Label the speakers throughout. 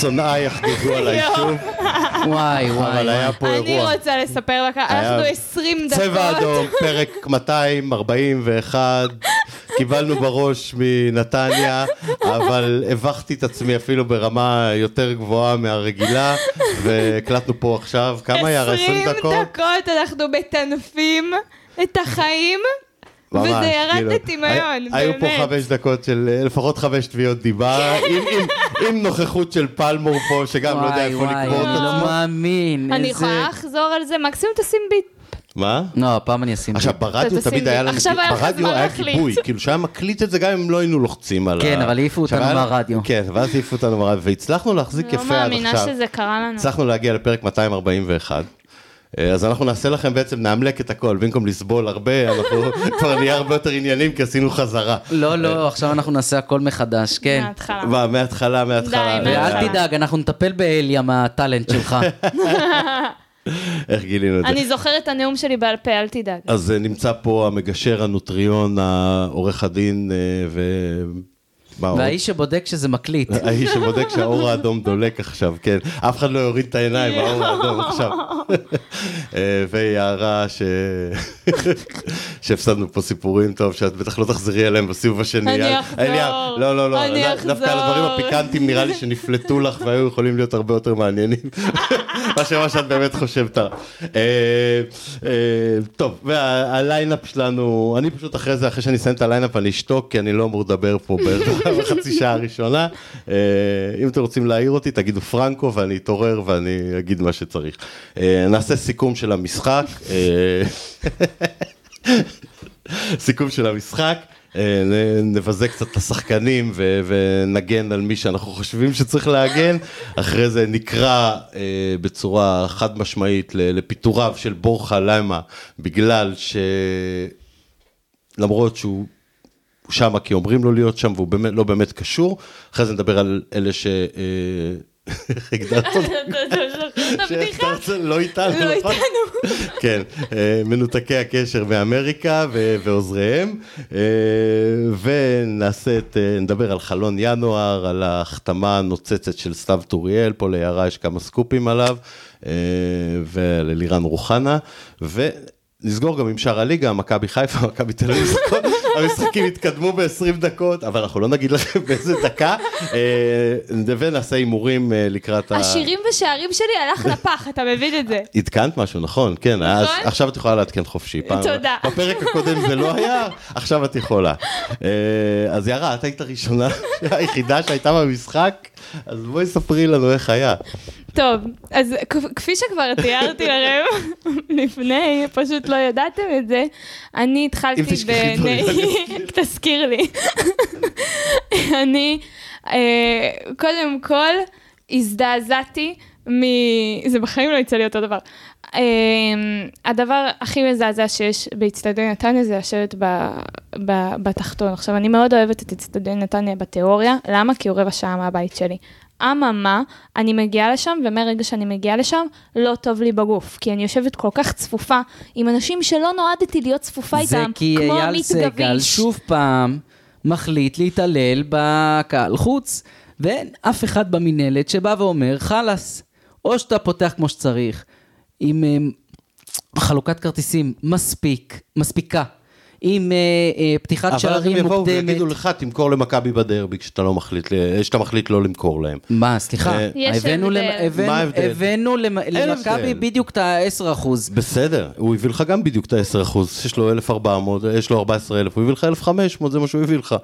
Speaker 1: שונאי יחגגו עליי
Speaker 2: יואו.
Speaker 1: שוב,
Speaker 3: וואי, וואי.
Speaker 1: אבל היה פה
Speaker 2: אני
Speaker 1: אירוע.
Speaker 2: רוצה לספר לך,
Speaker 1: היה-
Speaker 2: אנחנו 20 דקות.
Speaker 1: צבע אדום, פרק 241, קיבלנו בראש מנתניה, אבל הבכתי את עצמי אפילו ברמה יותר גבוהה מהרגילה, והקלטנו פה עכשיו, כמה היה? 20 דקות?
Speaker 2: דקות אנחנו מטנפים את החיים,
Speaker 1: ממש,
Speaker 2: וזה ירד
Speaker 1: כאילו,
Speaker 2: לטמיון,
Speaker 1: הי- היו פה
Speaker 2: באמת. כן.
Speaker 1: חמש דקות של, אה, לפחות חמש תביעות דיבה, עם, עם, עם נוכחות של פלמור פה, שגם לא יודע
Speaker 3: וואי,
Speaker 1: איפה
Speaker 3: וואי,
Speaker 1: לקרוא
Speaker 3: אני
Speaker 1: את
Speaker 3: לא
Speaker 1: עצמו.
Speaker 3: מאמין.
Speaker 2: אני
Speaker 3: איזה-
Speaker 2: יכולה לחזור על זה, מקסימום תשים ביט.
Speaker 1: מה?
Speaker 3: לא, הפעם אני אשים...
Speaker 1: עכשיו,
Speaker 3: ביט.
Speaker 1: ברדיו
Speaker 2: תשים
Speaker 1: תמיד
Speaker 2: לי.
Speaker 1: היה לנו,
Speaker 2: עכשיו היה לך
Speaker 1: ברדיו
Speaker 2: זמן
Speaker 1: היה
Speaker 2: להחליט.
Speaker 1: גיבוי, כאילו שהיה מקליט את זה גם אם לא היינו לוחצים על ה...
Speaker 3: כן, אבל העיפו
Speaker 1: עכשיו
Speaker 3: אותנו
Speaker 1: היה-
Speaker 3: מהרדיו.
Speaker 1: כן, ואז העיפו אותנו מהרדיו, והצלחנו להחזיק יפה עד
Speaker 2: לא
Speaker 1: עכשיו.
Speaker 2: מאמינה שזה קרה לנו.
Speaker 1: הצלחנו להגיע לפרק 241. אה, אז אנחנו נעשה לכם בעצם, נאמלק את הכל, במקום לסבול הרבה, אנחנו כבר נהיה הרבה יותר עניינים, כי עשינו חזרה.
Speaker 3: לא,
Speaker 1: אה,
Speaker 3: לא, עכשיו אנחנו נעשה הכל מחדש, כן.
Speaker 2: מההתחלה.
Speaker 1: מה, מההתחלה, מההתחלה. אה,
Speaker 2: די, מההתחלה.
Speaker 3: ואל תדאג, אנחנו נטפל באליה מהטאלנט שלך.
Speaker 1: אוקיי. איך גילינו את זה?
Speaker 2: אני זוכרת את הנאום שלי בעל פה, אל תדאג.
Speaker 1: אז אה, נמצא פה המגשר, הנוטריון, העורך הדין אה, ו... מה עוד?
Speaker 3: והאיש שבודק שזה מקליט.
Speaker 1: האיש שבודק שהאור האדום דולק עכשיו, כן. אף אחד לא יוריד את העיניים, האור האדום עכשיו. אה, ויערה ש... שהפסדנו פה סיפורים טוב, שאת בטח לא תחזרי אליהם בסיבוב השני.
Speaker 2: אני
Speaker 1: אה,
Speaker 2: אחזור.
Speaker 1: אה, לא, לא, לא.
Speaker 2: אני
Speaker 1: דו-
Speaker 2: אחזור.
Speaker 1: דווקא על הדברים הפיקנטיים נראה לי שנפלטו לך והיו יכולים להיות הרבה יותר מעניינים. מאשר מה שאת באמת חושבת. אה, אה, טוב, והליינאפ שלנו, אני פשוט אחרי זה, אחרי שאני אסיים את הליינאפ, אני אשתוק, כי אני לא אמור לדבר פה בערך בחצי שעה הראשונה. אה, אם אתם רוצים להעיר אותי, תגידו פרנקו, ואני אתעורר ואני אגיד מה שצריך. אה, נעשה סיכום של המשחק. אה, סיכום של המשחק. אה, נ- נבזה קצת את השחקנים ו- ונגן על מי שאנחנו חושבים שצריך להגן, אחרי זה נקרא אה, בצורה חד משמעית ל- לפיטוריו של בורחה למה, בגלל ש... למרות שהוא הוא שמה כי אומרים לו להיות שם והוא באמת, לא באמת קשור, אחרי זה נדבר על אלה ש... אה, איך הגדרת אותם?
Speaker 2: הבדיחה.
Speaker 1: שהגדרת- לא איתנו,
Speaker 2: לא
Speaker 1: נכון? כן, אה, מנותקי הקשר מאמריקה ו- ועוזריהם, אה, ונעשה את, אה, נדבר על חלון ינואר, על ההחתמה הנוצצת של סתיו טוריאל, פה ליערה יש כמה סקופים עליו, אה, ועל אלירן רוחנה, ונסגור גם עם שאר הליגה, מכבי חיפה, מכבי תל אביב, נכון? המשחקים התקדמו ב-20 דקות, אבל אנחנו לא נגיד לכם באיזה דקה, אה, ונעשה הימורים אה, לקראת ה...
Speaker 2: השירים ושערים שלי הלך לפח, אתה מבין את זה?
Speaker 1: עדכנת משהו, נכון, כן, אז עכשיו את יכולה לעדכן חופשי. פעם-
Speaker 2: תודה.
Speaker 1: בפרק הקודם זה לא היה, עכשיו את יכולה. אה, אז יערה, את היית הראשונה, היחידה שהייתה במשחק, אז בואי ספרי לנו איך היה.
Speaker 2: טוב, אז כ- כפי שכבר תיארתי לכם לפני, פשוט לא ידעתם את זה, אני התחלתי
Speaker 1: אם תשכחי
Speaker 2: בנ-
Speaker 1: דברים,
Speaker 2: תזכיר לי. אני, אה, קודם כל, הזדעזעתי מ... זה בחיים לא יצא לי אותו דבר. אה, הדבר הכי מזעזע שיש באצטדיון נתניה זה לשבת ב- ב- בתחתון. עכשיו, אני מאוד אוהבת את אצטדיון נתניה בתיאוריה, למה? כי הוא רבע שעה מהבית שלי. אממה, אני מגיעה לשם, ומהרגע שאני מגיעה לשם, לא טוב לי בגוף. כי אני יושבת כל כך צפופה, עם אנשים שלא נועדתי להיות צפופה
Speaker 3: זה
Speaker 2: איתם,
Speaker 3: כי
Speaker 2: כמו
Speaker 3: אייל
Speaker 2: עמית
Speaker 3: סגל
Speaker 2: גביש.
Speaker 3: שוב פעם מחליט להתעלל בקהל חוץ, ואין אף אחד במינהלת שבא ואומר, חלאס, או שאתה פותח כמו שצריך, עם אה, חלוקת כרטיסים, מספיק, מספיקה, עם אה, אה, פתיחת
Speaker 1: אבל אז הם
Speaker 3: שערים
Speaker 1: יבואו
Speaker 3: מוקדמת.
Speaker 1: ויגידו לך, תמכור למכבי בדרבי כשאתה לא מחליט, ל- כשאתה מחליט לא למכור להם.
Speaker 3: מה, סליחה,
Speaker 1: אה,
Speaker 2: יש
Speaker 3: הבאנו
Speaker 2: הבדל.
Speaker 3: למ- הבאנו-
Speaker 1: מה ההבדל?
Speaker 3: הבאנו למ- למכבי
Speaker 1: הבדל.
Speaker 3: בדיוק את ה-10%.
Speaker 1: בסדר, הוא הביא לך גם בדיוק את ה-10%, יש לו 1,400, יש לו 14,000, הוא הביא לך 1,500, זה מה שהוא הביא לך.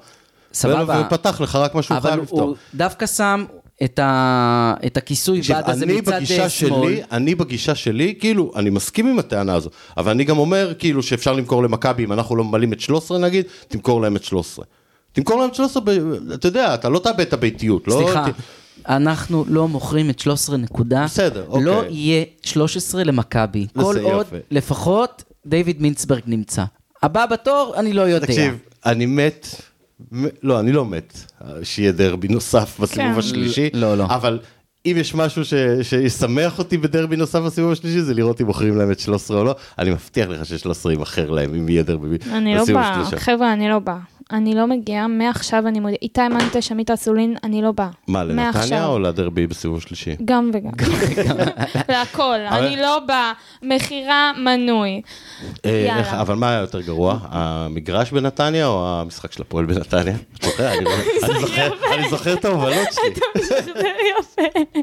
Speaker 3: סבבה.
Speaker 1: ופתח לך רק מה שהוא
Speaker 3: אבל
Speaker 1: חייב
Speaker 3: הוא
Speaker 1: לפתור.
Speaker 3: דווקא שם את ה- את הכיסוי
Speaker 1: תקשיב,
Speaker 3: בעד הזה
Speaker 1: אני
Speaker 3: מצד
Speaker 1: בגישה
Speaker 3: אה, שמאל.
Speaker 1: שלי, אני בגישה שלי, כאילו, אני מסכים עם הטענה הזו, אבל אני גם אומר, כאילו, שאפשר למכור למכבי, אם אנחנו לא ממלאים את 13 נגיד, תמכור להם את 13. תמכור להם את 13, ב... אתה יודע, אתה לא תאבד את הביתיות, לא...
Speaker 3: סליחה,
Speaker 1: ת-
Speaker 3: אנחנו לא מוכרים את 13 נקודה.
Speaker 1: בסדר, אוקיי.
Speaker 3: לא יהיה 13 למכבי. כל
Speaker 1: יופי.
Speaker 3: עוד, לפחות, דיוויד מינצברג נמצא. הבא בתור, אני לא יודע.
Speaker 1: תקשיב, אני מת, מ- לא, אני לא מת, שיהיה דרבי נוסף בסיבוב
Speaker 2: כן.
Speaker 1: השלישי,
Speaker 3: לא, לא.
Speaker 1: אבל... אם יש משהו ש... שישמח אותי בדרבי נוסף בסיבוב השלישי, זה לראות אם מוכרים להם את 13 או לא. אני מבטיח לך ש-13 ימכר להם, אם יהיה דרבי
Speaker 2: אני לא
Speaker 1: בסיבוב
Speaker 2: באה,
Speaker 1: השלישי.
Speaker 2: חבר'ה, אני לא באה. אני לא מגיעה, מעכשיו אני מודיעה. איתי מנטה, שמית אסולין, אני לא באה.
Speaker 1: מה, לנתניה
Speaker 2: מעכשיו.
Speaker 1: או לא? לדרבי בסיבוב שלישי?
Speaker 2: גם וגם. להכל,
Speaker 1: אבל-
Speaker 2: אני לא באה. מכירה מנוי.
Speaker 1: אה,
Speaker 2: יאללה.
Speaker 1: איך- אבל מה היה יותר גרוע, המגרש בנתניה או המשחק של הפועל בנתניה? את זוכרת? אני- אני זוכר- אני זוכר את ההובלות שלי.
Speaker 2: יפה.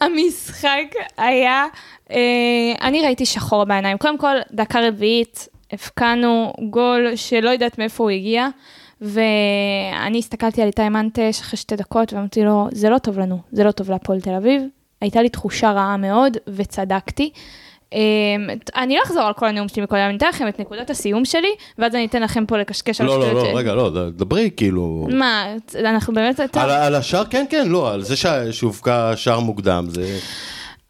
Speaker 2: המשחק היה, אה, אני ראיתי שחור בעיניים. קודם כל, דקה רביעית הבקענו גול שלא יודעת מאיפה הוא הגיע, ואני הסתכלתי על איתי מנטש אחרי שתי דקות ואמרתי לו, זה לא טוב לנו, זה לא טוב להפועל תל אביב. הייתה לי תחושה רעה מאוד, וצדקתי. אה, אני לא אחזור על כל הנאום שלי מקודם, אני אתן לכם את נקודת הסיום שלי, ואז אני אתן לכם פה לקשקש על
Speaker 1: לא, לא,
Speaker 2: השטויות
Speaker 1: לא,
Speaker 2: שלי.
Speaker 1: רגע, לא, דברי כאילו...
Speaker 2: מה, אנחנו באמת...
Speaker 1: על ה- על השער, כן, כן, לא, על זה שה- שהובקע שער מוקדם, זה...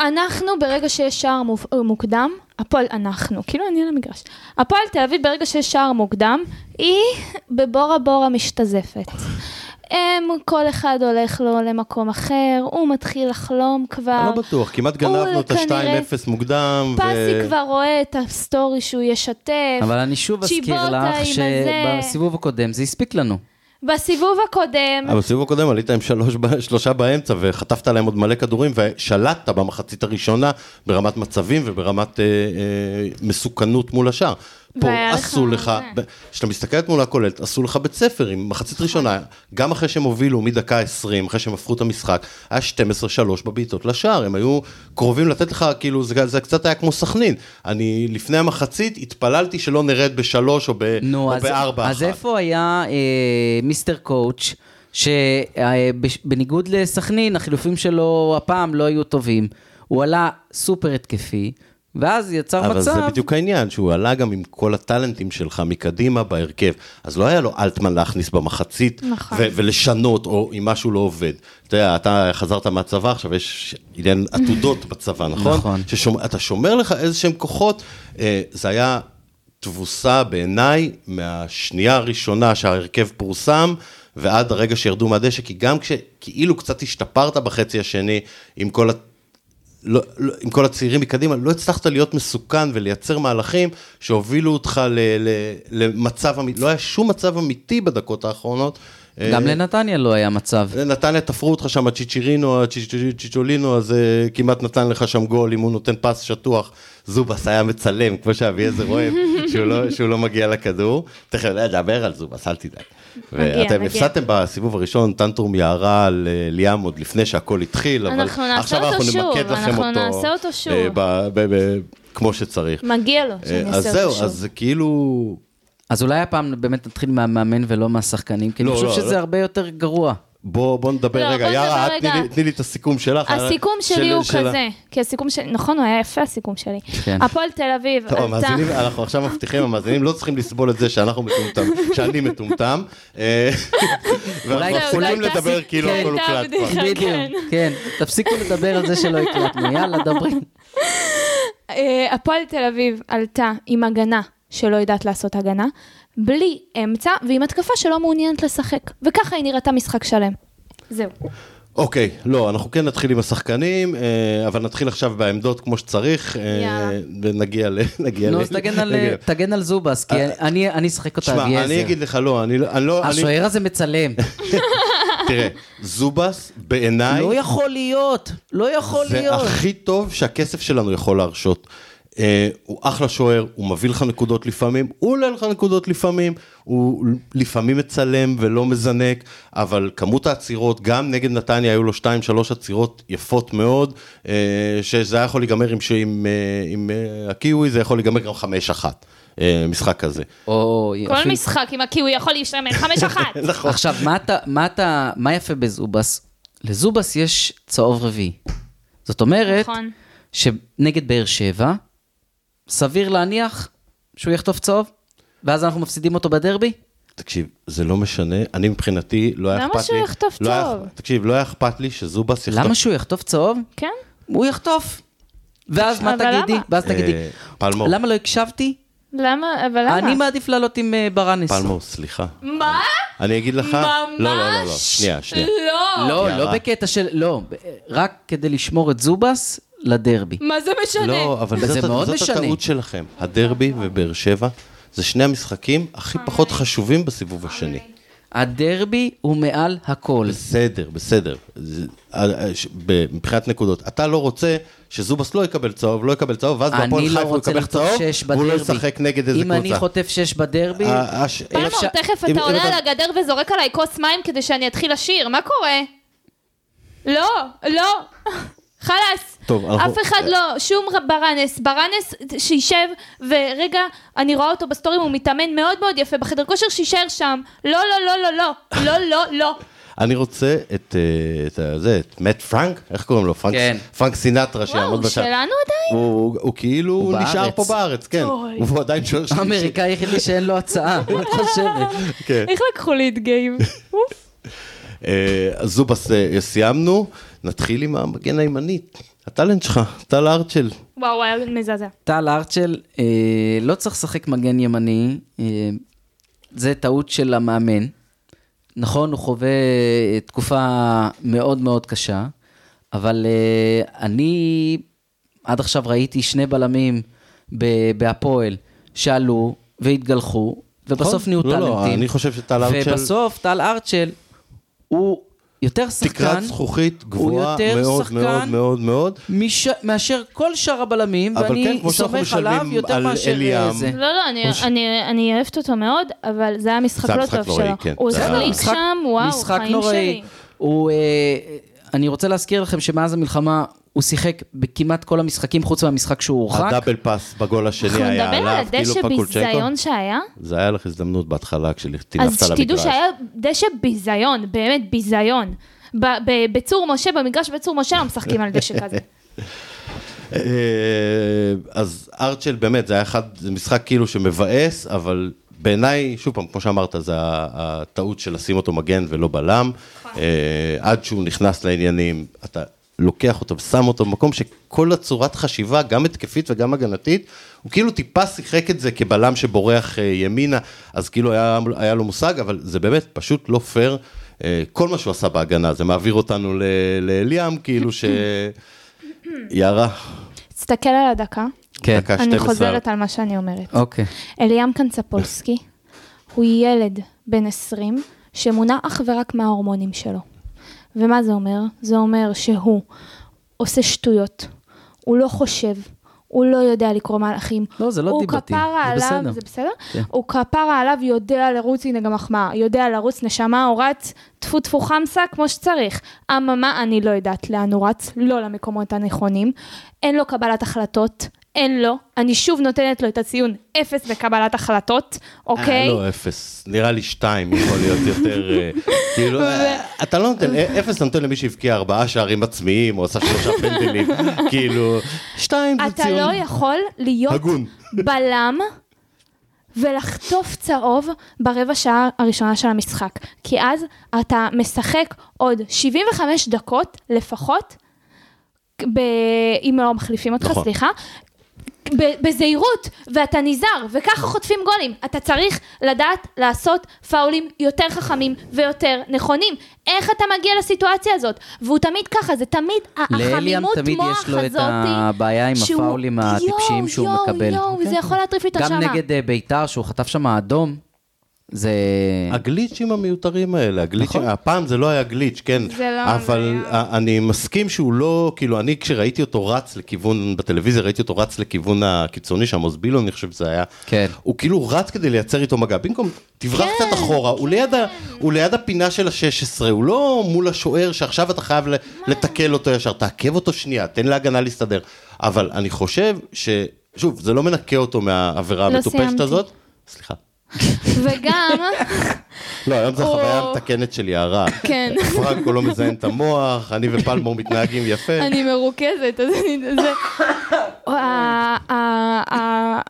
Speaker 2: אנחנו ברגע שיש שער מופ- אה, מוקדם, הפועל, אנחנו, כאילו אני על המגרש. הפועל תל אביב ברגע שיש שער מוקדם, היא בבורה בורה משתזפת. הם, כל אחד הולך לו למקום אחר, הוא מתחיל לחלום
Speaker 1: אני
Speaker 2: כבר.
Speaker 1: לא בטוח, כמעט
Speaker 2: אה. הוא
Speaker 1: גנבנו את
Speaker 2: כנראה-
Speaker 1: ה-2-0 מוקדם. ו-
Speaker 2: פסי כבר רואה את הסטורי שהוא ישתף.
Speaker 3: אבל אני שוב
Speaker 2: צ'יבוטה
Speaker 3: אזכיר
Speaker 2: עם
Speaker 3: לך
Speaker 2: הזה.
Speaker 3: שבסיבוב הקודם זה הספיק לנו.
Speaker 2: בסיבוב הקודם,
Speaker 1: אבל בסיבוב הקודם עלית עם שלוש ב- שלושה באמצע וחטפת להם עוד מלא כדורים ושלטת במחצית הראשונה ברמת מצבים וברמת אה, אה, מסוכנות מול השאר. פה
Speaker 2: והיה לך
Speaker 1: עשו לך,
Speaker 2: זה. נכון.
Speaker 1: ב- כשאתה מסתכלת מול הכוללת, עשו לך בית ספר עם מחצית ראשונה, גם אחרי שהם הובילו מדקה 20, אחרי שהם הפכו את המשחק, היה 12-3 בבעיטות לשער, הם היו קרובים לתת לך, כאילו, זה, זה קצת היה כמו סכנין. אני לפני המחצית התפללתי שלא נרד בשלוש או, ב,
Speaker 3: נו,
Speaker 1: או
Speaker 3: אז,
Speaker 1: בארבע
Speaker 3: אז איפה היה אה, מיסטר קואוץ', שבניגוד לסכנין, החילופים שלו הפעם לא היו טובים. הוא עלה סופר התקפי, ואז יצר
Speaker 1: אבל
Speaker 3: מצב...
Speaker 1: זה בדיוק העניין, שהוא עלה גם עם כל הטאלנטים שלך מקדימה בהרכב. אז לא היה לו אלטמן להכניס במחצית,
Speaker 2: נכון.
Speaker 1: ו- ולשנות, או אם משהו לא עובד. אתה יודע, אתה חזרת מהצבא, עכשיו יש עניין עתודות בצבא, נכון?
Speaker 3: נכון.
Speaker 1: שאתה שומר לך איזה שהם כוחות, אה, זה היה תבוסה בעיניי מהשנייה הראשונה שההרכב פורסם. ועד הרגע שירדו מהדשא, כי גם כשכאילו קצת השתפרת בחצי השני עם כל ה- לא, לא, עם כל הצעירים מקדימה, לא הצלחת להיות מסוכן ולייצר מהלכים שהובילו אותך ל, ל, למצב אמיתי, לא היה שום מצב אמיתי בדקות האחרונות. אה,
Speaker 3: גם לנתניה לא היה מצב.
Speaker 1: לנתניה תפרו אותך שם, צ'יצ'ירינו, צ'יצ'- צ'יצ'ולינו, אז אה, כמעט נתן לך שם גול, אם הוא נותן פס שטוח, זובס היה מצלם, כמו שאביעזר אוהב, שהוא, לא, שהוא לא מגיע לכדור. תכף נדבר על זובס, אל תדאג.
Speaker 2: מגיע,
Speaker 1: ואתם
Speaker 2: מגיע.
Speaker 1: הפסדתם בסיבוב הראשון, טנטרום יערה על אה, ליאם עוד לפני שהכל התחיל, אבל
Speaker 2: אנחנו נעשה
Speaker 1: עכשיו
Speaker 2: אותו
Speaker 1: אנחנו
Speaker 2: שוב,
Speaker 1: נמקד לכם
Speaker 2: אנחנו
Speaker 1: אותו,
Speaker 2: נעשה אותו שוב.
Speaker 1: אה, ב- ב- ב- כמו שצריך.
Speaker 2: מגיע לו
Speaker 1: אה,
Speaker 2: שאני
Speaker 1: אז
Speaker 2: אעשה
Speaker 1: זהו,
Speaker 2: אותו שוב.
Speaker 1: אז זה כאילו...
Speaker 3: אז אולי הפעם באמת נתחיל מהמאמן ולא מהשחקנים, כי
Speaker 1: לא,
Speaker 3: אני חושב
Speaker 1: לא,
Speaker 3: שזה
Speaker 1: לא.
Speaker 3: הרבה יותר גרוע.
Speaker 1: בוא, בוא
Speaker 2: לא,
Speaker 1: נדבר רגע,
Speaker 2: בוא נדבר
Speaker 1: יארה, את
Speaker 2: רגע.
Speaker 1: תני לי- תני לי את הסיכום שלך. אה,
Speaker 2: הסיכום שלי
Speaker 1: של-
Speaker 2: הוא
Speaker 1: של ה-
Speaker 2: כזה, כי הסיכום שלי, נכון, הוא היה יפה הסיכום שלי.
Speaker 3: כן.
Speaker 2: הפועל תל אביב,
Speaker 1: טוב,
Speaker 2: עלתה-
Speaker 1: המאזינים, אנחנו עכשיו מבטיחים, המאזינים לא צריכים לסבול את זה שאנחנו מטומטם, שאני מטומטם. אה, ואנחנו
Speaker 3: זהו,
Speaker 1: יכולים
Speaker 2: זו הייתה
Speaker 1: לדבר
Speaker 2: סיכ-
Speaker 1: כאילו
Speaker 2: כן,
Speaker 1: הכל
Speaker 2: הייתה
Speaker 1: הוקלט כבר.
Speaker 2: בדיחה. כן.
Speaker 3: בדיוק, כן. תפסיקו לדבר על זה שלא הקלטנו, יאללה, דברי.
Speaker 2: אה, הפועל תל אביב עלתה עם הגנה שלא יודעת לעשות הגנה, בלי אמצע ועם התקפה שלא מעוניינת לשחק, וככה היא נראתה משחק שלם. זהו.
Speaker 1: אוקיי, לא, אנחנו כן נתחיל עם השחקנים, אה, אבל נתחיל עכשיו בעמדות כמו שצריך, אה,
Speaker 2: יאללה.
Speaker 1: ונגיע ל... נגיע ל-
Speaker 3: נו, אז תגן על- אה,
Speaker 1: נגיע.
Speaker 3: תגן על זובס, כי אני אני אשחק אותה,
Speaker 1: תשמע, אה, אני
Speaker 3: אביעזר.
Speaker 1: אגיד לך, לא, אני לא... אני לא- אני- אה,
Speaker 3: השוער הזה מצלם.
Speaker 1: תראה, זובס, בעיניי...
Speaker 3: לא יכול להיות, לא יכול
Speaker 1: זה
Speaker 3: להיות.
Speaker 1: הכי טוב שהכסף שלנו יכול להרשות. אה, הוא אחלה שוער, הוא מביא לך נקודות לפעמים, הוא עולה לך נקודות לפעמים, הוא לפעמים מצלם ולא מזנק, אבל כמות העצירות, גם נגד נתניה היו לו 2-3 עצירות יפות מאוד, אה, שזה היה יכול להיגמר עם, ש- עם, אה, עם אה, הקיווי, זה יכול להיגמר גם 5-1, אה, משחק כזה.
Speaker 3: או,
Speaker 2: כל
Speaker 3: אפילו-
Speaker 2: משחק עם הקיווי יכול להשתמש, חמש אחת.
Speaker 3: עכשיו, מה אתה, מה אתה, מה יפה בזובס? לזובס יש צהוב רביעי. זאת אומרת,
Speaker 2: נכון.
Speaker 3: שנגד באר שבע, סביר להניח שהוא יחטוף צהוב, ואז אנחנו מפסידים אותו בדרבי?
Speaker 1: תקשיב, זה לא משנה, אני מבחינתי לא היה
Speaker 2: למה
Speaker 1: אכפת לי.
Speaker 2: שהוא יחטוף
Speaker 1: לא היה-
Speaker 2: טוב?
Speaker 1: תקשיב, לא היה אכפת לי שזובס יחטוף
Speaker 3: למה שהוא יחטוף צהוב?
Speaker 2: כן?
Speaker 3: הוא יחטוף. ואז מה
Speaker 2: אבל למה?
Speaker 3: תגידי? ואז
Speaker 1: אה,
Speaker 3: תגידי,
Speaker 1: פלמור.
Speaker 3: למה לא הקשבתי?
Speaker 2: למה? אבל למה?
Speaker 3: אני מעדיף לעלות עם אה, ברנס.
Speaker 1: פלמור, סליחה.
Speaker 2: מה?
Speaker 1: אני אגיד לך...
Speaker 2: ממש?
Speaker 1: לא, לא, לא, לא, שנייה, שנייה.
Speaker 2: לא.
Speaker 3: לא,
Speaker 1: יאללה.
Speaker 3: לא בקטע של, לא, רק כדי לשמור את זובס לדרבי.
Speaker 2: מה זה משנה?
Speaker 1: לא, אבל
Speaker 3: וזה
Speaker 1: זאת,
Speaker 3: מאוד
Speaker 1: זאת
Speaker 3: משנה.
Speaker 1: הטעות שלכם. הדרבי ובאר שבע זה שני המשחקים הכי פחות חשובים בסיבוב השני.
Speaker 3: הדרבי הוא מעל הכל.
Speaker 1: בסדר, בסדר. זה- אה, אה, ש- ב- מבחינת נקודות. אתה לא רוצה שזובס לא יקבל צהוב, לא יקבל צהוב, ואז
Speaker 3: אני
Speaker 1: בהפועל
Speaker 3: לא
Speaker 1: חיפה הוא
Speaker 3: רוצה
Speaker 1: יקבל
Speaker 3: לחטוף
Speaker 1: צהוב,
Speaker 3: שש
Speaker 1: והוא לא
Speaker 3: בדרבי.
Speaker 1: ישחק נגד איזה
Speaker 3: אם
Speaker 1: קבוצה.
Speaker 3: אני חוטף שש בדרבי,
Speaker 1: אה, הש-
Speaker 3: אם
Speaker 4: פלמור,
Speaker 3: אפשר-
Speaker 4: תכף
Speaker 1: אם- אם
Speaker 4: אתה עולה
Speaker 1: אתה-
Speaker 4: על הגדר וזורק עליי כוס מים כדי שאני אתחיל לשיר, מה קורה?
Speaker 2: לא, לא. חלאס.
Speaker 1: טוב, אנחנו-
Speaker 4: אף אחד לא, שום ר- ברנס, ברנס שישב, ורגע, אני רואה אותו בסטורים, הוא מתאמן מאוד מאוד יפה בחדר כושר, שישאר שם. לא, לא, לא, לא, לא, לא, לא, לא.
Speaker 1: אני רוצה את, אה, את ה- זה, את מאט פרנק, איך קוראים לו? פרנק,
Speaker 3: כן.
Speaker 1: פרנק סינטרה שיעמוד
Speaker 4: וואו,
Speaker 1: בשער.
Speaker 4: שלנו עדיין?
Speaker 1: הוא, הוא, הוא כאילו
Speaker 3: הוא
Speaker 1: נשאר
Speaker 3: בארץ.
Speaker 1: פה בארץ, כן.
Speaker 2: אוי.
Speaker 1: הוא עדיין שוער שלישי.
Speaker 3: האמריקאי היחידי שאין לו הצעה, מה את חושבת?
Speaker 1: כן.
Speaker 2: איך לקחו לי את גייב? אוף.
Speaker 1: אה, אז זובס, אה, סיימנו, נתחיל עם המגן הימנית. הטאלנט שלך, טל ארצ'ל.
Speaker 2: וואו, היה מזעזע.
Speaker 3: טל ארצ'ל אה, לא צריך לשחק מגן ימני, אה, זה טעות של המאמן. נכון, הוא חווה אה, תקופה מאוד מאוד קשה, אבל אה, אני עד עכשיו ראיתי שני בלמים ב- בהפועל שעלו והתגלחו, ובסוף
Speaker 1: נכון?
Speaker 3: נהיו
Speaker 1: לא, לא,
Speaker 3: טאלנטים.
Speaker 1: אני חושב שטל ארצ'ל-
Speaker 3: ובסוף טל ארצ'ל הוא יותר שחקן...
Speaker 1: תקרת זכוכית גבוהה
Speaker 3: יותר
Speaker 1: מאוד
Speaker 3: שחקן
Speaker 1: מאוד מאוד מאוד.
Speaker 3: מש... מאשר כל שאר הבלמים,
Speaker 1: אבל כן,
Speaker 3: ואני
Speaker 1: כמו שאנחנו
Speaker 3: סומך עליו
Speaker 1: משלמים
Speaker 3: יותר
Speaker 1: על
Speaker 3: מאשר
Speaker 1: אליאם.
Speaker 3: אה, זה.
Speaker 4: לא, לא, אני- אני- אני אוהבת אותו מאוד, אבל זה היה משחק
Speaker 1: זה היה
Speaker 4: לא
Speaker 1: משחק
Speaker 4: טוב
Speaker 1: נוראי,
Speaker 4: שלו.
Speaker 1: כן.
Speaker 4: הוא
Speaker 1: זה היה
Speaker 4: החליק
Speaker 1: משחק-
Speaker 4: שם, וואו,
Speaker 3: משחק
Speaker 4: חיים
Speaker 3: נוראי.
Speaker 4: שלי.
Speaker 3: הוא, אה, אני רוצה להזכיר לכם שמאז המלחמה הוא שיחק בכמעט כל המשחקים, חוץ מהמשחק שהוא הורחק.
Speaker 1: הדאבל פאס בגול השני
Speaker 4: אנחנו
Speaker 1: היה
Speaker 4: נדבר על
Speaker 1: עליו, כאילו
Speaker 4: הדשא
Speaker 1: פקולצ'נקו.
Speaker 4: ביזיון שהיה?
Speaker 1: זה היה לך הזדמנות בהתחלה כשטינפת על המגרש.
Speaker 4: אז שתדעו שהיה דשא ביזיון, באמת ביזיון. ב- ב- בצור משה, במגרש בצור משה לא משחקים על דשא כזה.
Speaker 1: אה, אז ארצ'ל באמת, זה היה אחד, זה משחק כאילו שמבאס, אבל בעיניי, שוב פעם, כמו שאמרת, זה ה- הטעות של לשים אותו מגן ולא בלם. אה, עד שהוא נכנס לעניינים, אתה לוקח אותו ושם אותו במקום שכל הצורת חשיבה, גם התקפית וגם הגנתית, הוא כאילו טיפה שיחק את זה כבלם שבורח אה, ימינה, אז כאילו היה, היה לו מושג, אבל זה באמת פשוט לא פייר. אה, כל מה שהוא עשה בהגנה, זה מעביר אותנו ל- לאליאם, כאילו ש... יערה,
Speaker 2: תסתכל על הדקה.
Speaker 3: כן.
Speaker 1: דקה
Speaker 2: אני
Speaker 1: 12.
Speaker 2: חוזרת על מה שאני אומרת.
Speaker 3: אוקיי.
Speaker 2: אליאם קנצפולסקי הוא ילד בן 20 שמונע אך ורק מההורמונים שלו. ומה זה אומר? זה אומר שהוא עושה שטויות, הוא לא חושב, הוא לא יודע לקרוא מהלכים.
Speaker 3: לא, זה לא
Speaker 2: הוא
Speaker 3: דיבתי,
Speaker 2: כפרה
Speaker 3: זה
Speaker 2: עליו,
Speaker 3: בסדר.
Speaker 2: זה בסדר?
Speaker 3: כן.
Speaker 2: הוא כפרה עליו, יודע לרוץ, הנה גם מחמאה, יודע לרוץ, נשמה, הוא רץ, טפו טפו חמסה, כמו שצריך. אממה, אני לא יודעת לאן הוא רץ, לא למקומות הנכונים. אין לו קבלת החלטות, אין לו. אני שוב נותנת לו את הציון אפס בקבלת החלטות,
Speaker 1: אה,
Speaker 2: אוקיי?
Speaker 1: לא, אפס. נראה לי שתיים יכול להיות יותר... אה, כאילו, אה, אתה לא נותן, אה, אפס אתה נותן למי שהבקיע ארבעה שערים עצמיים, או עשה שלושה פנדלים, כאילו, שתיים זה
Speaker 2: אתה לא
Speaker 1: ציון.
Speaker 2: יכול להיות
Speaker 1: הגון.
Speaker 2: בלם ולחטוף צהוב ברבע שעה הראשונה של המשחק. כי אז אתה משחק עוד 75 דקות לפחות, ב... אם לא מחליפים אותך,
Speaker 1: נכון.
Speaker 2: סליחה. ב- בזהירות, ואתה נזהר, וככה חוטפים גולים. אתה צריך לדעת לעשות פאולים יותר חכמים ויותר נכונים. איך אתה מגיע לסיטואציה הזאת? והוא תמיד ככה, זה תמיד ה-
Speaker 3: לאליאם
Speaker 2: החמימות
Speaker 3: תמיד
Speaker 2: מוח
Speaker 3: יש לו את
Speaker 2: הזאתי.
Speaker 3: הבעיה עם
Speaker 2: שהוא-
Speaker 3: הפאולים הטיפשיים שהוא
Speaker 2: יואו,
Speaker 3: מקבל. אוקיי.
Speaker 2: יואו, יואו, זה יכול להטריף לי את
Speaker 3: גם
Speaker 2: הנשמה.
Speaker 3: נגד אה, ביתר, שהוא חטף שם אדום, זה...
Speaker 1: הגליצ'ים המיותרים האלה, הגליצ'ים, הפעם זה לא היה גליץ', כן,
Speaker 2: נכון. זה לא
Speaker 1: אבל ה- אני מסכים שהוא לא, כאילו, אני כשראיתי אותו רץ לכיוון, בטלוויזיה ראיתי אותו רץ לכיוון הקיצוני שם, אוזבילו, אני חושב שזה היה,
Speaker 3: כן.
Speaker 1: הוא כאילו רץ כדי לייצר איתו מגע, במקום,
Speaker 2: כן,
Speaker 1: תברח קצת אחורה, הוא ליד ה- הוא ליד הפינה של ה-16, הוא לא מול השוער שעכשיו אתה חייב
Speaker 2: לא.
Speaker 1: ל- לתקל אותו ישר, תעכב אותו שנייה, תן להגנה להסתדר, אבל אני חושב ש... שוב, זה לא מנקה אותו מהעבירה
Speaker 2: לא
Speaker 1: המטופשת
Speaker 2: סיימתי.
Speaker 1: הזאת. סליחה.
Speaker 2: וגם,
Speaker 1: לא, היום זו
Speaker 2: או-
Speaker 1: החוויה המתקנת של יערה.
Speaker 2: כן.
Speaker 1: פרנקו לא מזיין את המוח, אני ופלמור מתנהגים יפה.
Speaker 2: אני מרוכזת, אז אני... זה... ה- ה- ה-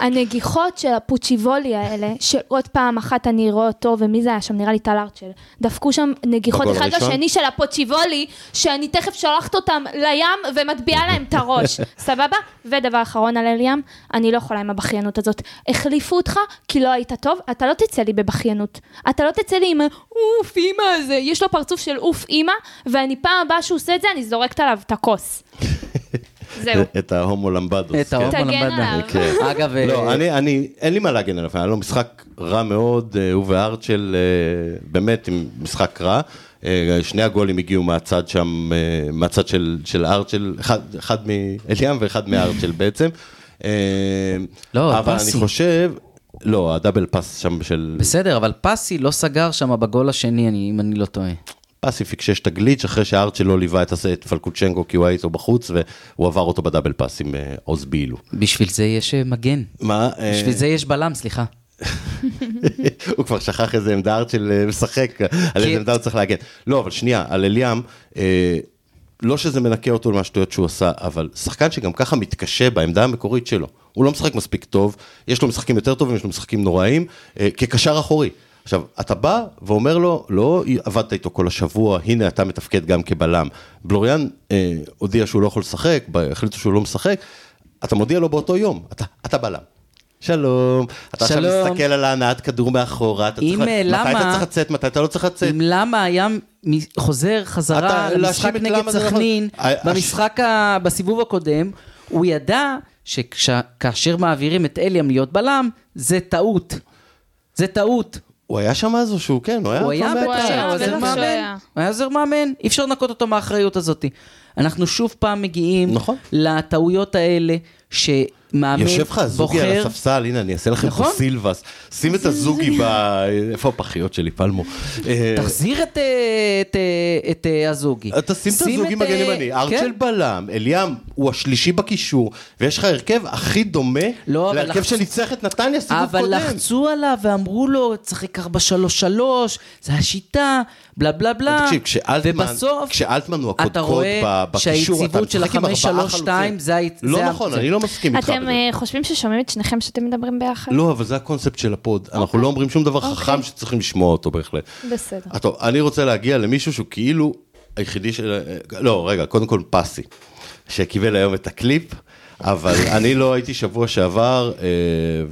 Speaker 2: הנגיחות של הפוצ'יבולי האלה, שעוד פעם אחת אני אראה אותו, ומי זה היה שם? נראה לי טל ארצ'ל. דפקו שם נגיחות
Speaker 1: בגול
Speaker 2: אחד
Speaker 1: הראשון?
Speaker 2: לשני של הפוצ'יבולי, שאני תכף שולחת אותם לים ומטביעה להם את הראש, סבבה? ודבר אחרון על אליאם, אני לא יכולה עם הבכיינות הזאת. החליפו אותך כי לא היית טוב, אתה לא תצא לי בבכיינות. אתה לא תצא לי עם אוף אימא הזה, יש לו פרצוף של אוף אימא, ואני פעם הבאה שהוא עושה את זה, אני זורקת עליו את הכוס.
Speaker 4: זהו.
Speaker 1: את ההומו למבדוס.
Speaker 3: את
Speaker 1: כן.
Speaker 3: ההומו
Speaker 4: תגן
Speaker 3: למבדה.
Speaker 4: עליו.
Speaker 1: כן.
Speaker 3: אגב,
Speaker 1: לא,
Speaker 3: אה,
Speaker 1: אני, אני, אין לי מה להגן עליו, היה לו משחק רע מאוד, אה, הוא והארצ'ל, אה, באמת, עם משחק רע. אה, שני הגולים הגיעו מהצד שם, אה, מהצד של, של ארצ'ל, אחד, אחד מאליאם ואחד מארצ'ל בעצם. אה,
Speaker 3: לא,
Speaker 1: אבל
Speaker 3: פסי.
Speaker 1: אני חושב, לא, הדאבל פאס שם של
Speaker 3: בסדר, אבל פסי לא סגר שם בגול השני, אני- אם אני לא טועה.
Speaker 1: פאסי פיקשש את הגליץ' אחרי שהארצ'ל לא ליווה את, הס- את פלקוצ'נקו כי הוא היה איתו בחוץ, והוא עבר אותו בדאבל פאס עם אה, עוז בילו.
Speaker 3: בשביל זה יש אה, מגן.
Speaker 1: מה? אה,
Speaker 3: בשביל זה יש בלם, סליחה.
Speaker 1: הוא כבר שכח איזה עמדה ארצ'ל אה, משחק, על
Speaker 3: כי-
Speaker 1: איזה עמדה הוא צריך להגן. לא, אבל שנייה, על אליאם, אה, לא שזה מנקה אותו מהשטויות שהוא עשה, אבל שחקן שגם ככה מתקשה בעמדה המקורית שלו. הוא לא משחק מספיק טוב, יש לו משחקים יותר טובים, יש לו משחקים נוראים, אה, כקשר אחורי. עכשיו, אתה בא ואומר לו, לא עבדת איתו כל השבוע, הנה אתה מתפקד גם כבלם. בלוריאן אה, הודיע שהוא לא יכול לשחק, ב- החליטו שהוא לא משחק, אתה מודיע לו באותו יום, אתה, אתה בלם. שלום, אתה עכשיו
Speaker 3: שלום.
Speaker 1: מסתכל על ההנעת כדור מאחורה, אתה
Speaker 3: אם,
Speaker 1: צריך,
Speaker 3: אה,
Speaker 1: מתי
Speaker 3: למה-
Speaker 1: אתה צריך לצאת, מתי אתה לא צריך לצאת.
Speaker 3: אם למה היה מ- חוזר חזרה
Speaker 1: אתה-
Speaker 3: למשחק
Speaker 1: להאשים את
Speaker 3: נגד
Speaker 1: למה זה לא יכול-
Speaker 3: סכנין,
Speaker 1: ה-
Speaker 3: במשחק, ה- בסיבוב הקודם, הוא ידע שכאשר מעבירים את אליאם להיות בלם, זה טעות. זה טעות.
Speaker 1: הוא היה שם אז או שהוא כן, אה, הוא היה
Speaker 3: הוא היה
Speaker 1: כבר
Speaker 2: הוא
Speaker 3: בטח,
Speaker 1: בטח.
Speaker 2: היה,
Speaker 3: הוא עוזר
Speaker 2: בטח שהוא
Speaker 3: מאמן.
Speaker 2: היה.
Speaker 3: הוא היה עוזר מאמן, אי אפשר לנקות אותו מהאחריות הזאת. אנחנו שוב פעם מגיעים
Speaker 1: נכון.
Speaker 3: לטעויות האלה, שמאמן
Speaker 1: יושב לך זוגי על
Speaker 3: בוחר...
Speaker 1: הספסל, הנה אני אעשה לכם
Speaker 3: נכון.
Speaker 1: פה סילבס. שים את הזוגי ב... איפה הפחיות שלי, פלמו? אה,
Speaker 3: תחזיר את, אה, את, אה, את אה, הזוגי.
Speaker 1: אתה שים את הזוגי
Speaker 3: אה,
Speaker 1: מגן ימני, ארצ'ל
Speaker 3: כן.
Speaker 1: בלם, אליאם הוא השלישי בקישור, ויש לך הרכב הכי דומה
Speaker 3: לא, אבל
Speaker 1: להרכב
Speaker 3: לחצ-
Speaker 1: שניצח את נתניה סיבוב
Speaker 3: אבל
Speaker 1: קודם.
Speaker 3: לחצו עליו ואמרו לו, תשחק 4-3-3, זה השיטה, בלה בלה בלה.
Speaker 1: תקשיב, כשאלטמן-
Speaker 3: ובסוף,
Speaker 1: כשאלטמן הוא
Speaker 3: אתה
Speaker 1: הקודקוד
Speaker 3: רואה
Speaker 1: ב- בקישור, אתה
Speaker 3: שהיציבות של
Speaker 1: משחק עם ארבעה
Speaker 3: ה-5-3-2
Speaker 1: חלוצים.
Speaker 3: זה ה-
Speaker 1: לא
Speaker 3: זה ה-
Speaker 1: נכון,
Speaker 3: זה-
Speaker 1: אני לא מסכים איתך.
Speaker 4: אתם
Speaker 1: בזה.
Speaker 4: אה, חושבים ששומעים את שניכם שאתם מדברים ביחד?
Speaker 1: לא, אבל זה הקונספט של הפוד. אנחנו
Speaker 4: אוקיי.
Speaker 1: לא אומרים שום דבר חכם שצריכים לשמוע אותו בהחלט.
Speaker 4: בסדר.
Speaker 1: אה, טוב, אני רוצה להגיע למישהו שהוא כאילו היחידי של... אה, לא, רגע, קודם כל פסי, שקיבל היום את הקליפ, אבל אני לא הייתי שבוע שעבר, אה,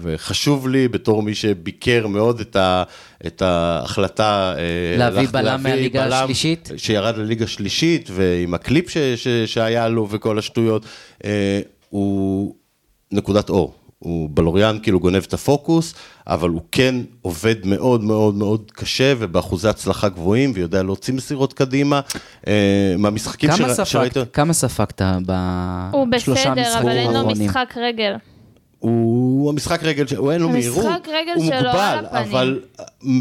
Speaker 1: וחשוב לי בתור מי שביקר מאוד את, ה, את ההחלטה... אה,
Speaker 3: להביא
Speaker 1: הלכת-
Speaker 3: בלם מהליגה השלישית?
Speaker 1: שירד לליגה שלישית, ועם הקליפ ש, ש, שהיה לו וכל השטויות, אה, הוא נקודת אור. הוא בלוריאן כאילו גונב את הפוקוס, אבל הוא כן עובד מאוד מאוד מאוד קשה ובאחוזי הצלחה גבוהים ויודע להוציא מסירות קדימה. אה, מהמשחקים
Speaker 3: כמה
Speaker 1: שרא- שראיתם,
Speaker 3: ספגת? כמה ספגת
Speaker 4: הוא
Speaker 3: בשלושה
Speaker 4: בסדר, אבל
Speaker 3: משחקים
Speaker 4: אין לו
Speaker 3: האחרונים?
Speaker 4: משחק רגל.
Speaker 1: הוא המשחק רגל, ש- הוא אין לו
Speaker 4: המשחק
Speaker 1: מהירות,
Speaker 4: רגל
Speaker 1: הוא
Speaker 4: שלו על
Speaker 1: מוגבל,
Speaker 4: הפנים.
Speaker 1: אבל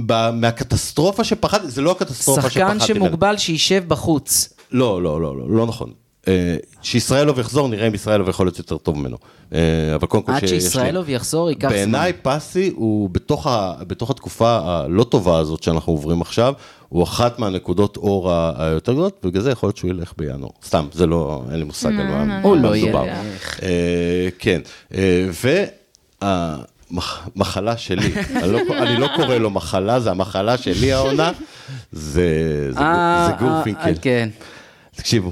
Speaker 1: ב- מהקטסטרופה שפחדתי, זה לא הקטסטרופה שפחדתי.
Speaker 3: שחקן
Speaker 1: ממנה.
Speaker 3: שמוגבל שישב בחוץ.
Speaker 1: לא, לא, לא, לא, לא נכון. אה, שישראלוב יחזור, נראה אם ישראלוב יכול להיות יותר טוב ממנו. אה, אבל קודם כל
Speaker 3: עד
Speaker 1: שיש לי-
Speaker 3: שישראלוב יחזור ייקח זמן.
Speaker 1: בעיניי פסי הוא בתוך, ה, בתוך התקופה הלא טובה הזאת שאנחנו עוברים עכשיו, הוא אחת מהנקודות אור ה- היותר גדולות, ובגלל זה יכול להיות שהוא ילך בינואר. סתם, זה לא, אין לי מושג על מה מה
Speaker 3: הוא לא
Speaker 1: מדובר.
Speaker 3: ילך.
Speaker 1: אה, כן, אה, והמחלה שלי, אני לא- אני לא קורא לו מחלה, זה המחלה שלי העונה, זה זה
Speaker 3: אה,
Speaker 1: גור- זה
Speaker 3: אה, אה,
Speaker 1: גורפינקל.
Speaker 3: כן.
Speaker 1: תקשיבו,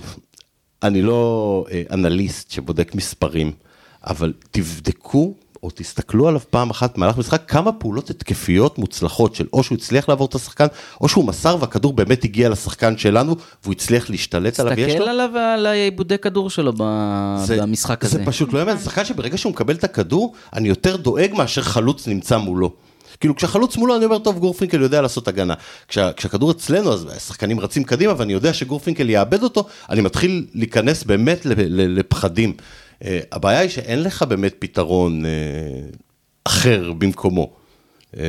Speaker 1: אני לא אה, אנליסט שבודק מספרים, אבל תבדקו או תסתכלו עליו פעם אחת במהלך משחק, כמה פעולות התקפיות מוצלחות של או שהוא הצליח לעבור את השחקן, או שהוא מסר והכדור באמת הגיע לשחקן שלנו, והוא הצליח להשתלט עליו. יש לו-
Speaker 3: תסתכל עליו על העיבודי כדור שלו ב-
Speaker 1: זה-
Speaker 3: במשחק הזה.
Speaker 1: זה פשוט לא יאמן, זה שחקן שברגע שהוא מקבל את הכדור, אני יותר דואג מאשר חלוץ נמצא מולו. כאילו כשהחלוץ מולו אני אומר, טוב, גורפינקל יודע לעשות הגנה. כשה, כשהכדור אצלנו, אז השחקנים רצים קדימה, ואני יודע שגורפינקל יאבד אותו, אני מתחיל להיכנס באמת ל- ל- לפחדים. אה, הבעיה היא שאין לך באמת פתרון אה, אחר במקומו. אה,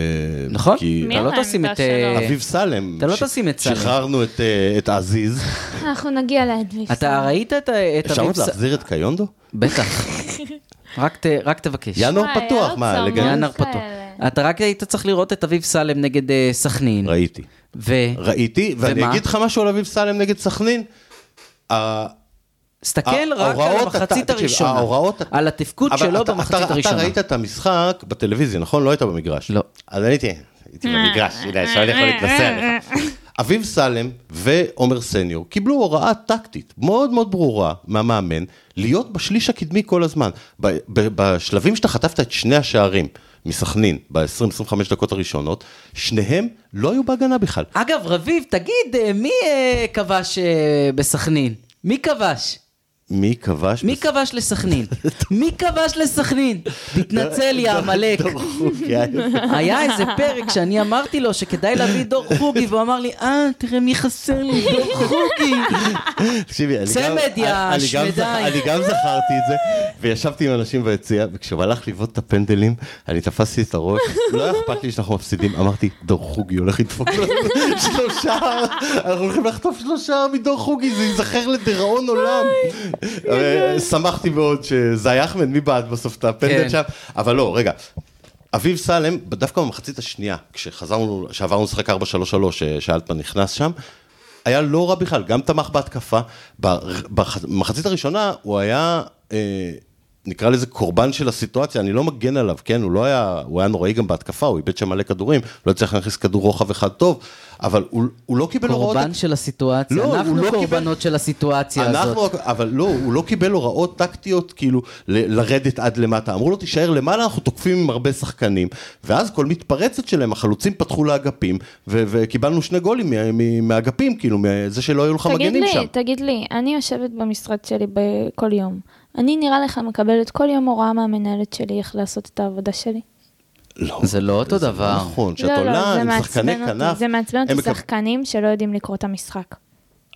Speaker 3: נכון?
Speaker 1: כי
Speaker 3: אתה לא
Speaker 2: מי
Speaker 3: תשים את...
Speaker 2: העמדה
Speaker 3: אה,
Speaker 1: אביב סלם,
Speaker 3: אתה לא
Speaker 1: ש-
Speaker 3: תשים את סלם.
Speaker 1: שחררנו את, אה, את עזיז,
Speaker 4: אנחנו נגיע לאדוויס.
Speaker 3: אתה ראית את ה- את
Speaker 1: אפשר עוד
Speaker 3: ס-
Speaker 1: להחזיר את קיונדו?
Speaker 3: בטח. רק ת- רק תבקש.
Speaker 1: ינואר
Speaker 4: וואי, היה
Speaker 1: פתוח,
Speaker 4: עוד
Speaker 1: מה,
Speaker 4: צמוד.
Speaker 1: לגן?
Speaker 3: ינר
Speaker 4: כאלה.
Speaker 3: פתוח. אתה רק היית צריך לראות את אביב סלם נגד אה, סכנין.
Speaker 1: ראיתי.
Speaker 3: ו...
Speaker 1: ראיתי, ואני
Speaker 3: ומה?
Speaker 1: אגיד לך משהו על אביב סלם נגד סכנין. ה-
Speaker 3: תסתכל כן, רק על
Speaker 1: ההוראות, אתה-
Speaker 3: המחצית
Speaker 1: תקשיב,
Speaker 3: הראשונה.
Speaker 1: ההוראות-
Speaker 3: על התפקוד
Speaker 1: אבל
Speaker 3: שלו
Speaker 1: אתה-
Speaker 3: במחצית
Speaker 1: אתה-
Speaker 3: הראשונה.
Speaker 1: אתה ראית את המשחק בטלוויזיה, נכון? לא היית במגרש.
Speaker 3: לא.
Speaker 1: אז אני הייתי הייתי במגרש, הנה, אפשר יכול להתנסה עליך. אביב סלם ועומר סניור קיבלו הוראה טקטית מאוד מאוד ברורה מהמאמן, להיות בשליש הקדמי כל הזמן. ב- ב- בשלבים שאתה חטפת את שני השערים מסכנין, ב-20-25 דקות הראשונות, שניהם לא היו בהגנה בכלל.
Speaker 3: אגב, רביב, תגיד, אה, מי אה, כבש אה, בסכנין? מי כבש?
Speaker 1: מי כבש?
Speaker 3: מי כבש לסכנין? מי כבש לסכנין? תתנצל, יא עמלק.
Speaker 1: דור חוגי.
Speaker 3: היה איזה פרק שאני אמרתי לו שכדאי להביא דור חוגי, והוא אמר לי, אה, תראה מי חסר לי, דור חוגי.
Speaker 1: תקשיבי, אני גם,
Speaker 3: צמד, יא
Speaker 1: אני- אני גם זכ-
Speaker 3: שמדיים.
Speaker 1: אני גם זכרתי את זה, וישבתי עם אנשים ביציע, וכשהוא הלך לבעוט את הפנדלים, אני תפסתי את הראש, לא היה אכפת לי שאנחנו מפסידים, אמרתי, דור חוגי הולך לדפוק לנו שלושה, אנחנו הולכים לחטוף שלושה מדור חוגי, זה ייזכר לדיראון עולם. אבל שמחתי מאוד שזה היה אחמד, מי בעט בסוף את הפנדל
Speaker 3: כן.
Speaker 1: שם? אבל לא, רגע. אביב סלם, דווקא במחצית השנייה, כשחזרנו, שעברנו לשחק 4-3-3, ש- אה, שאלטמן נכנס שם, היה לא רע בכלל, גם תמך בהתקפה. בר- בח- במחצית הראשונה הוא היה, אה, נקרא לזה קורבן של הסיטואציה, אני לא מגן עליו, כן? הוא לא היה, הוא היה נוראי גם בהתקפה, הוא איבד שם מלא כדורים, לא הצליח להכניס כדור רוחב אחד טוב, אבל הוא, הוא לא קיבל הוראות...
Speaker 3: קורבן של הסיטואציה,
Speaker 1: לא, הוא
Speaker 3: אנחנו
Speaker 1: לא
Speaker 3: קורבנות של הסיטואציה הזאת.
Speaker 1: אנחנו, אבל לא, הוא לא קיבל הוראות טקטיות, כאילו, ל- לרדת עד למטה. אמרו לו, תישאר למעלה, אנחנו תוקפים עם הרבה שחקנים. ואז כל מתפרצת שלהם, החלוצים פתחו לאגפים, ו- וקיבלנו שני גולים מה- מה- מהאגפים, כאילו, מזה שלא היו לך
Speaker 2: תגיד
Speaker 1: מגנים שם.
Speaker 2: לי, תגיד לי, אני יושבת במשרד שלי ב- כל יום. אני נראה לך מקבלת כל יום הוראה מהמנהלת שלי איך לעשות את העבודה שלי?
Speaker 1: לא.
Speaker 3: זה לא אותו
Speaker 1: זה
Speaker 3: דבר.
Speaker 1: נכון, שאת
Speaker 2: לא, לא,
Speaker 1: עולה
Speaker 2: זה
Speaker 1: עם
Speaker 2: מעצבן
Speaker 1: שחקני
Speaker 2: אותי.
Speaker 1: כנף.
Speaker 2: זה מעצבן
Speaker 1: הם
Speaker 2: אותי
Speaker 1: מקב-
Speaker 2: שחקנים שלא יודעים לקרוא את המשחק.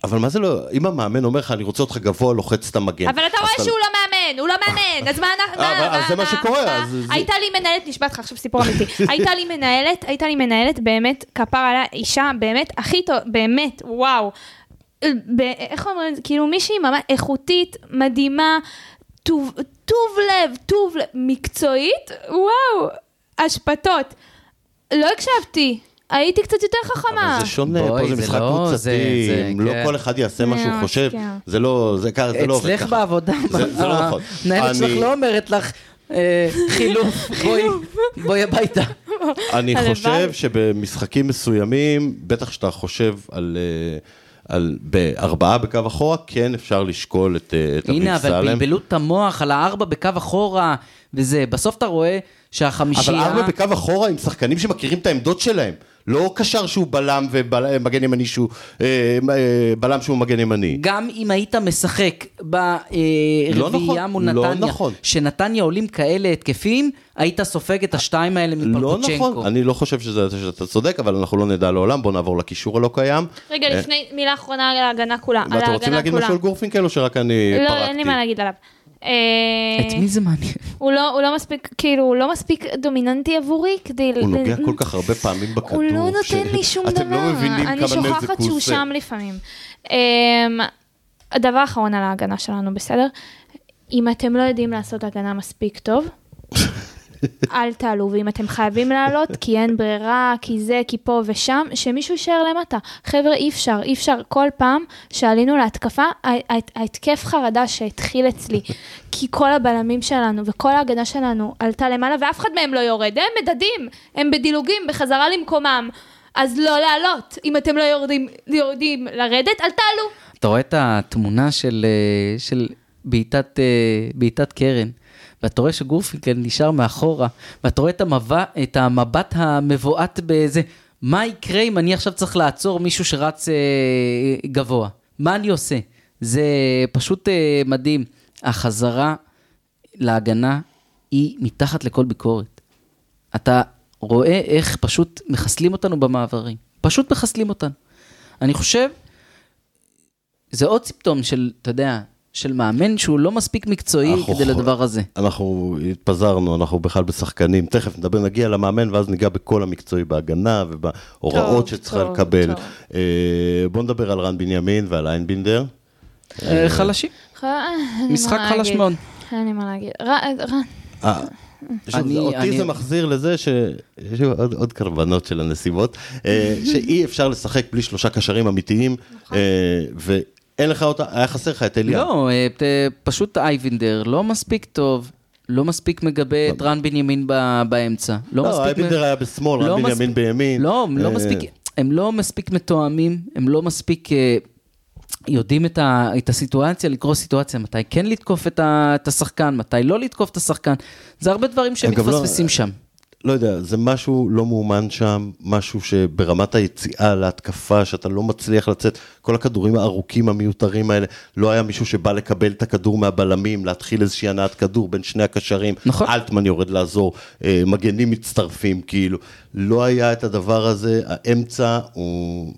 Speaker 1: אבל מה זה לא, אם המאמן אומר לך, אני רוצה אותך גבוה, לוחץ את המגן.
Speaker 2: אבל אתה
Speaker 1: כן. אז
Speaker 2: רואה שהוא לא מאמן, הוא לא מאמן, אז מה אנחנו...
Speaker 1: אה,
Speaker 2: מה-
Speaker 1: אבל- אז
Speaker 2: מה-
Speaker 1: זה מה
Speaker 2: מה-
Speaker 1: שקורה,
Speaker 2: מה-
Speaker 1: אז זה-
Speaker 2: הייתה לי מנהלת, נשבעת לך עכשיו סיפור אמיתי, הייתה לי מנהלת, הייתה לי מנהלת, באמת, כפר עליה, אישה באמת הכי טוב, באמת, וואו. אה, ב- איך אומרים, את זה? כאילו מישהי ממש איכותית, מדהימה, טוב טוב לב, טוב לב, מקצועית, וואו, אשפתות. לא הקשבתי, הייתי קצת יותר חכמה.
Speaker 1: אבל זה שונה,
Speaker 3: בואי,
Speaker 1: פה זה
Speaker 3: זה
Speaker 1: משחק
Speaker 3: לא- זה- זה-
Speaker 1: קבוצתי, לא
Speaker 3: כן.
Speaker 1: כל אחד יעשה מה שהוא
Speaker 2: ממש,
Speaker 1: חושב,
Speaker 2: כן.
Speaker 1: זה לא, זה ככה, זה לא עובד
Speaker 3: אצלך
Speaker 1: ככה.
Speaker 3: בעבודה, אה,
Speaker 1: זה- זה לא נכון.
Speaker 3: המנהלת שלך
Speaker 1: אני-
Speaker 3: לא אומרת לך, אה, חילוף, בואי, בואי הביתה.
Speaker 1: אני
Speaker 5: הלוואי.
Speaker 1: חושב שבמשחקים מסוימים, בטח כשאתה חושב על... אה, על בארבעה בקו אחורה, כן אפשר לשקול את אה, את אביב
Speaker 3: הנה, אבל
Speaker 1: סלם.
Speaker 3: בלבלו את המוח על הארבע בקו אחורה, וזה, בסוף אתה רואה
Speaker 1: אבל
Speaker 3: שהחמישייה...
Speaker 1: ארבע בקו אחורה עם שחקנים שמכירים את העמדות שלהם. לא קשר שהוא בלם ומגן ימני שהוא... אה, אה, בלם שהוא מגן ימני.
Speaker 3: גם אם היית משחק ברביעייה
Speaker 1: לא נכון,
Speaker 3: מול
Speaker 1: לא
Speaker 3: נתניה,
Speaker 1: נכון.
Speaker 3: שנתניה עולים כאלה התקפים, היית סופג את השתיים האלה
Speaker 1: לא
Speaker 3: מפלקוצ'נקו.
Speaker 1: נכון, אני לא חושב שזה- שאתה צודק, אבל אנחנו לא נדע לעולם, בוא נעבור לקישור הלא קיים.
Speaker 2: רגע,
Speaker 1: אה,
Speaker 2: לפני, מילה אחרונה על ההגנה כולה. על
Speaker 1: ואתם רוצים
Speaker 2: ההגנה
Speaker 1: להגיד
Speaker 2: כולה.
Speaker 1: משהו על גורפינקל או שרק אני
Speaker 2: לא,
Speaker 1: פרקתי?
Speaker 2: אין לי מה להגיד עליו. אה,
Speaker 3: את מי זה מעניין?
Speaker 2: הוא לא, הוא לא מספיק, כאילו, הוא לא מספיק דומיננטי עבורי כדי...
Speaker 1: הוא
Speaker 2: ל-
Speaker 1: נוגע
Speaker 2: ל-
Speaker 1: כל כך הרבה פעמים בכדור.
Speaker 2: אה, הוא לא
Speaker 1: ש-
Speaker 2: נותן לי שום דבר.
Speaker 1: אתם לא מבינים כמה
Speaker 2: אני
Speaker 1: נזק הוא עושה.
Speaker 2: שוכחת שהוא שם לפעמים. אמ, הדבר אחרון על ההגנה שלנו, בסדר? אם אתם לא יודעים לעשות הגנה מספיק טוב, אל תעלו, ואם אתם חייבים לעלות, כי אין ברירה, כי זה, כי פה ושם, שמישהו יישאר למטה. חבר'ה, אי אפשר, אי אפשר. כל פעם שעלינו להתקפה, ה- ה- ההתקף חרדה שהתחיל אצלי, כי כל הבלמים שלנו וכל ההגנה שלנו עלתה למעלה, ואף אחד מהם לא יורד. הם מדדים, הם בדילוגים, בחזרה למקומם. אז לא לעלות. אם אתם לא יורדים, יורדים לרדת, אל תעלו.
Speaker 3: אתה רואה את התמונה של, אה, של בעיטת, אה, בעיטת קרן, ואתה רואה שגורפינקל נשאר מאחורה, ואתה רואה את, המבט, את המבט המבועת באיזה, מה יקרה אם אני עכשיו צריך לעצור מישהו שרץ אה, גבוה? מה אני עושה? זה פשוט אה, מדהים. החזרה להגנה היא מתחת לכל ביקורת. אתה רואה איך פשוט מחסלים אותנו במעברים. פשוט מחסלים אותנו. אני חושב זה עוד סימפטום של, אתה יודע, של מאמן שהוא לא מספיק מקצועי
Speaker 1: אנחנו
Speaker 3: כדי
Speaker 1: חו-
Speaker 3: לדבר הזה.
Speaker 1: אנחנו התפזרנו, אנחנו בכלל בשחקנים, תכף נדבר, נגיע למאמן ואז ניגע בכל המקצועי בהגנה ובהוראות
Speaker 5: טוב,
Speaker 1: שצריכה
Speaker 5: טוב,
Speaker 1: לקבל.
Speaker 5: טוב.
Speaker 1: אה, בואו נדבר על רן בנימין ועל איינבינדר.
Speaker 3: אה, חלשים.
Speaker 2: ח- אין לי
Speaker 3: משחק
Speaker 2: מה
Speaker 3: חלש
Speaker 2: להגיד.
Speaker 3: מאוד.
Speaker 2: אין לי מה להגיד. ר- ר-
Speaker 1: אה, שוב,
Speaker 3: אני-
Speaker 1: זה- אותי
Speaker 3: אני-
Speaker 1: זה מחזיר לזה ש... יש לי עוד, עוד קרבנות של הנסיבות, אה, שאי אפשר לשחק בלי שלושה קשרים אמיתיים,
Speaker 2: נכון.
Speaker 1: אה, ואין לך אותה, היה חסר לך את אליאן.
Speaker 3: לא, אה, ת- פשוט אייבינדר לא מספיק טוב, לא מספיק מגבה את רן בנימין ב- באמצע. לא
Speaker 1: לא,
Speaker 3: מספיק
Speaker 1: אייבינדר
Speaker 3: מ-
Speaker 1: היה בשמאל,
Speaker 3: לא
Speaker 1: רן בנימין
Speaker 3: מספיק-
Speaker 1: בימין.
Speaker 3: לא, הם לא
Speaker 1: אה,
Speaker 3: מספיק, הם לא מספיק מתואמים, הם לא מספיק אה, יודעים את, ה, את הסיטואציה, לקרוא סיטואציה, מתי כן לתקוף את, ה, את השחקן, מתי לא לתקוף את השחקן. זה הרבה דברים
Speaker 1: הם גם לא-
Speaker 3: שמתפספסים שם.
Speaker 1: לא יודע, זה משהו לא מאומן שם, משהו שברמת היציאה להתקפה, שאתה לא מצליח לצאת, כל הכדורים הארוכים המיותרים האלה, לא היה מישהו שבא לקבל את הכדור מהבלמים, להתחיל איזושהי הנעת כדור בין שני הקשרים,
Speaker 3: נכון.
Speaker 1: אלטמן יורד לעזור, אה, מגנים מצטרפים, כאילו, לא היה את הדבר הזה, האמצע הוא...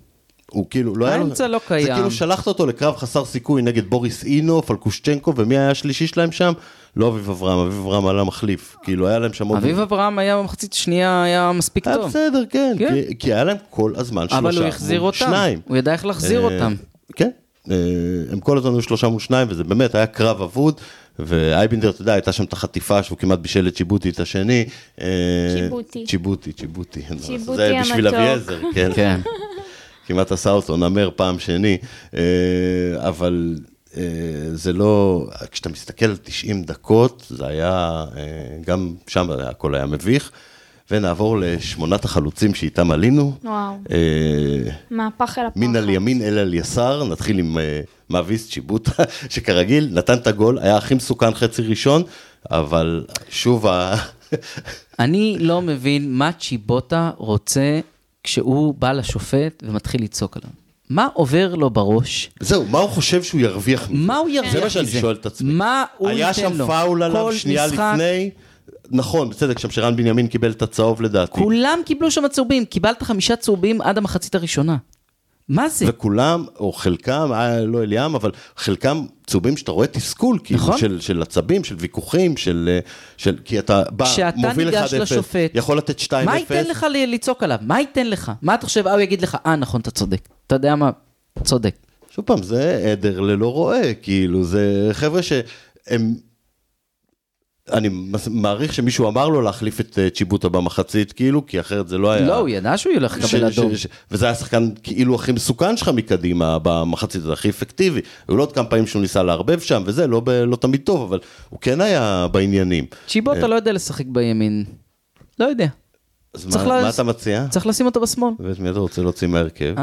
Speaker 1: הוא כאילו, לא היה לו...
Speaker 3: האמצע לא
Speaker 1: זה
Speaker 3: קיים.
Speaker 1: כאילו שלחת אותו לקרב חסר סיכוי נגד בוריס אינו, פלקושצ'נקו, ומי היה השלישי שלהם שם? לא אביב אברהם, אביב אברהם עלה מחליף. כאילו, היה להם שם עוד...
Speaker 3: אביב אברהם היה במחצית השנייה, היה מספיק
Speaker 1: היה
Speaker 3: טוב.
Speaker 1: בסדר, כן,
Speaker 3: כן.
Speaker 1: כי- כי היה להם כל הזמן שלושה
Speaker 3: אבל הוא
Speaker 1: מול
Speaker 3: החזיר אותם.
Speaker 1: שניים.
Speaker 3: הוא ידע איך להחזיר
Speaker 1: אה,
Speaker 3: אותם.
Speaker 1: כן, אה, הם כל הזמן היו שלושה מול שניים, וזה באמת היה קרב אבוד, ואייבינדר, אתה יודע, הייתה שם את החטיפה שהוא כמעט בישל את צ'יבוטי את השני. אה,
Speaker 4: צ'יבוטי.
Speaker 1: צ'יבוטי, צ'יבוטי. אין מה לעשות,
Speaker 4: צ'יבוטי
Speaker 1: זה בשביל
Speaker 4: המתוק.
Speaker 1: אביעזר, כן.
Speaker 3: כן.
Speaker 1: כמעט עשה אותו נמר פעם שני, אה, אבל אה, זה לא, כשאתה מסתכל על 90 דקות, זה היה, אה, גם שם הכל היה מביך. ונעבור לשמונת החלוצים שאיתם עלינו.
Speaker 4: וואו.
Speaker 1: אה,
Speaker 4: מהפח אל הפח.
Speaker 1: מן על ימין אל על יסר, נתחיל עם אה, מאביס צ'יבוטה, שכרגיל נתן את הגול, היה הכי מסוכן חצי ראשון, אבל שוב, ה-
Speaker 3: אני לא מבין מה צ'יבוטה רוצה כשהוא בא לשופט ומתחיל לצעוק עליו. מה עובר לו בראש?
Speaker 1: זהו, מה הוא חושב שהוא ירוויח מזה?
Speaker 3: מה הוא ירוויח מזה?
Speaker 1: זה מה שאני שואל את עצמי.
Speaker 3: מה הוא ייתן לו?
Speaker 1: היה שם פאול עליו
Speaker 3: כל
Speaker 1: שנייה
Speaker 3: משחק-
Speaker 1: לפני. נכון, בצדק, שם שרן בנימין קיבל את הצהוב לדעתי.
Speaker 3: כולם קיבלו שם צהובים, קיבלת חמישה צהובים עד המחצית הראשונה. מה זה?
Speaker 1: וכולם, או חלקם, אה, לא אליעם, אבל חלקם צהובים שאתה רואה תסכול, כאילו,
Speaker 3: נכון.
Speaker 1: של, של עצבים, של ויכוחים, של, אה, של... כי אתה בא,
Speaker 3: כשאתה
Speaker 1: מוביל 1-0,
Speaker 3: ניגש לשופט,
Speaker 1: יכול לתת 2-0.
Speaker 3: מה ייתן לך ל- לצעוק עליו? מה ייתן לך? מה אתה חושב? אה, הוא יגיד לך, אה, נכון, אתה צודק. אתה יודע מה? צודק.
Speaker 1: שוב פעם, זה עדר ללא רועה, כאילו, זה חבר'ה שהם... אני מס- מעריך שמישהו אמר לו להחליף את אה, צ'יבוטה במחצית, כאילו, כי אחרת זה לא היה...
Speaker 3: לא, הוא ידע שהוא ילך
Speaker 1: ש-
Speaker 3: לקבל
Speaker 1: ש-
Speaker 3: אדום.
Speaker 1: ש- וזה היה השחקן כאילו הכי מסוכן שלך מקדימה במחצית, זה הכי אפקטיבי. היו לו עוד כמה פעמים שהוא ניסה לערבב שם וזה, לא, ב- לא תמיד טוב, אבל הוא כן היה בעניינים. אה.
Speaker 3: צ'יבוטה לא יודע לשחק בימין. לא יודע.
Speaker 1: אז
Speaker 3: צריך
Speaker 1: מה,
Speaker 3: לה-
Speaker 1: מה אתה מציע?
Speaker 3: צריך לשים אותו בשמאל.
Speaker 1: ואת מי אתה רוצה להוציא מההרכב?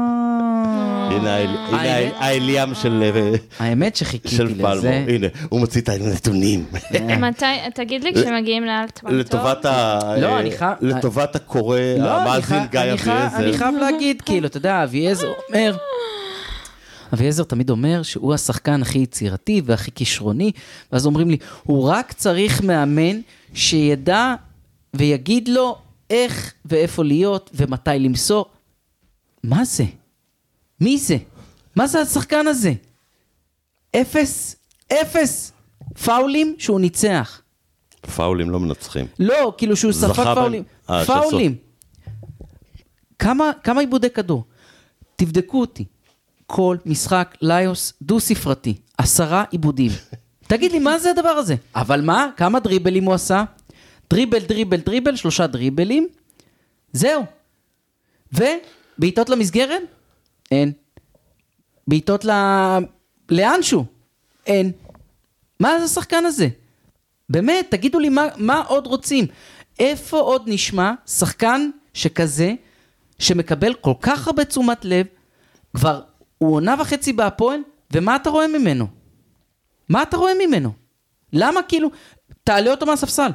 Speaker 3: אה...
Speaker 1: הנה האל- הנה האל- האליאם של אה,
Speaker 3: האמת שחיכיתי
Speaker 1: של פלמו,
Speaker 3: לזה.
Speaker 1: הנה, הוא מוציא את הנתונים.
Speaker 4: מתי, תגיד לי כשמגיעים לאלטמן. טוב?
Speaker 1: לטובת ה...
Speaker 3: לא,
Speaker 1: אה,
Speaker 3: אני חי-
Speaker 1: לטובת הקורא,
Speaker 3: לא, אני
Speaker 1: המאזין
Speaker 3: חי-
Speaker 1: גיא
Speaker 3: אני חי- אני
Speaker 1: אביעזר.
Speaker 3: חייב להגיד, כאילו, אתה יודע, אביעזר אומר... אביעזר תמיד אומר שהוא השחקן הכי יצירתי והכי כישרוני, ואז אומרים לי, הוא רק צריך מאמן שידע ויגיד לו איך ואיפה להיות ומתי למסור. מה זה? מי זה? מה זה השחקן הזה? אפס, אפס פאולים שהוא ניצח.
Speaker 1: פאולים לא מנצחים.
Speaker 3: לא, כאילו שהוא
Speaker 1: זכה
Speaker 3: ספג
Speaker 1: בהם?
Speaker 3: פאולים.
Speaker 1: אה, של
Speaker 3: פאולים. כמה כמה עיבודי כדור? תבדקו אותי. כל משחק ליוס דו-ספרתי, עשרה עיבודים. תגיד לי, מה זה הדבר הזה? אבל מה? כמה דריבלים הוא עשה? דריבל, דריבל, דריבל, שלושה דריבלים. זהו. ובעיטות למסגרת? אין. בעיטות ל... לאנשהו? אין. מה זה השחקן הזה? באמת, תגידו לי מה, מה עוד רוצים. איפה עוד נשמע שחקן שכזה, שמקבל כל כך הרבה תשומת לב, כבר הוא עונה וחצי בהפועל, ומה אתה רואה ממנו? מה אתה רואה ממנו? למה כאילו, תעלה אותו מהספסל.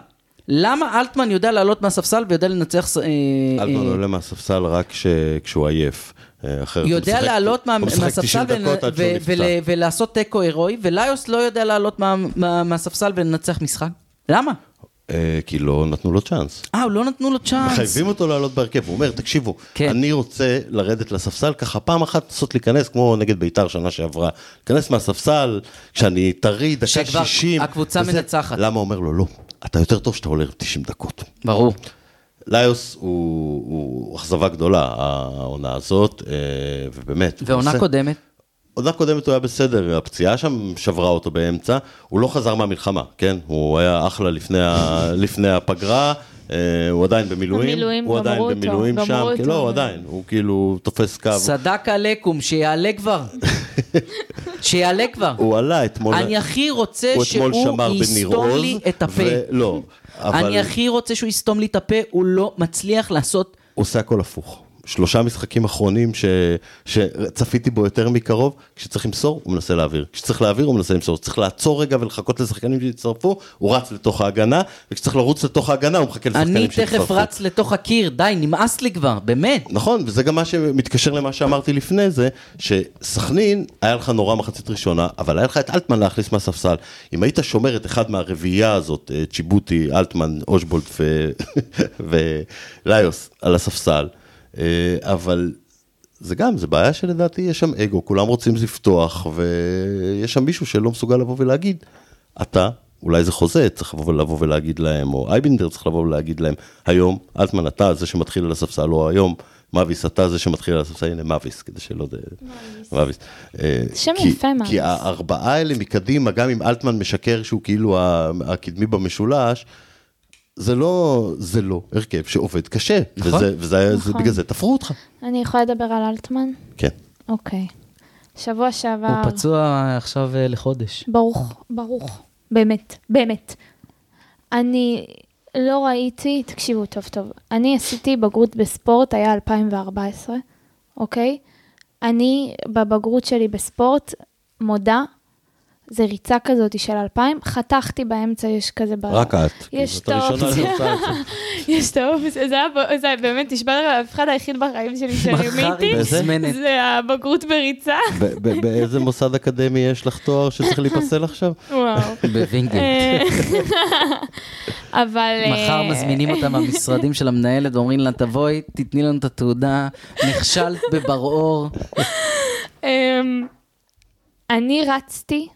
Speaker 3: למה אלטמן יודע לעלות מהספסל ויודע לנצח... ס- אה,
Speaker 1: אלטמן
Speaker 3: אה,
Speaker 1: עולה מהספסל רק כש- כשהוא עייף. אה, אחרת הוא
Speaker 3: יודע
Speaker 1: משחק-
Speaker 3: לעלות מה-
Speaker 1: הוא משחק 90
Speaker 3: מהספסל ול-
Speaker 1: דקות עד שהוא
Speaker 3: ו-
Speaker 1: נפצע.
Speaker 3: ול- ולעשות תיקו הירואי, וליוס לא יודע לעלות מה- מה- מהספסל ולנצח משחק. למה?
Speaker 1: אה, כי לא נתנו לו צ'אנס.
Speaker 3: אה, לא נתנו לו צ'אנס.
Speaker 1: מחייבים אותו לעלות בהרכב, הוא אומר, תקשיבו,
Speaker 3: כן.
Speaker 1: אני רוצה לרדת לספסל, ככה פעם אחת לנסות להיכנס, כמו נגד ביתר שנה שעברה, להיכנס מהספסל, כשאני טרי, דקה
Speaker 3: שכבר
Speaker 1: 60.
Speaker 3: הקבוצה
Speaker 1: וזה-
Speaker 3: מנצחת.
Speaker 1: למה אומר לו, לא, אתה יותר טוב שאתה עולה 90 דקות.
Speaker 3: ברור.
Speaker 1: ליוס הוא, הוא אכזבה גדולה, העונה הזאת, אה, ובאמת.
Speaker 3: ועונה
Speaker 1: הוא עושה-
Speaker 3: קודמת.
Speaker 1: עונה קודמת הוא היה בסדר, הפציעה שם שברה אותו באמצע, הוא לא חזר מהמלחמה, כן? הוא היה אחלה לפני, ה... לפני הפגרה, אה, הוא עדיין במילואים,
Speaker 4: במילואים,
Speaker 1: הוא
Speaker 4: גמרו
Speaker 1: עדיין
Speaker 4: אותו,
Speaker 1: במילואים
Speaker 4: גמרו
Speaker 1: שם,
Speaker 4: אותו.
Speaker 1: כי לא, הוא עדיין, הוא כאילו תופס קו,
Speaker 3: סדק עליכום, שיעלה כבר. שיעלה כבר.
Speaker 1: הוא עלה אתמול,
Speaker 3: אני הכי רוצה
Speaker 1: הוא אתמול
Speaker 3: שהוא
Speaker 1: שמר בניר
Speaker 3: יסתום
Speaker 1: עוז,
Speaker 3: לי את הפה.
Speaker 1: ולא, אבל
Speaker 3: אני הכי רוצה שהוא יסתום לי את הפה, הוא לא מצליח לעשות...
Speaker 1: הוא עושה הכל הפוך. שלושה משחקים אחרונים ש... שצפיתי בו יותר מקרוב, כשצריך למסור, הוא מנסה להעביר. כשצריך להעביר, הוא מנסה למסור. כשצריך לעצור רגע ולחכות לשחקנים שיצטרפו, הוא רץ לתוך ההגנה, וכשצריך לרוץ לתוך ההגנה, הוא מחכה לשחקנים
Speaker 3: אני
Speaker 1: שיצטרפו.
Speaker 3: תכף רץ לתוך הקיר, די, נמאס לי כבר, באמת.
Speaker 1: נכון, וזה גם מה שמתקשר למה שאמרתי לפני זה, שסכנין, היה לך נורא מחצית ראשונה, אבל היה לך את אלטמן להכניס מהספסל. אם היית שומר את אחד מהרביעייה הזאת, אה, צ'יבוטי, אלטמן, אושבולט ו... וליוס, על הספסל, אה, אבל זה גם, זה בעיה שלדעתי יש שם אגו, כולם רוצים לפתוח, ויש שם מישהו שלא מסוגל לבוא ולהגיד, אתה, אולי זה חוזה, צריך לבוא, לבוא ולהגיד להם, או אייבינדר צריך לבוא ולהגיד להם, היום, אלטמן אתה זה שמתחיל על הספסל, או היום, מאביס אתה זה שמתחיל על הספסל, הנה מאביס, כדי שלא... מאביס. מאביס. אה,
Speaker 4: שם
Speaker 1: כי-
Speaker 4: יפה, מאביס.
Speaker 1: כי הארבעה האלה מקדימה, גם אם אלטמן משקר שהוא כאילו ה- הקדמי במשולש, זה לא, זה לא הרכב שעובד קשה,
Speaker 3: נכון.
Speaker 1: וזה, וזה, זה-
Speaker 4: נכון.
Speaker 1: בגלל זה תפרו אותך.
Speaker 4: אני יכולה לדבר על אלטמן?
Speaker 1: כן.
Speaker 4: אוקיי. שבוע שעבר...
Speaker 3: הוא פצוע עכשיו אה, לחודש.
Speaker 4: ברוך, ברוך. באמת, באמת. אני לא ראיתי, תקשיבו טוב טוב, אני עשיתי בגרות בספורט, היה 2014, אוקיי? אני בבגרות שלי בספורט, מודה, זה ריצה כזאת של 2000, חתכתי באמצע, יש כזה ב...
Speaker 1: רק את.
Speaker 4: יש
Speaker 1: כי זאת
Speaker 4: את
Speaker 1: הראשונה
Speaker 4: האופציה.
Speaker 1: שעושה את זה.
Speaker 2: יש את האופס, זה היה ב- זה היה באמת נשבע לך, המבחן היחיד בחיים שלי שרימיתי,
Speaker 1: באיזה?
Speaker 3: מזמנת.
Speaker 2: זה הבגרות בריצה.
Speaker 1: ב- ב- באיזה מוסד אקדמי יש לך תואר שצריך להיפסל עכשיו?
Speaker 2: וואו.
Speaker 3: בווינגייט.
Speaker 2: אה, אבל... אה,
Speaker 3: מחר מזמינים אותה מהמשרדים של המנהלת ואומרים לה, תבואי, תתני לנו את התעודה, נכשלת בבר אור.
Speaker 2: אמ,
Speaker 4: אני רצתי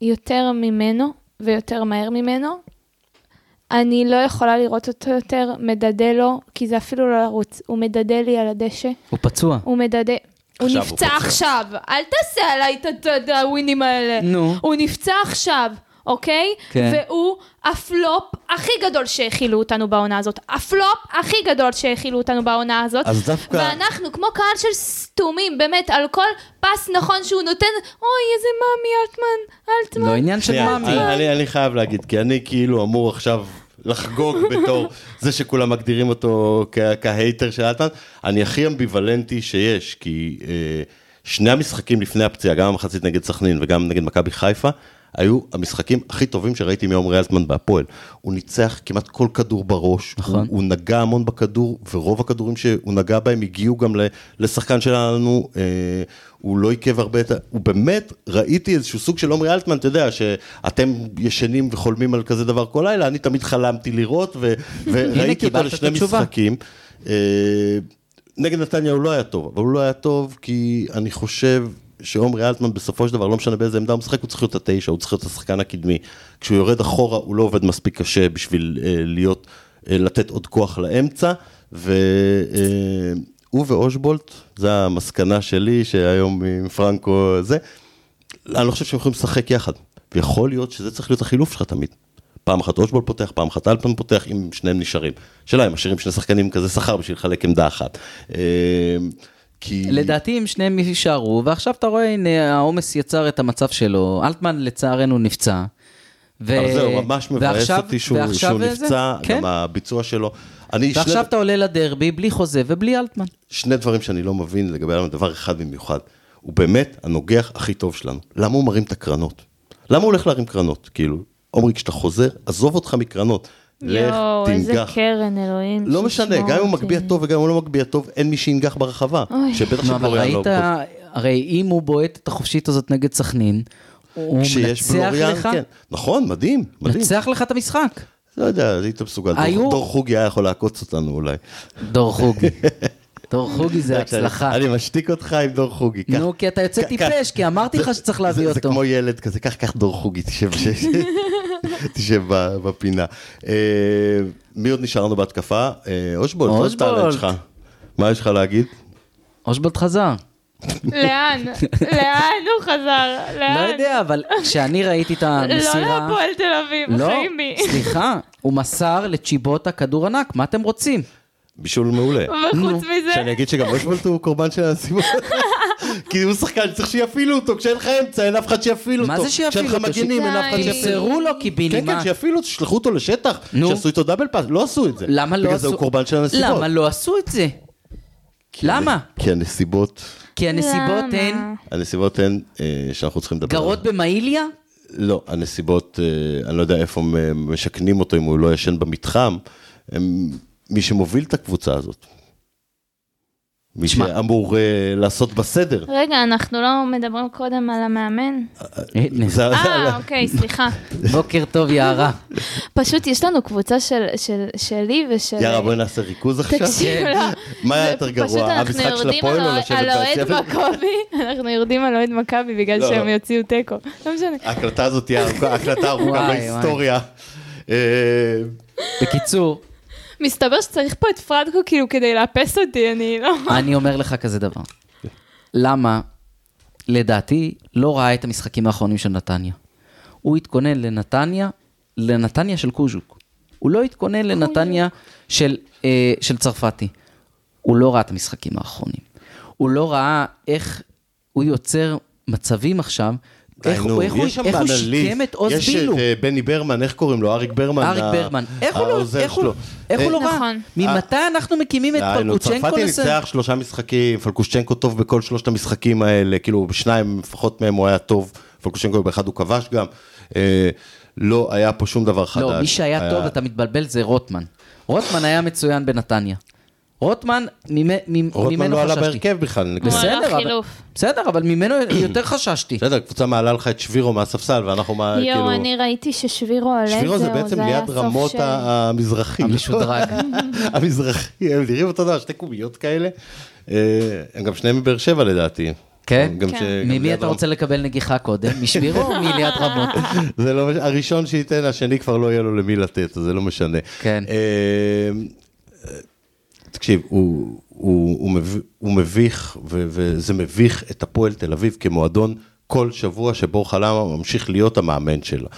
Speaker 4: יותר ממנו ויותר מהר ממנו. אני לא יכולה לראות אותו יותר, מדדה לו, כי זה אפילו לא לרוץ, הוא מדדה לי על הדשא,
Speaker 3: הוא פצוע.
Speaker 4: הוא מדדה... הוא
Speaker 1: עכשיו הוא
Speaker 4: נפצע
Speaker 1: פצוע.
Speaker 4: עכשיו, אל תעשה עליי את- את את הווינים האלה.
Speaker 3: נו.
Speaker 4: הוא נפצע עכשיו, אוקיי?
Speaker 3: כן.
Speaker 4: והוא הפלופ הכי גדול שהכילו אותנו בעונה הזאת. הפלופ הכי גדול שהכילו אותנו בעונה הזאת.
Speaker 1: אז דווקא-
Speaker 4: ואנחנו כמו קהל של סתומים, באמת, על כל פס נכון שהוא נותן, אוי, איזה מאמי אלטמן, אלטמן.
Speaker 3: לא עניין של
Speaker 1: שנייה, אה,
Speaker 3: מאמי.
Speaker 1: אני- אני- אני חייב להגיד, כי אני כאילו אמור עכשיו לחגוג בתור זה שכולם מגדירים אותו כ- כהייטר של אלטמן. אני הכי אמביוולנטי שיש, כי אה, שני המשחקים לפני הפציעה, גם המחצית נגד סכנין וגם נגד מכבי חיפה, היו המשחקים הכי טובים שראיתי מעומרי אלטמן בהפועל. הוא ניצח כמעט כל כדור בראש, נכון. הוא, הוא נגע המון בכדור, ורוב הכדורים שהוא נגע בהם הגיעו גם ל- לשחקן שלנו, אה, הוא לא עיכב הרבה את ה... הוא באמת, ראיתי איזשהו סוג של עומרי אלטמן, אתה יודע, שאתם ישנים וחולמים על כזה דבר כל לילה, אני תמיד חלמתי לראות, ו- וראיתי אותו
Speaker 3: קיבלת את
Speaker 1: לשני
Speaker 3: התשובה.
Speaker 1: משחקים. אה, נגד נתניה הוא לא היה טוב, אבל הוא לא היה טוב כי אני חושב שעומרי אלטמן בסופו של דבר, לא משנה באיזה עמדה הוא משחק, הוא צריך להיות התשע, הוא צריך להיות השחקן הקדמי. כשהוא יורד אחורה הוא לא עובד מספיק קשה בשביל אה, להיות, אה, לתת עוד כוח לאמצע, והוא ואושבולט, זו המסקנה שלי, שהיום עם פרנקו זה, אני לא חושב שהם יכולים לשחק יחד. ויכול להיות שזה צריך להיות החילוף שלך תמיד. פעם אחת אושבול פותח, פעם אחת אלפן פותח, אם שניהם נשארים. שאלה אם משאירים שני שחקנים כזה שכר בשביל לחלק עמדה אחת. אה, כי...
Speaker 3: לדעתי אם שניהם יישארו, ועכשיו אתה רואה, הנה, העומס יצר את המצב שלו. אלטמן לצערנו נפצע. ו...
Speaker 1: אבל זהו, ממש מבאס
Speaker 3: אה, ועכשיו-
Speaker 1: אותי שהוא
Speaker 3: ועכשיו
Speaker 1: שהוא
Speaker 3: זה-
Speaker 1: נפצע,
Speaker 3: כן.
Speaker 1: גם הביצוע שלו. אני שני-
Speaker 3: ועכשיו אתה עולה לדרבי בלי חוזה ובלי אלטמן.
Speaker 1: שני דברים שאני לא מבין לגבי אלמן, דבר אחד במיוחד, הוא באמת הנוגח הכי טוב שלנו. למה הוא מרים את הקרנות? למה הוא הולך להרים קרנות? כאילו, עומרי, כשאתה חוזר, עזוב אותך מקרנות. לא לך,
Speaker 4: יואו, איזה
Speaker 1: תנגח.
Speaker 4: קרן, אלוהים.
Speaker 1: לא משנה,
Speaker 4: שישמור
Speaker 1: גם אם הוא
Speaker 4: אותי.
Speaker 1: מגביה טוב וגם אם הוא לא מגביה טוב, אין מי שינגח ברחבה. שבטח
Speaker 3: נו, אבל
Speaker 1: שקוריאן לא...
Speaker 3: ראית, הרי אם הוא בועט את החופשית הזאת נגד סכנין, הוא
Speaker 1: כשיש
Speaker 3: מנצח
Speaker 1: בלוריאן,
Speaker 3: לך,
Speaker 1: כן. נכון, מדהים, מדהים.
Speaker 3: מנצח לך את המשחק.
Speaker 1: לא יודע, היית מסוגל. דור-
Speaker 3: היו-
Speaker 1: דור חוגי היה יכול לעקוץ אותנו אולי.
Speaker 3: דור חוגי. דור חוגי זה
Speaker 1: רק שאני-
Speaker 3: הצלחה.
Speaker 1: אני משתיק אותך עם דור חוגי. קח-
Speaker 3: נו, כי אתה יוצא
Speaker 1: קח-
Speaker 3: טיפש, כי אמרתי לך שצריך
Speaker 1: זה-
Speaker 3: להביא
Speaker 1: זה
Speaker 3: אותו.
Speaker 1: כמו ילד כזה, קח, קח דור חוגי, תשב ש- תשב ב- בפינה. אה, מי עוד נשארנו בהתקפה? אה, אושבולט, מה
Speaker 3: אושבולט.
Speaker 1: הטאלנט שלך? מה יש לך להגיד?
Speaker 3: אושבולט חזר.
Speaker 2: לאן? לאן הוא חזר? לאן?
Speaker 3: לא יודע, אבל כשאני ראיתי את המסירה...
Speaker 2: כן. לא להפועל תל אביב,
Speaker 3: לא,
Speaker 2: חיימי.
Speaker 3: סליחה, הוא מסר לצ'יבוטה כדור ענק, מה אתם רוצים?
Speaker 1: בישול מעולה.
Speaker 2: וחוץ מזה,
Speaker 1: שאני אגיד שגם אושבולט הוא קורבן של הסיבוב. כי הוא שחקן שצריך שיפעילו אותו, כשאין לך אמצע אין אף אחד שיפעיל אותו.
Speaker 3: מה זה שיפעיל
Speaker 1: כשאין לך
Speaker 3: אותו?
Speaker 1: מגנים אין אף אחד
Speaker 4: די.
Speaker 1: שיפעיל
Speaker 3: תמסרו לו
Speaker 1: כן, כן,
Speaker 3: קיבינימט.
Speaker 1: שיפעילו אותו, שלחו אותו לשטח,
Speaker 3: נו.
Speaker 1: שיעשו איתו דאבל פאס, לא עשו את זה.
Speaker 3: למה לא
Speaker 1: בגלל זה
Speaker 3: עשו...
Speaker 1: הוא קורבן של הנסיבות.
Speaker 3: למה לא עשו את זה?
Speaker 1: כי-
Speaker 3: למה?
Speaker 1: כי הנסיבות,
Speaker 3: כי הנסיבות הן
Speaker 4: למה?
Speaker 1: הנסיבות הן אה, שאנחנו צריכים לדבר.
Speaker 3: גרות
Speaker 1: עליהן.
Speaker 3: במעיליה?
Speaker 1: לא, הנסיבות, אה, אני לא יודע איפה מ- משכנים אותו אם הוא לא ישן במתחם, הם מי שמוביל את הקבוצה הזאת. מי
Speaker 3: תשמע.
Speaker 1: שאמור אה, לעשות בסדר.
Speaker 4: רגע, אנחנו לא מדברים קודם על המאמן?
Speaker 1: אה, זה- זה-
Speaker 4: אה, אוקיי, סליחה.
Speaker 3: בוקר טוב, יערה.
Speaker 4: פשוט יש לנו קבוצה של- של- שלי ושל...
Speaker 3: אוקיי.
Speaker 1: יאללה, בואי נעשה ריכוז עכשיו. כן.
Speaker 4: תקשיב, לא.
Speaker 1: מה היה
Speaker 4: זה
Speaker 1: יותר
Speaker 4: פשוט
Speaker 1: גרוע,
Speaker 4: אנחנו
Speaker 1: המשחק של
Speaker 4: יורדים
Speaker 1: הפועל או
Speaker 4: על-
Speaker 1: לשבת
Speaker 4: על אוהד
Speaker 1: ביציע?
Speaker 4: מכבי, אנחנו יורדים על אוהד מכבי בגלל
Speaker 1: לא,
Speaker 4: שהם
Speaker 1: לא.
Speaker 4: יוציאו תיקו. לא משנה.
Speaker 1: ההקלטה הזאת היא ארוכה, הקלטה ארוכה
Speaker 3: וואי, וואי.
Speaker 1: בהיסטוריה. אה,
Speaker 3: בקיצור,
Speaker 2: מסתבר שצריך פה את פרדקו כאילו כדי לאפס אותי, אני לא...
Speaker 3: אני אומר לך כזה דבר. למה, לדעתי, לא ראה את המשחקים האחרונים של נתניה. הוא התכונן לנתניה, לנתניה של קוז'וק. הוא לא התכונן לנתניה של, אה, של צרפתי. הוא לא ראה את המשחקים האחרונים. הוא לא ראה איך הוא יוצר מצבים עכשיו,
Speaker 1: די,
Speaker 3: איך,
Speaker 1: אה, נו,
Speaker 3: הוא- איך, הוא,
Speaker 1: יש שם
Speaker 3: איך הוא
Speaker 1: באנליסט,
Speaker 3: שיקם את עוז
Speaker 1: יש
Speaker 3: בילו.
Speaker 1: את אה, בני ברמן, איך קוראים לו? אריק ברמן.
Speaker 3: אריק
Speaker 1: ה-
Speaker 3: ברמן. איך הוא לא-
Speaker 1: העוזר
Speaker 3: איך הוא-
Speaker 1: שלו.
Speaker 3: איך הוא לא
Speaker 1: אה,
Speaker 3: ראה?
Speaker 4: נכון.
Speaker 3: ממתי אנחנו מקימים את
Speaker 1: די, נו,
Speaker 3: פלקוצ'נקו
Speaker 1: צרפתי
Speaker 3: לזה?
Speaker 1: ניצח שלושה משחקים, פלקושצ'נקו טוב בכל שלושת המשחקים האלה, כאילו בשניים לפחות מהם הוא היה טוב, פלקושצ'נקו באחד הוא כבש גם. אה, לא היה פה שום דבר חדש.
Speaker 3: לא, מי שהיה טוב, אתה מתבלבל, זה רוטמן. רוטמן היה מצוין בנתניה. רוטמן, ממ- ממ-
Speaker 1: רוטמן
Speaker 3: ממנו
Speaker 1: לא עלה
Speaker 3: חששתי. אה.
Speaker 1: בהרכב בכלל. נגד-
Speaker 4: הוא הלך
Speaker 3: בסדר, אבל-
Speaker 4: חילוף.
Speaker 3: בסדר, אבל ממנו יותר חששתי.
Speaker 1: בסדר, הקבוצה מעלה לך את שבירו מהספסל, ואנחנו מה, כאילו...
Speaker 4: יואו, אני ראיתי ששבירו עולה,
Speaker 1: שבירו זה
Speaker 4: זהו,
Speaker 1: בעצם
Speaker 4: היה
Speaker 1: ליד
Speaker 4: הסוף
Speaker 1: רמות
Speaker 4: של-
Speaker 1: ה- המזרחי.
Speaker 3: המשודרג.
Speaker 1: המזרחי, הם נראים אותו דבר, שתי קוביות כאלה. אה, הם גם שניהם מבאר שבע לדעתי.
Speaker 3: כן?
Speaker 1: גם
Speaker 4: כן.
Speaker 1: ש- גם
Speaker 3: ממי
Speaker 1: ליד
Speaker 3: אתה
Speaker 1: רמות.
Speaker 3: רוצה לקבל נגיחה קודם? משבירו או מליד רמות?
Speaker 1: זה לא, מש- הראשון שייתן, השני כבר לא יהיה לו למי לתת, אז זה לא משנה.
Speaker 3: כן.
Speaker 1: אה, תקשיב, הוא, הוא, הוא, מב, הוא מביך, ו, וזה מביך את הפועל תל אביב כמועדון כל שבוע שברכה למה ממשיך להיות המאמן שלה.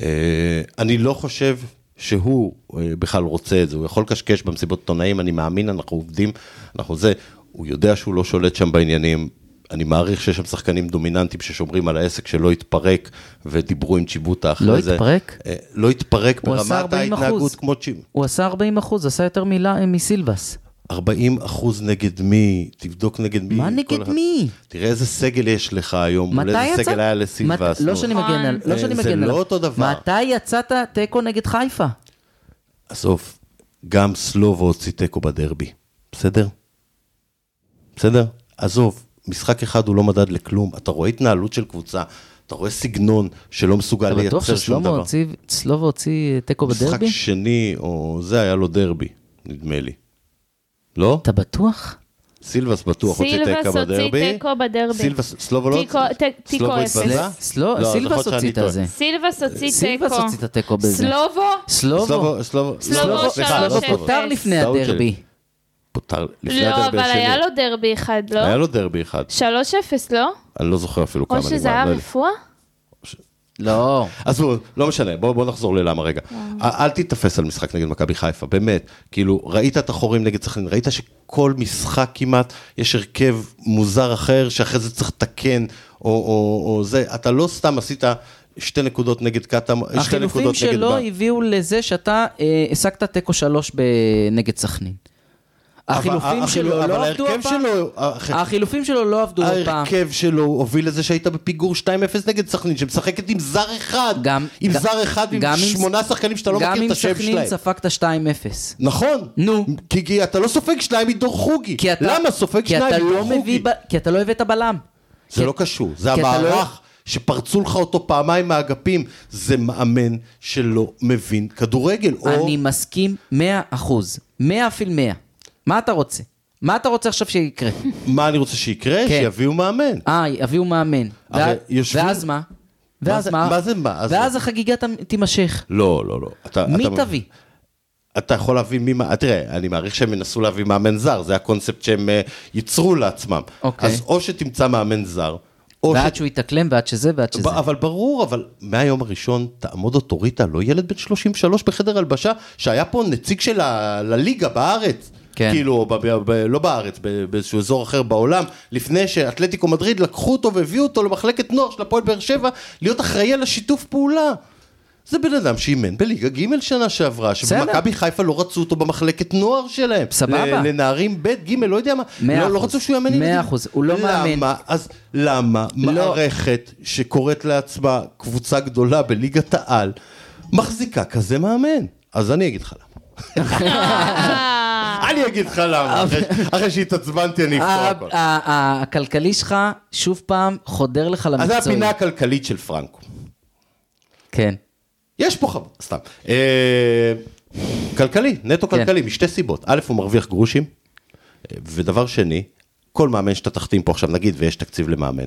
Speaker 1: אה, אני לא חושב שהוא אה, בכלל רוצה את זה, הוא יכול לקשקש במסיבות עיתונאים, אני מאמין, אנחנו עובדים, אנחנו זה, הוא יודע שהוא לא שולט שם בעניינים. אני מעריך שיש שם שחקנים דומיננטיים ששומרים על העסק שלא יתפרק, ודיברו עם צ'יבוטה אחרי
Speaker 3: לא
Speaker 1: זה.
Speaker 3: התפרק?
Speaker 1: אה, לא יתפרק
Speaker 3: הוא עשה
Speaker 1: ברמת
Speaker 3: 40%.
Speaker 1: ההתנהגות כמו צ'יבוטה.
Speaker 3: הוא עשה 40 אחוז, עשה יותר מילה- אה, מסילבס.
Speaker 1: 40 אחוז נגד מי, תבדוק נגד מי.
Speaker 3: מה
Speaker 1: כל
Speaker 3: נגד
Speaker 1: אחד.
Speaker 3: מי?
Speaker 1: תראה איזה סגל יש לך היום, מול
Speaker 3: מתי
Speaker 1: איזה
Speaker 3: יצא-
Speaker 1: סגל היה
Speaker 3: מת-
Speaker 1: לסילבס.
Speaker 3: לא
Speaker 1: נו.
Speaker 3: שאני מגן עליו. לא
Speaker 1: אה,
Speaker 3: שאני
Speaker 1: זה
Speaker 3: מגן
Speaker 1: לא
Speaker 3: עליו.
Speaker 1: אותו דבר.
Speaker 3: מתי יצאת תיקו נגד חיפה?
Speaker 1: עזוב, גם סלובו הוציא תיקו בדרבי, בסדר? בסדר? עזוב, משחק אחד הוא לא מדד לכלום. אתה רואה התנהלות של קבוצה, אתה רואה סגנון שלא מסוגל
Speaker 3: אתה בטוח
Speaker 1: לייצר שום
Speaker 3: שסלובו
Speaker 1: דבר.
Speaker 3: הוציא סלובו הוציא תיקו
Speaker 1: משחק
Speaker 3: בדרבי?
Speaker 1: שני, או זה, היה לו דרבי, נדמה לי. לא?
Speaker 3: אתה בטוח?
Speaker 1: סילבס בטוח הוציא תיקו בדרבי.
Speaker 4: סילבס הוציא תיקו בדרבי.
Speaker 1: סילבס, סלובו לא...
Speaker 4: תיקו- ת- תיקו
Speaker 1: סלובו
Speaker 4: אפס.
Speaker 1: התבזה?
Speaker 3: סלו-
Speaker 1: לא, אז
Speaker 3: סילבס
Speaker 1: יכול להיות
Speaker 3: הוציא
Speaker 1: שאני
Speaker 3: את
Speaker 1: טועה.
Speaker 3: הזה.
Speaker 4: סילבס הוציא
Speaker 3: סילבס
Speaker 4: תיקו.
Speaker 3: הוציא את התיקו בזה.
Speaker 4: סלובו?
Speaker 3: סלובו.
Speaker 1: סלובו, סלובו,
Speaker 4: סלובו
Speaker 1: סליחה, לא
Speaker 4: שלוש
Speaker 1: סלובו.
Speaker 4: אפס.
Speaker 3: פוטר לפני
Speaker 1: טעות
Speaker 3: הדרבי.
Speaker 1: שלי. פוטר לפני
Speaker 4: לא,
Speaker 1: הדרבי
Speaker 4: אבל
Speaker 1: השני.
Speaker 4: היה לו דרבי אחד, לא?
Speaker 1: היה לו דרבי אחד.
Speaker 4: 3-0, לא?
Speaker 1: אני לא זוכר אפילו כמה
Speaker 4: או
Speaker 1: נגמר.
Speaker 4: שזה היה
Speaker 1: לא יודע.
Speaker 4: רפואה?
Speaker 3: לא.
Speaker 1: אז בואו, לא משנה, בואו בוא נחזור ללמה רגע.
Speaker 3: כן.
Speaker 1: אל תיתפס על משחק נגד מכבי חיפה, באמת. כאילו, ראית את החורים נגד סכנין, ראית שכל משחק כמעט, יש הרכב מוזר אחר, שאחרי זה צריך לתקן, או, או, או זה. אתה לא סתם עשית שתי נקודות נגד קטמון, שתי
Speaker 3: החילופים
Speaker 1: נקודות נגד...
Speaker 3: שלו
Speaker 1: בר-
Speaker 3: הביאו לזה שאתה אה, השגת תיקו שלוש ב- נגד סכנין. החילופים
Speaker 1: אבל-
Speaker 3: שלו
Speaker 1: אבל
Speaker 3: לא עבדו
Speaker 1: ההרכב
Speaker 3: הפעם.
Speaker 1: שלו- הח-
Speaker 3: החילופים שלו לא עבדו הפעם.
Speaker 1: ההרכב שלו הוביל לזה שהיית בפיגור 2-0 נגד סכנין, שמשחקת עם זר אחד.
Speaker 3: גם-
Speaker 1: עם
Speaker 3: גם-
Speaker 1: זר אחד,
Speaker 3: גם
Speaker 1: עם
Speaker 3: עם-
Speaker 1: שמונה שחקנים שאתה לא מכיר את השם
Speaker 3: גם אם סכנין
Speaker 1: שלהם.
Speaker 3: ספגת 2-0.
Speaker 1: נכון.
Speaker 3: נו.
Speaker 1: כי, כי אתה לא סופג שניים מדור חוגי.
Speaker 3: כי אתה-
Speaker 1: למה סופג
Speaker 3: כי
Speaker 1: שניים
Speaker 3: אתה
Speaker 1: מדור
Speaker 3: לא
Speaker 1: חוגי?
Speaker 3: מביא ב- כי אתה לא הבאת בלם.
Speaker 1: זה
Speaker 3: כי-
Speaker 1: לא קשור, זה
Speaker 3: כי אתה לא-
Speaker 1: המערך שפרצו לך אותו פעמיים מהאגפים. זה מאמן שלא מבין כדורגל. או...
Speaker 3: אני מסכים 100 אחוז. 100 אפילו 100. מה אתה רוצה? מה אתה רוצה עכשיו שיקרה?
Speaker 1: מה אני רוצה שיקרה?
Speaker 3: כן.
Speaker 1: שיביאו מאמן.
Speaker 3: אה, יביאו מאמן.
Speaker 1: הרי
Speaker 3: ואז-
Speaker 1: יושבים-
Speaker 3: ואז מה? ואז
Speaker 1: זה-
Speaker 3: מה?
Speaker 1: מה זה מה? אז-
Speaker 3: ואז החגיגה ת- תימשך.
Speaker 1: לא, לא, לא. אתה,
Speaker 3: מי
Speaker 1: אתה...
Speaker 3: תביא?
Speaker 1: אתה יכול להביא מי, מה- תראה, אני מעריך שהם ינסו להביא מאמן זר, זה הקונספט שהם אה, ייצרו לעצמם.
Speaker 3: אוקיי.
Speaker 1: אז או שתמצא מאמן זר, או
Speaker 3: ועד שהוא יתאקלם, ועד שזה, ועד שזה.
Speaker 1: ב- אבל ברור, אבל מהיום הראשון תעמוד אוטוריטה, לא ילד בן 33 בחדר הלבשה, שהיה פה נציג של ה- לליגה בארץ.
Speaker 3: כן.
Speaker 1: כאילו, ב- ב- ב- לא בארץ, ב- באיזשהו אזור אחר בעולם, לפני שאתלטיקו מדריד לקחו אותו והביאו אותו למחלקת נוער של הפועל באר שבע, להיות אחראי על השיתוף פעולה. זה בן אדם שאימן בליגה ג' שנה שעברה, שבמכבי חיפה לא רצו אותו במחלקת נוער שלהם.
Speaker 3: סבבה.
Speaker 1: ל- לנערים ב', ג', לא יודע מה.
Speaker 3: מאה
Speaker 1: לא, לא
Speaker 3: אחוז.
Speaker 1: רצו שהוא יאמן
Speaker 3: מאה
Speaker 1: ילדים.
Speaker 3: אחוז, הוא לא מאמן.
Speaker 1: למה? אז למה
Speaker 3: לא.
Speaker 1: מערכת שקוראת לעצמה קבוצה גדולה בליגת העל, מחזיקה כזה מאמן? אז אני אגיד לך למה.
Speaker 2: אה.
Speaker 1: אני אגיד לך למה, אחרי- אחרי שהתעצבנתי אני אפתור הכל.
Speaker 3: ה- ה- ה- אה, הכלכלי שלך, שוב פעם, חודר לך
Speaker 1: אז זה
Speaker 3: למקצועי.
Speaker 1: הפינה הכלכלית של פרנקו.
Speaker 3: כן.
Speaker 1: יש פה חבר, סתם. אה, כלכלי, נטו
Speaker 3: כן.
Speaker 1: כלכלי, משתי סיבות. א', הוא מרוויח גרושים, אה, ודבר שני, כל מאמן שאתה תחתים פה עכשיו, נגיד ויש תקציב למאמן,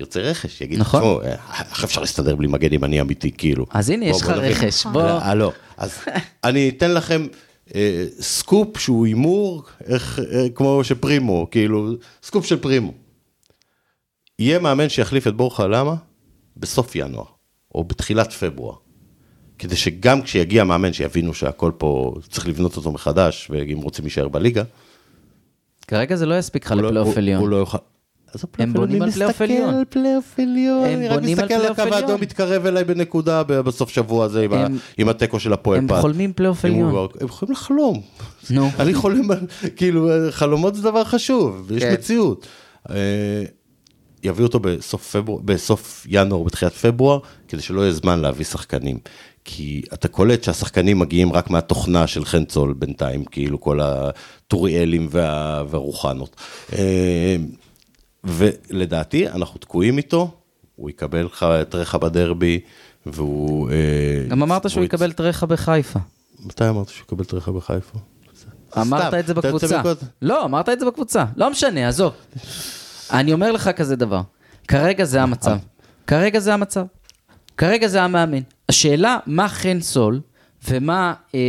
Speaker 1: ירצה רכש, יגיד,
Speaker 3: נכון.
Speaker 1: "תשמעו, אה, איך אפשר להסתדר בלי מגן ימני אמיתי, כאילו.
Speaker 3: אז הנה,
Speaker 1: בוא,
Speaker 3: יש לך
Speaker 1: בוא נבין."
Speaker 3: רכש, בוא.
Speaker 1: אה, לא, אז אני אתן לכם אה, סקופ שהוא הימור, איך, אה, כמו שפרימו, כאילו, סקופ של פרימו. יהיה מאמן שיחליף את בורחה למה? בסוף ינואר, או בתחילת פברואר. כדי שגם כשיגיע מאמן שיבינו שהכל פה, צריך לבנות אותו מחדש, ואם רוצים להישאר בליגה,
Speaker 3: כרגע זה לא יספיק לך
Speaker 1: הוא לא-
Speaker 3: לפלייאוף
Speaker 1: הוא- הוא
Speaker 3: עליון.
Speaker 1: לא יוכל... אז
Speaker 3: הם בונים על פלייאוף עליון.
Speaker 1: מסתכל על פלייאוף עליון,
Speaker 3: הם
Speaker 1: אני רק
Speaker 3: בונים על
Speaker 1: מסתכל על
Speaker 3: פלייאוף
Speaker 1: הקו האדום
Speaker 3: עליון.
Speaker 1: מתקרב אליי בנקודה ב- בסוף שבוע הזה עם ה-
Speaker 3: הם-
Speaker 1: עם התיקו של הפועל
Speaker 3: הם
Speaker 1: פת.
Speaker 3: חולמים פלייאוף
Speaker 1: אם הוא- לא-
Speaker 3: עליון.
Speaker 1: הם יכולים לחלום.
Speaker 3: נו.
Speaker 1: אני חולם, על- כאילו, חלומות זה דבר חשוב, יש
Speaker 3: כן.
Speaker 1: מציאות. אה, יביאו אותו בסוף, פברואר, בסוף ינואר, בתחילת פברואר, כדי שלא יהיה זמן להביא שחקנים. כי אתה קולט שהשחקנים מגיעים רק מהתוכנה של חן צול בינתיים, כאילו כל הטוריאלים וה... והרוחנות. אה, ולדעתי, אנחנו תקועים איתו, הוא יקבל ח- טרחה בדרבי, והוא... אה,
Speaker 3: גם אמרת שהוא
Speaker 1: הוא
Speaker 3: יקבל טרחה בחיפה.
Speaker 1: מתי אמרת שהוא יקבל טרחה בחיפה?
Speaker 3: אמרת
Speaker 1: סתם,
Speaker 3: את זה
Speaker 1: אתה יוצא
Speaker 3: בקבוצה.
Speaker 1: מנקודת-
Speaker 3: לא, אמרת את זה בקבוצה. לא משנה, עזוב. אני אומר לך כזה דבר. כרגע זה המצב. כרגע זה המצב. כרגע זה המאמן. השאלה, מה חן סול ומה אה,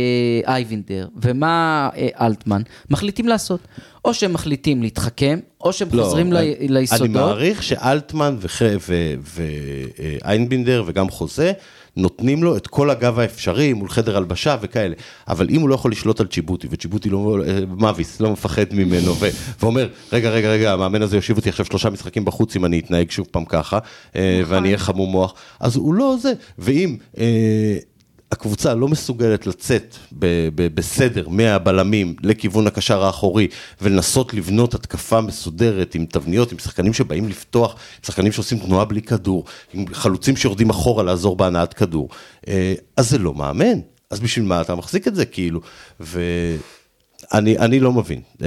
Speaker 3: אייבינדר ומה אה, אלטמן מחליטים לעשות? או שהם מחליטים להתחכם, או שהם
Speaker 1: לא,
Speaker 3: חוזרים ל-
Speaker 1: אני-
Speaker 3: ליסודות.
Speaker 1: אני מעריך שאלטמן ואיינבינדר וגם חוזה, נותנים לו את כל הגב האפשרי מול חדר הלבשה וכאלה. אבל אם הוא לא יכול לשלוט על צ'יבוטי, וצ'יבוטי לא, אה, מאביס, לא מפחד ממנו, ו- ואומר, רגע, רגע, רגע, המאמן הזה יושיב אותי עכשיו שלושה משחקים בחוץ אם אני אתנהג שוב פעם ככה, אה,
Speaker 3: נכון.
Speaker 1: ואני אהיה חמום מוח, אז הוא לא זה. ואם... אה, הקבוצה לא מסוגלת לצאת ב- ב- בסדר מהבלמים לכיוון הקשר האחורי ולנסות לבנות התקפה מסודרת עם תבניות, עם שחקנים שבאים לפתוח, עם שחקנים שעושים תנועה בלי כדור, עם חלוצים שיורדים אחורה לעזור בהנעת כדור, אה, אז זה לא מאמן. אז בשביל מה אתה מחזיק את זה כאילו? ואני אני לא מבין. אה,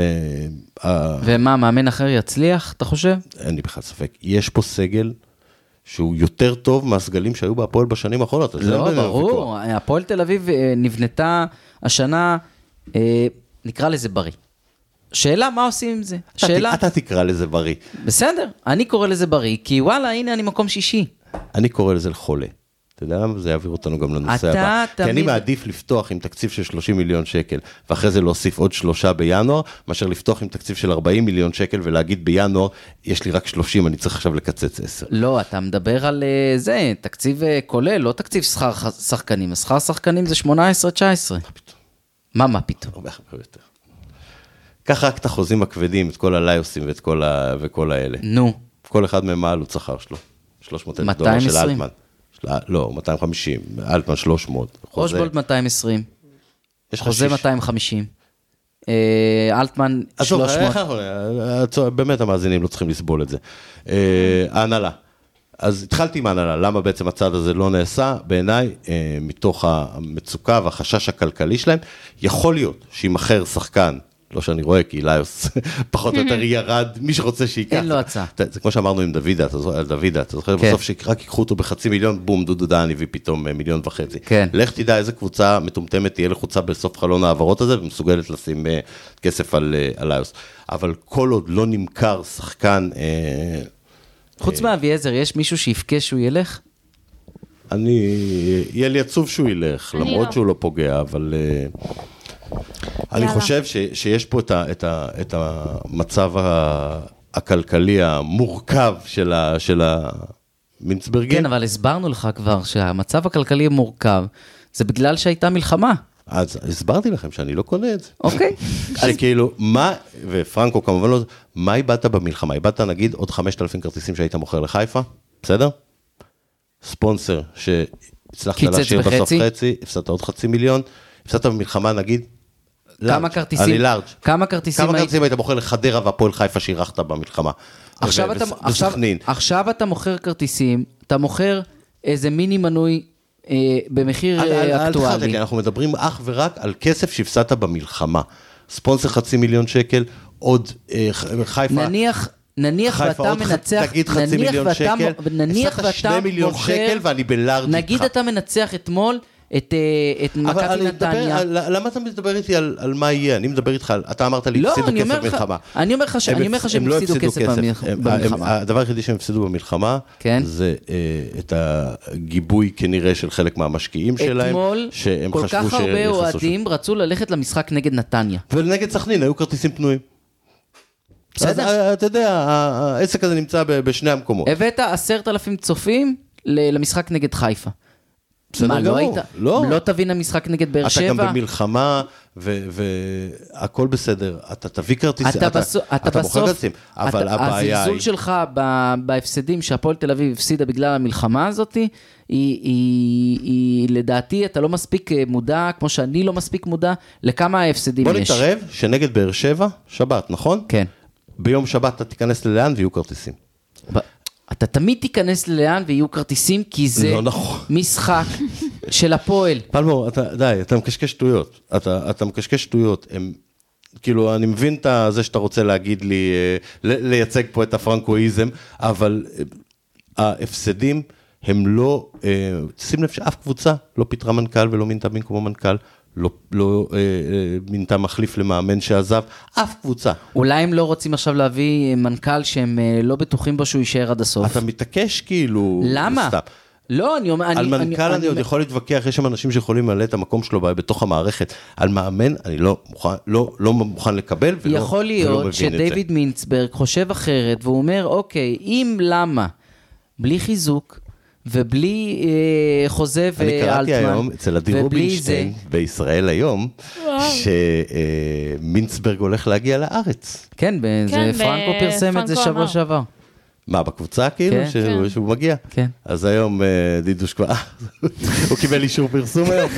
Speaker 1: ה-
Speaker 3: ומה, מאמן אחר יצליח, אתה חושב?
Speaker 1: אין לי בכלל ספק, יש פה סגל שהוא יותר טוב מהסגלים שהיו בהפועל בשנים האחרונות. אז אין
Speaker 3: לא,
Speaker 1: בינינו ויכוח.
Speaker 3: ברור. הפועל תל אביב אה, נבנתה השנה, אה, נקרא לזה בריא. שאלה, מה עושים עם זה?
Speaker 1: אתה-
Speaker 3: שאלה,
Speaker 1: אתה תקרא לזה בריא.
Speaker 3: בסדר, אני קורא לזה בריא, כי וואלה, הנה אני מקום שישי.
Speaker 1: אני קורא לזה חולה. אתה יודע למה? זה יעביר אותנו גם לנושא
Speaker 3: אתה
Speaker 1: הבא. כי אני
Speaker 3: תמיד-
Speaker 1: מעדיף לפתוח עם תקציב של 30 מיליון שקל, ואחרי זה להוסיף עוד שלושה בינואר, מאשר לפתוח עם תקציב של 40 מיליון שקל ולהגיד בינואר, יש לי רק 30, אני צריך עכשיו לקצץ 10.
Speaker 3: לא, אתה מדבר על אה, זה, תקציב אה, כולל, לא תקציב שכר ח- שחקנים. השכר שחקנים זה 18-19. מה, מה פתאום?
Speaker 1: הרבה הרבה יותר. קח רק את החוזים הכבדים, את כל הליוסים ואת כל, ה... וכל האלה.
Speaker 3: נו,
Speaker 1: כל אחד מהם מה העלות שכר שלו? 300 אלף דולר של
Speaker 3: 220.
Speaker 1: אלטמן. של... ה- לא, 250, אלטמן 300. חוזה.
Speaker 3: אושבולד 220,
Speaker 1: יש לך
Speaker 3: חוזה
Speaker 1: שיש-
Speaker 3: 250, אה, אלטמן
Speaker 1: עזוב,
Speaker 3: 300.
Speaker 1: איך אנחנו- הצו- באמת המאזינים לא צריכים לסבול את זה. אה, ההנהלה. אז התחלתי עם ההנהלה, למה בעצם הצעד הזה לא נעשה? בעיניי, אה, מתוך המצוקה והחשש הכלכלי שלהם, יכול להיות שימכר שחקן, לא שאני רואה, כי ליוס פחות או יותר ירד, מי שרוצה שייקח.
Speaker 3: אין לו הצעה.
Speaker 1: אתה- זה כמו שאמרנו עם דוידה, אתה זוכר, על דוידה, אתה זוכר,
Speaker 3: כן.
Speaker 1: בסוף שרק ייקחו אותו בחצי מיליון, בום, דודו דן הביא פתאום אה, מיליון וחצי.
Speaker 3: כן.
Speaker 1: לך תדע איזה קבוצה מטומטמת תהיה לחוצה בסוף חלון ההעברות הזה ומסוגלת לשים אה, כסף על אה, על איוס. אבל כל עוד לא נמכר שחקן, אה,
Speaker 3: חוץ מאביעזר, יש מישהו שיבכה שהוא ילך?
Speaker 1: אני, יהיה לי עצוב שהוא ילך,
Speaker 4: אני
Speaker 1: למרות
Speaker 4: לא.
Speaker 1: שהוא לא פוגע, אבל אה, אני
Speaker 4: יאללה.
Speaker 1: חושב ש, שיש פה את, ה, את, ה, את המצב ה, הכלכלי המורכב של, ה, של המינסברגים.
Speaker 3: כן, אבל הסברנו לך כבר שהמצב הכלכלי מורכב, זה בגלל שהייתה מלחמה,
Speaker 1: אז הסברתי לכם שאני לא קונה את זה.
Speaker 3: אוקיי?
Speaker 1: שכאילו, כאילו, מה, ופרנקו כמובן לא, מה איבדת במלחמה? איבדת נגיד עוד 5,000 כרטיסים שהיית מוכר לחיפה, בסדר? ספונסר הצלחת
Speaker 3: קיצץ
Speaker 1: להשאיר בסוף
Speaker 3: בחצי?
Speaker 1: חצי, הפסדת עוד חצי מיליון, הפסדת במלחמה נגיד,
Speaker 3: כמה
Speaker 1: לארג',
Speaker 3: כרטיסים-
Speaker 1: אני לארג'.
Speaker 3: כמה כרטיסים
Speaker 1: כמה
Speaker 3: היית-
Speaker 1: כרטיסים היית מוכר לחדרה והפועל חיפה שאירחת במלחמה?
Speaker 3: עכשיו
Speaker 1: ו-
Speaker 3: אתה,
Speaker 1: וס-
Speaker 3: עכשיו,
Speaker 1: וסכנין.
Speaker 3: עכשיו אתה מוכר כרטיסים, אתה מוכר איזה מיני מנוי אה, במחיר
Speaker 1: אל-
Speaker 3: אה,
Speaker 1: אל- אל תחרטט
Speaker 3: אקטואלי.
Speaker 1: לי, אנחנו מדברים אך ורק על כסף שהפסדת במלחמה. ספונסר חצי מיליון שקל, עוד אה, ח- חיפה.
Speaker 3: נניח, נניח
Speaker 1: חיפה
Speaker 3: ואתה
Speaker 1: עוד ח-
Speaker 3: מנצח,
Speaker 1: תגיד חצי
Speaker 3: נניח
Speaker 1: מיליון
Speaker 3: ואתה,
Speaker 1: שקל,
Speaker 3: נניח
Speaker 1: הפסדת
Speaker 3: ואתה
Speaker 1: שני מיליון
Speaker 3: מוכר,
Speaker 1: שקל ואני בלארג'
Speaker 3: נגיד
Speaker 1: איתך.
Speaker 3: אתה מנצח אתמול את, אה, את
Speaker 1: אבל
Speaker 3: מכבי
Speaker 1: אני מדבר,
Speaker 3: נתניה.
Speaker 1: על- למה אתה מדבר איתי על, על מה יהיה? אני מדבר איתך, על- אתה אמרת לי,
Speaker 3: לא,
Speaker 1: הפסידו
Speaker 3: אני
Speaker 1: כסף
Speaker 3: אומר לך-
Speaker 1: במלחמה.
Speaker 3: אני אומר לך ש-
Speaker 1: הם
Speaker 3: אני אומר לך
Speaker 1: הפס-
Speaker 3: שהם
Speaker 1: הם לא
Speaker 3: הפסידו
Speaker 1: הפסידו
Speaker 3: כסף במלח-
Speaker 1: הם-
Speaker 3: במלחמה.
Speaker 1: הם- הדבר היחידי שהם הפסידו במלחמה,
Speaker 3: כן.
Speaker 1: זה אה, את הגיבוי כנראה של חלק מהמשקיעים שלהם,
Speaker 3: אתמול
Speaker 1: שהם
Speaker 3: כל
Speaker 1: חשבו
Speaker 3: כך הרבה
Speaker 1: שיכנסו שם.
Speaker 3: אוהדים רצו ללכת למשחק נגד נתניה.
Speaker 1: ונגד סכנין היו כרטיסים פנויים.
Speaker 3: בסדר.
Speaker 1: אז, אה, אתה יודע, ה- העסק הזה נמצא ב- בשני המקומות.
Speaker 3: הבאת עשרת אלפים צופים ל- למשחק נגד חיפה.
Speaker 1: בסדר
Speaker 3: מה, לא
Speaker 1: גמור.
Speaker 3: היית?
Speaker 1: לא.
Speaker 3: לא תביא למשחק נגד באר
Speaker 1: אתה
Speaker 3: שבע?
Speaker 1: גם במלחמה, והכל בסדר. אתה תביא כרטיסים,
Speaker 3: אתה, בסו- אתה
Speaker 1: אתה
Speaker 3: בסוף,
Speaker 1: מוכר כרטיסים, אבל
Speaker 3: אתה-
Speaker 1: הבעיה
Speaker 3: הזלזול
Speaker 1: היא...
Speaker 3: שלך ב- בהפסדים שהפועל תל אביב הפסידה בגלל המלחמה הזאת, היא, היא, היא, היא לדעתי, אתה לא מספיק אה, מודע, כמו שאני לא מספיק מודע, לכמה ההפסדים
Speaker 1: בוא
Speaker 3: יש.
Speaker 1: נתערב שנגד באר שבע, שבת, נכון?
Speaker 3: כן.
Speaker 1: ביום שבת אתה תיכנס ללאן ויהיו כרטיסים.
Speaker 3: ב- אתה תמיד תיכנס לאן ויהיו כרטיסים, כי זה
Speaker 1: לא נכון.
Speaker 3: משחק של הפועל.
Speaker 1: פלמור, אתה, די, אתה מקשקש שטויות. אתה, אתה מקשקש שטויות. הם, כאילו, אני מבין את זה שאתה רוצה להגיד לי, אה, ל- לייצג פה את הפרנקואיזם, אבל אה, ההפסדים הם לא, אה, שים לב שאף קבוצה לא פיטרה מנכ"ל ולא מינתה במקומו מנכ"ל, לא, לא אה, אה, מינתה מחליף למאמן שעזב, אף קבוצה.
Speaker 3: אולי הם לא רוצים עכשיו להביא מנכ"ל שהם אה, לא בטוחים בו שהוא יישאר עד הסוף.
Speaker 1: אתה מתעקש כאילו,
Speaker 3: למה?
Speaker 1: סתם.
Speaker 3: לא, אני אומר, אני...
Speaker 1: על מנכ"ל אני, עוד יכול להתווכח, יש שם אנשים שיכולים למלא את המקום שלו ב- בתוך המערכת. על מאמן, אני לא מוכן, לא, לא מוכן לקבל ולא,
Speaker 3: יכול
Speaker 1: ולא
Speaker 3: להיות
Speaker 1: מבין את זה.
Speaker 3: שדייוויד מינצברג חושב אחרת, והוא אומר, אוקיי, אם למה, בלי חיזוק ובלי אה, חוזה ואלטמן,
Speaker 1: אני קראתי היום אצל עדי
Speaker 3: ובלי
Speaker 1: רובינשטיין
Speaker 3: זה-
Speaker 1: בישראל היום, שמינצברג הולך להגיע לארץ.
Speaker 3: כן, ב-
Speaker 4: כן,
Speaker 3: זה פרנקו
Speaker 4: ב-
Speaker 3: פרסם את זה
Speaker 4: פרנקו
Speaker 3: שבוע
Speaker 4: אמר.
Speaker 3: שעבר.
Speaker 1: מה, בקבוצה כאילו?
Speaker 3: כן.
Speaker 1: שהוא,
Speaker 4: כן.
Speaker 1: שהוא מגיע?
Speaker 3: כן.
Speaker 1: אז היום אה, דידוש כבר, הוא קיבל אישור פרסום היום.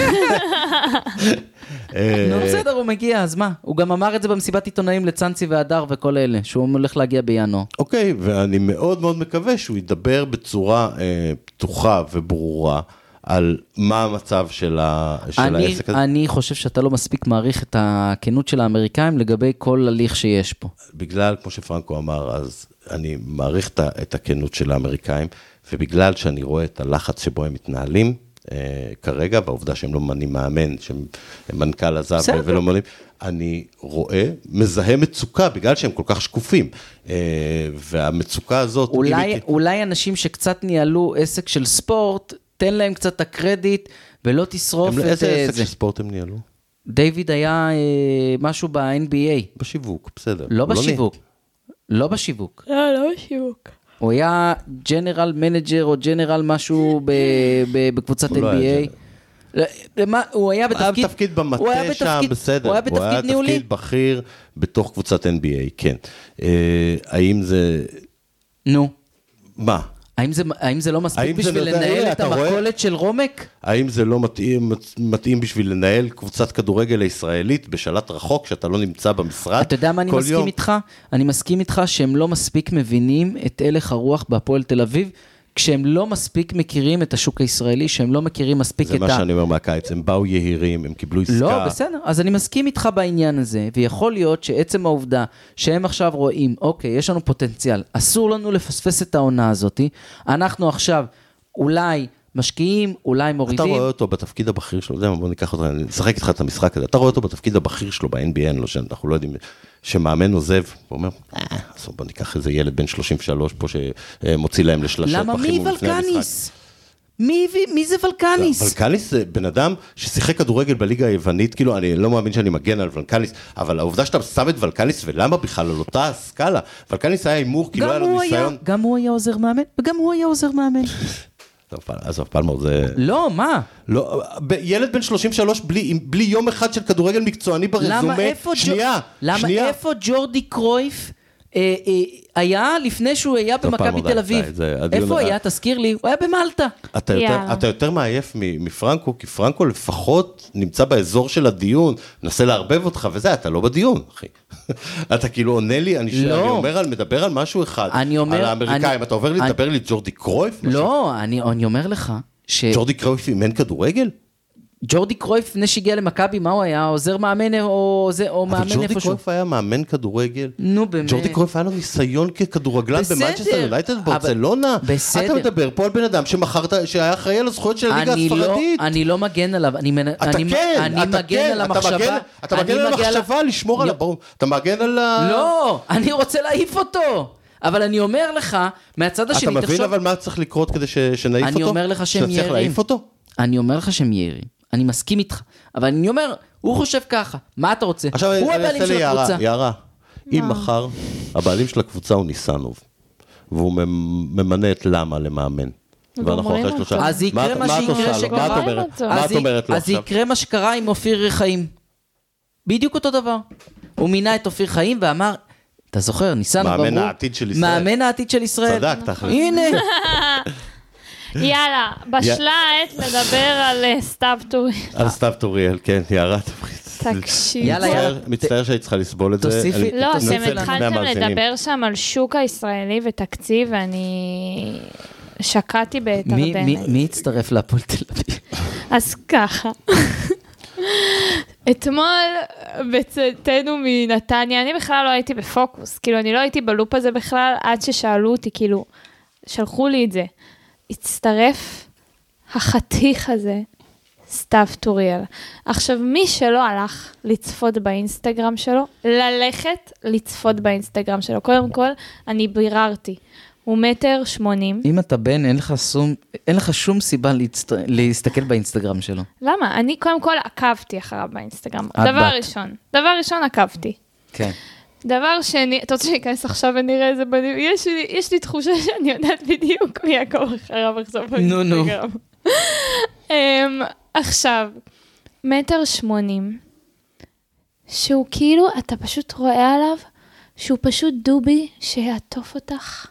Speaker 1: אה,
Speaker 3: נו, בסדר, הוא מגיע, אז מה? הוא גם אמר את זה במסיבת עיתונאים לצאנצי והדר וכל אלה, שהוא הולך להגיע בינואר.
Speaker 1: אוקיי, ואני מאוד מאוד מקווה שהוא ידבר בצורה אה, פתוחה וברורה על מה המצב של, ה, של
Speaker 3: אני-
Speaker 1: העסק הזה,
Speaker 3: אני חושב שאתה לא מספיק מעריך את הכנות של האמריקאים לגבי כל הליך שיש פה.
Speaker 1: בגלל, כמו שפרנקו אמר, אז אני מעריך את, ה- את הכנות של האמריקאים, ובגלל שאני רואה את הלחץ שבו הם מתנהלים אה, כרגע, והעובדה שהם לא ממנים מאמן, שמנכ"ל עזב
Speaker 3: בסדר.
Speaker 1: ולא ממנים, אני רואה, מזהה מצוקה, בגלל שהם כל כך שקופים, אה, והמצוקה הזאת... אם
Speaker 3: אולי,
Speaker 1: היא-
Speaker 3: אולי אנשים שקצת ניהלו עסק של ספורט, תן להם קצת את הקרדיט ולא תשרוף
Speaker 1: הם- לא-
Speaker 3: את
Speaker 1: איזה
Speaker 3: אה,
Speaker 1: עסק
Speaker 3: זה.
Speaker 1: של ספורט הם ניהלו?
Speaker 3: דיוויד היה אה, משהו ב-NBA,
Speaker 1: בשיווק, בסדר.
Speaker 3: לא
Speaker 1: הוא נה-
Speaker 3: בשיווק. לא בשיווק.
Speaker 2: לא, לא בשיווק.
Speaker 3: הוא היה ג'נרל מנג'ר או ג'נרל משהו ב, ב, בקבוצת
Speaker 1: הוא לא היה
Speaker 3: NBA. לא, למה- הוא היה
Speaker 1: היה
Speaker 3: בתפקיד,
Speaker 1: בתפקיד
Speaker 3: הוא היה
Speaker 1: במטה שם,
Speaker 3: בתפקיד-
Speaker 1: בסדר.
Speaker 3: הוא היה בתפקיד ניהולי.
Speaker 1: תפקיד בכיר בתוך קבוצת NBA, כן. אה, האם זה...
Speaker 3: נו,
Speaker 1: מה?
Speaker 3: האם זה, האם זה לא
Speaker 1: האם
Speaker 3: מספיק
Speaker 1: זה
Speaker 3: בשביל
Speaker 1: נותן-
Speaker 3: לנהל
Speaker 1: הנה,
Speaker 3: את
Speaker 1: אתה רואה?
Speaker 3: המכולת של רומק?
Speaker 1: האם זה לא מתאים, מתאים בשביל לנהל קבוצת כדורגל הישראלית בשלט רחוק, שאתה לא נמצא במשרד
Speaker 3: אתה יודע מה אני
Speaker 1: כל
Speaker 3: מסכים
Speaker 1: יום?
Speaker 3: איתך? אני מסכים איתך שהם לא מספיק מבינים את הלך הרוח בהפועל תל אביב, כשהם לא מספיק מכירים את השוק הישראלי, שהם לא מכירים מספיק
Speaker 1: זה
Speaker 3: את
Speaker 1: מה
Speaker 3: ה...
Speaker 1: שאני אומר מהקיץ, הם באו יהירים, הם קיבלו עסקה.
Speaker 3: לא, בסדר. אז אני מסכים איתך בעניין הזה, ויכול להיות שעצם העובדה שהם עכשיו רואים, אוקיי, יש לנו פוטנציאל, אסור לנו לפספס את העונה הזאת, אנחנו עכשיו אולי משקיעים, אולי
Speaker 1: אתה
Speaker 3: מורידים.
Speaker 1: רואה אותו בתפקיד הבכיר שלו, אתה יודע מה, בוא ניקח אותך, אני אשחק איתך את המשחק הזה, אתה רואה אותו בתפקיד הבכיר שלו ב-NBA, לא שאנחנו לא יודעים, שמאמן עוזב, הוא אומר, "אה, אז בוא ניקח איזה ילד בן 33 פה שמוציא להם לשלשות
Speaker 3: למה מי
Speaker 1: בחימום לפני המשחק." לא,
Speaker 3: ולקניס? מי, מי זה ולקניס?
Speaker 1: ולקניס זה בן אדם ששיחק כדורגל בליגה היוונית, כאילו, אני לא מאמין שאני מגן על ולקניס, אבל העובדה שאתה שם את ולקניס, ולמה בכלל על אותה הסקאלה? ולקניס היה הימור, כאילו היה
Speaker 3: גם
Speaker 1: לו
Speaker 3: הוא היה,
Speaker 1: ניסיון.
Speaker 3: גם הוא היה עוזר מאמן, וגם הוא היה עוזר מאמן.
Speaker 1: טוב, פל- עזוב, פלמור זה...
Speaker 3: לא, מה?
Speaker 1: לא, ב- ילד בן 33 בלי, עם- בלי יום אחד של כדורגל מקצועני ברזומה,
Speaker 3: למה איפה, ג'ו-
Speaker 1: שנייה,
Speaker 3: למה
Speaker 1: שנייה,
Speaker 3: איפה ג'ורדי קרויף אה, אה, היה לפני שהוא היה
Speaker 1: פעם
Speaker 3: במכבי
Speaker 1: הודעת
Speaker 3: תל אביב.
Speaker 1: את זה, הדיון
Speaker 3: איפה
Speaker 1: היה-
Speaker 3: היה? תזכיר לי. הוא היה במלטה.
Speaker 1: אתה יותר,
Speaker 4: יאללה.
Speaker 1: אתה יותר מעייף מ- מפרנקו, כי פרנקו לפחות נמצא באזור של הדיון, מנסה לערבב אותך וזה, אתה לא בדיון, אחי. אתה כאילו עונה לי, אני, ש...
Speaker 3: לא.
Speaker 1: אני אומר על, מדבר על משהו אחד,
Speaker 3: אני אומר-
Speaker 1: על האמריקאים,
Speaker 3: אני-
Speaker 1: אתה עובר לי,
Speaker 3: אני-
Speaker 1: לדבר לי ג'ורדי קרויף? משהו?
Speaker 3: לא, אני אני אומר לך, ש...
Speaker 1: ג'ורדי קרויף אימן כדורגל?
Speaker 3: ג'ורדי קרויף, לפני שהגיע למכבי, מה הוא היה? עוזר מאמן או, זה, או מאמן
Speaker 1: אבל
Speaker 3: איפשהו.
Speaker 1: ג'ורדי קרויף היה מאמן כדורגל.
Speaker 3: נו, באמת.
Speaker 1: ג'ורדי קרויף היה לו ניסיון ככדורגלן
Speaker 3: בסדר,
Speaker 1: במנצ'סטר יונייטד,
Speaker 3: אבל-
Speaker 1: ברצלונה.
Speaker 3: בסדר.
Speaker 1: אתה מדבר פה על בן אדם שמכר, את ה- שהיה אחראי על הזכויות של הליגה
Speaker 3: אני לא,
Speaker 1: הספרדית.
Speaker 3: אני לא מגן עליו, אני, מנ...
Speaker 1: אתה
Speaker 3: אני,
Speaker 1: כן,
Speaker 3: אני
Speaker 1: אתה
Speaker 3: מגן
Speaker 1: כן,
Speaker 3: על
Speaker 1: אתה
Speaker 3: המחשבה.
Speaker 1: מגן- אתה מגן על המחשבה, לשמור על
Speaker 3: לא.
Speaker 1: הברור. אתה מגן על ה...
Speaker 3: לא, אני רוצה להעיף אותו. אבל אני אומר לך, מהצד
Speaker 1: אתה
Speaker 3: השני,
Speaker 1: מבין
Speaker 3: תחשוב...
Speaker 1: אבל מה צריך לקרות כדי ש- שנעיף
Speaker 3: אני
Speaker 1: אותו?
Speaker 3: אומר לך שהם
Speaker 1: שנצליח
Speaker 3: יערים.
Speaker 1: להעיף אותו?
Speaker 3: אני אומר לך שהם יעירים, אני מסכים איתך. אבל אני אומר, הוא חושב ככה, מה אתה רוצה?
Speaker 1: עכשיו
Speaker 3: הוא
Speaker 1: אני
Speaker 3: הבעלים
Speaker 1: אעשה
Speaker 3: של
Speaker 1: לי הערה,
Speaker 3: הקבוצה.
Speaker 1: יערה. אם מחר הבעלים של הקבוצה הוא ניסנוב, והוא ממ- ממנה את למה למאמן. ואנחנו אחרי
Speaker 2: אומרים אותו.
Speaker 1: שלושה...
Speaker 3: אז יקרה
Speaker 1: את-
Speaker 3: מה
Speaker 1: את
Speaker 3: שיקרה
Speaker 1: עושה לו?
Speaker 3: שקרה.
Speaker 1: מה את אומרת?
Speaker 2: אז
Speaker 1: מה
Speaker 3: אז
Speaker 1: את
Speaker 3: היא-
Speaker 1: אומרת לו
Speaker 3: אז
Speaker 1: עכשיו?
Speaker 3: יקרה מה שקרה עם אופיר חיים. בדיוק אותו דבר. הוא מינה את אופיר חיים ואמר, אתה זוכר, ניסן ברור.
Speaker 1: מאמן העתיד של ישראל."
Speaker 3: מאמן העתיד של ישראל.
Speaker 1: צדקת, אחי.
Speaker 3: הנה,
Speaker 4: יאללה, בשלה העת לדבר על אה, סתיו טורי.
Speaker 1: על סתיו טוריאל, כן, יערה, תבחי.
Speaker 2: תקשיב.
Speaker 3: יאללה,
Speaker 1: מצטער-
Speaker 3: יאללה.
Speaker 1: מצטער שהיית צריכה לסבול את זה.
Speaker 3: תוסיפי-
Speaker 1: אני-
Speaker 4: לא,
Speaker 1: תוסיפי
Speaker 4: אתם
Speaker 3: תנסה
Speaker 1: לפני
Speaker 4: התחלתם
Speaker 1: המאזינים.
Speaker 4: לדבר שם על שוק הישראלי ותקציב, ואני שקעתי
Speaker 3: מי- מי-
Speaker 4: בתרדמת.
Speaker 3: מי הצטרף להפועל תל אביב?
Speaker 2: אז ככה. אתמול בצאתנו מנתניה, אני בכלל לא הייתי בפוקוס, כאילו אני לא הייתי בלופ הזה בכלל עד ששאלו אותי, כאילו, שלחו לי את זה. הצטרף החתיך הזה, סתיו טוריאל. עכשיו, מי שלא הלך לצפות באינסטגרם שלו, ללכת לצפות באינסטגרם שלו. קודם כל, אני ביררתי, הוא מטר שמונים.
Speaker 3: אם אתה בן, אין לך שום- אין לך שום סיבה להצט- להסתכל באינסטגרם שלו.
Speaker 2: למה? אני קודם כל עקבתי אחריו באינסטגרם.
Speaker 3: את
Speaker 2: דבר
Speaker 3: בת.
Speaker 2: ראשון, דבר ראשון עקבתי.
Speaker 3: כן.
Speaker 2: דבר שני, אתה רוצה שניכנס עכשיו ונראה איזה בנים? יש לי, יש לי תחושה שאני יודעת בדיוק מי יעקוב אחריו עכשיו
Speaker 3: נו, נו.
Speaker 2: באינסטגרם. אמ, עכשיו, מטר שמונים,
Speaker 4: שהוא כאילו, אתה פשוט רואה עליו שהוא פשוט דובי שיעטוף אותך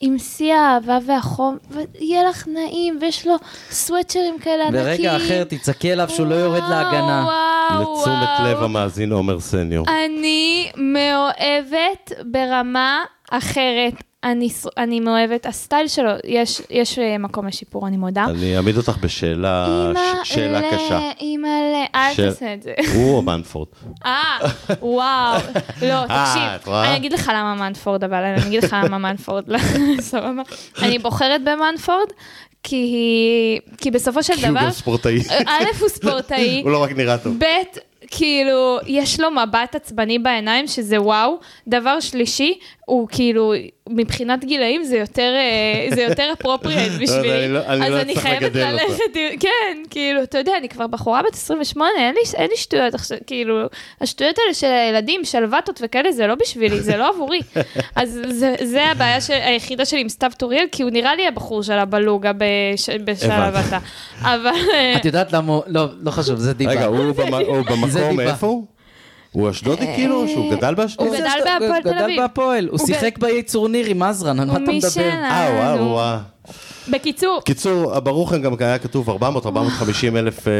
Speaker 4: עם שיא האהבה והחום, ויהיה לך נעים, ויש לו סוואצ'רים כאלה ענקים.
Speaker 3: ברגע אחר תצעקי עליו שהוא לא יורד
Speaker 4: וואו,
Speaker 3: להגנה.
Speaker 4: וואו,
Speaker 1: לתשומת
Speaker 4: וואו.
Speaker 1: לב המאזין עומר סניור.
Speaker 4: אני מאוהבת ברמה אחרת. אני, ס- אני מאוהבת, הסטייל שלו, יש, יש אה, מקום לשיפור, אני מודה.
Speaker 1: אני אעמיד אותך בשאלה ש- שאלה
Speaker 4: אימא'לה,
Speaker 1: קשה.
Speaker 4: אימא'לה, אל
Speaker 1: ש-
Speaker 4: תעשה את זה.
Speaker 1: הוא או מנפורד?
Speaker 4: אה, וואו. לא,
Speaker 1: אה, את
Speaker 4: תקשיב,
Speaker 1: רואה?
Speaker 4: אני אגיד לך למה מנפורד, אבל אני אגיד לך למה מנפורד, לא, סבבה. אני בוחרת במנפורד, כי היא- כי בסופו של
Speaker 1: כי הוא
Speaker 4: דבר, אה, אוקיי.
Speaker 1: גם ספורטאי.
Speaker 4: א', הוא ספורטאי,
Speaker 1: הוא לא רק נראה טוב.
Speaker 4: ב', כאילו, יש לו מבט עצבני בעיניים, שזה וואו. דבר שלישי, הוא כאילו, מבחינת גילאים זה יותר, אה, זה יותר אפרופריאט
Speaker 1: אני
Speaker 4: בשבילי.
Speaker 1: לא- אני
Speaker 4: אז
Speaker 1: לא
Speaker 4: אני
Speaker 1: אצליח
Speaker 4: חייבת
Speaker 1: לגדל אותו.
Speaker 4: ללכת, עם- כן, כאילו, אתה יודע, אני כבר בחורה בת 28, אין לי- אין לי שטויות עכשיו, כאילו, השטויות האלה של הילדים, שלווטות וכאלה, זה לא בשבילי, זה לא עבורי. אז זה- זה הבעיה של- היחידה שלי עם סתיו טוריאל, כי הוא נראה לי הבחור שלה בלוגה בש- בשלוותה. אבל... אה,
Speaker 3: את יודעת למה, הוא- לא, לא חשוב, זה דיבה.
Speaker 1: רגע, הוא במ- הוא במקום,
Speaker 3: דיבה.
Speaker 1: איפה הוא? הוא אשדודי כאילו? שהוא גדל באשדוד?
Speaker 4: אה. הוא גדל בהפועל תל אביב.
Speaker 3: גדל בהפועל, הוא
Speaker 4: הוא גד-
Speaker 3: שיחק ביצור ניר עם עזרן, על מה אתה מדבר?
Speaker 4: משלנו.
Speaker 1: אה, הוא אה, הוא אה.
Speaker 4: בקיצור,
Speaker 1: קיצור, ברוך הם גם היה כתוב 400-450 אלף אה,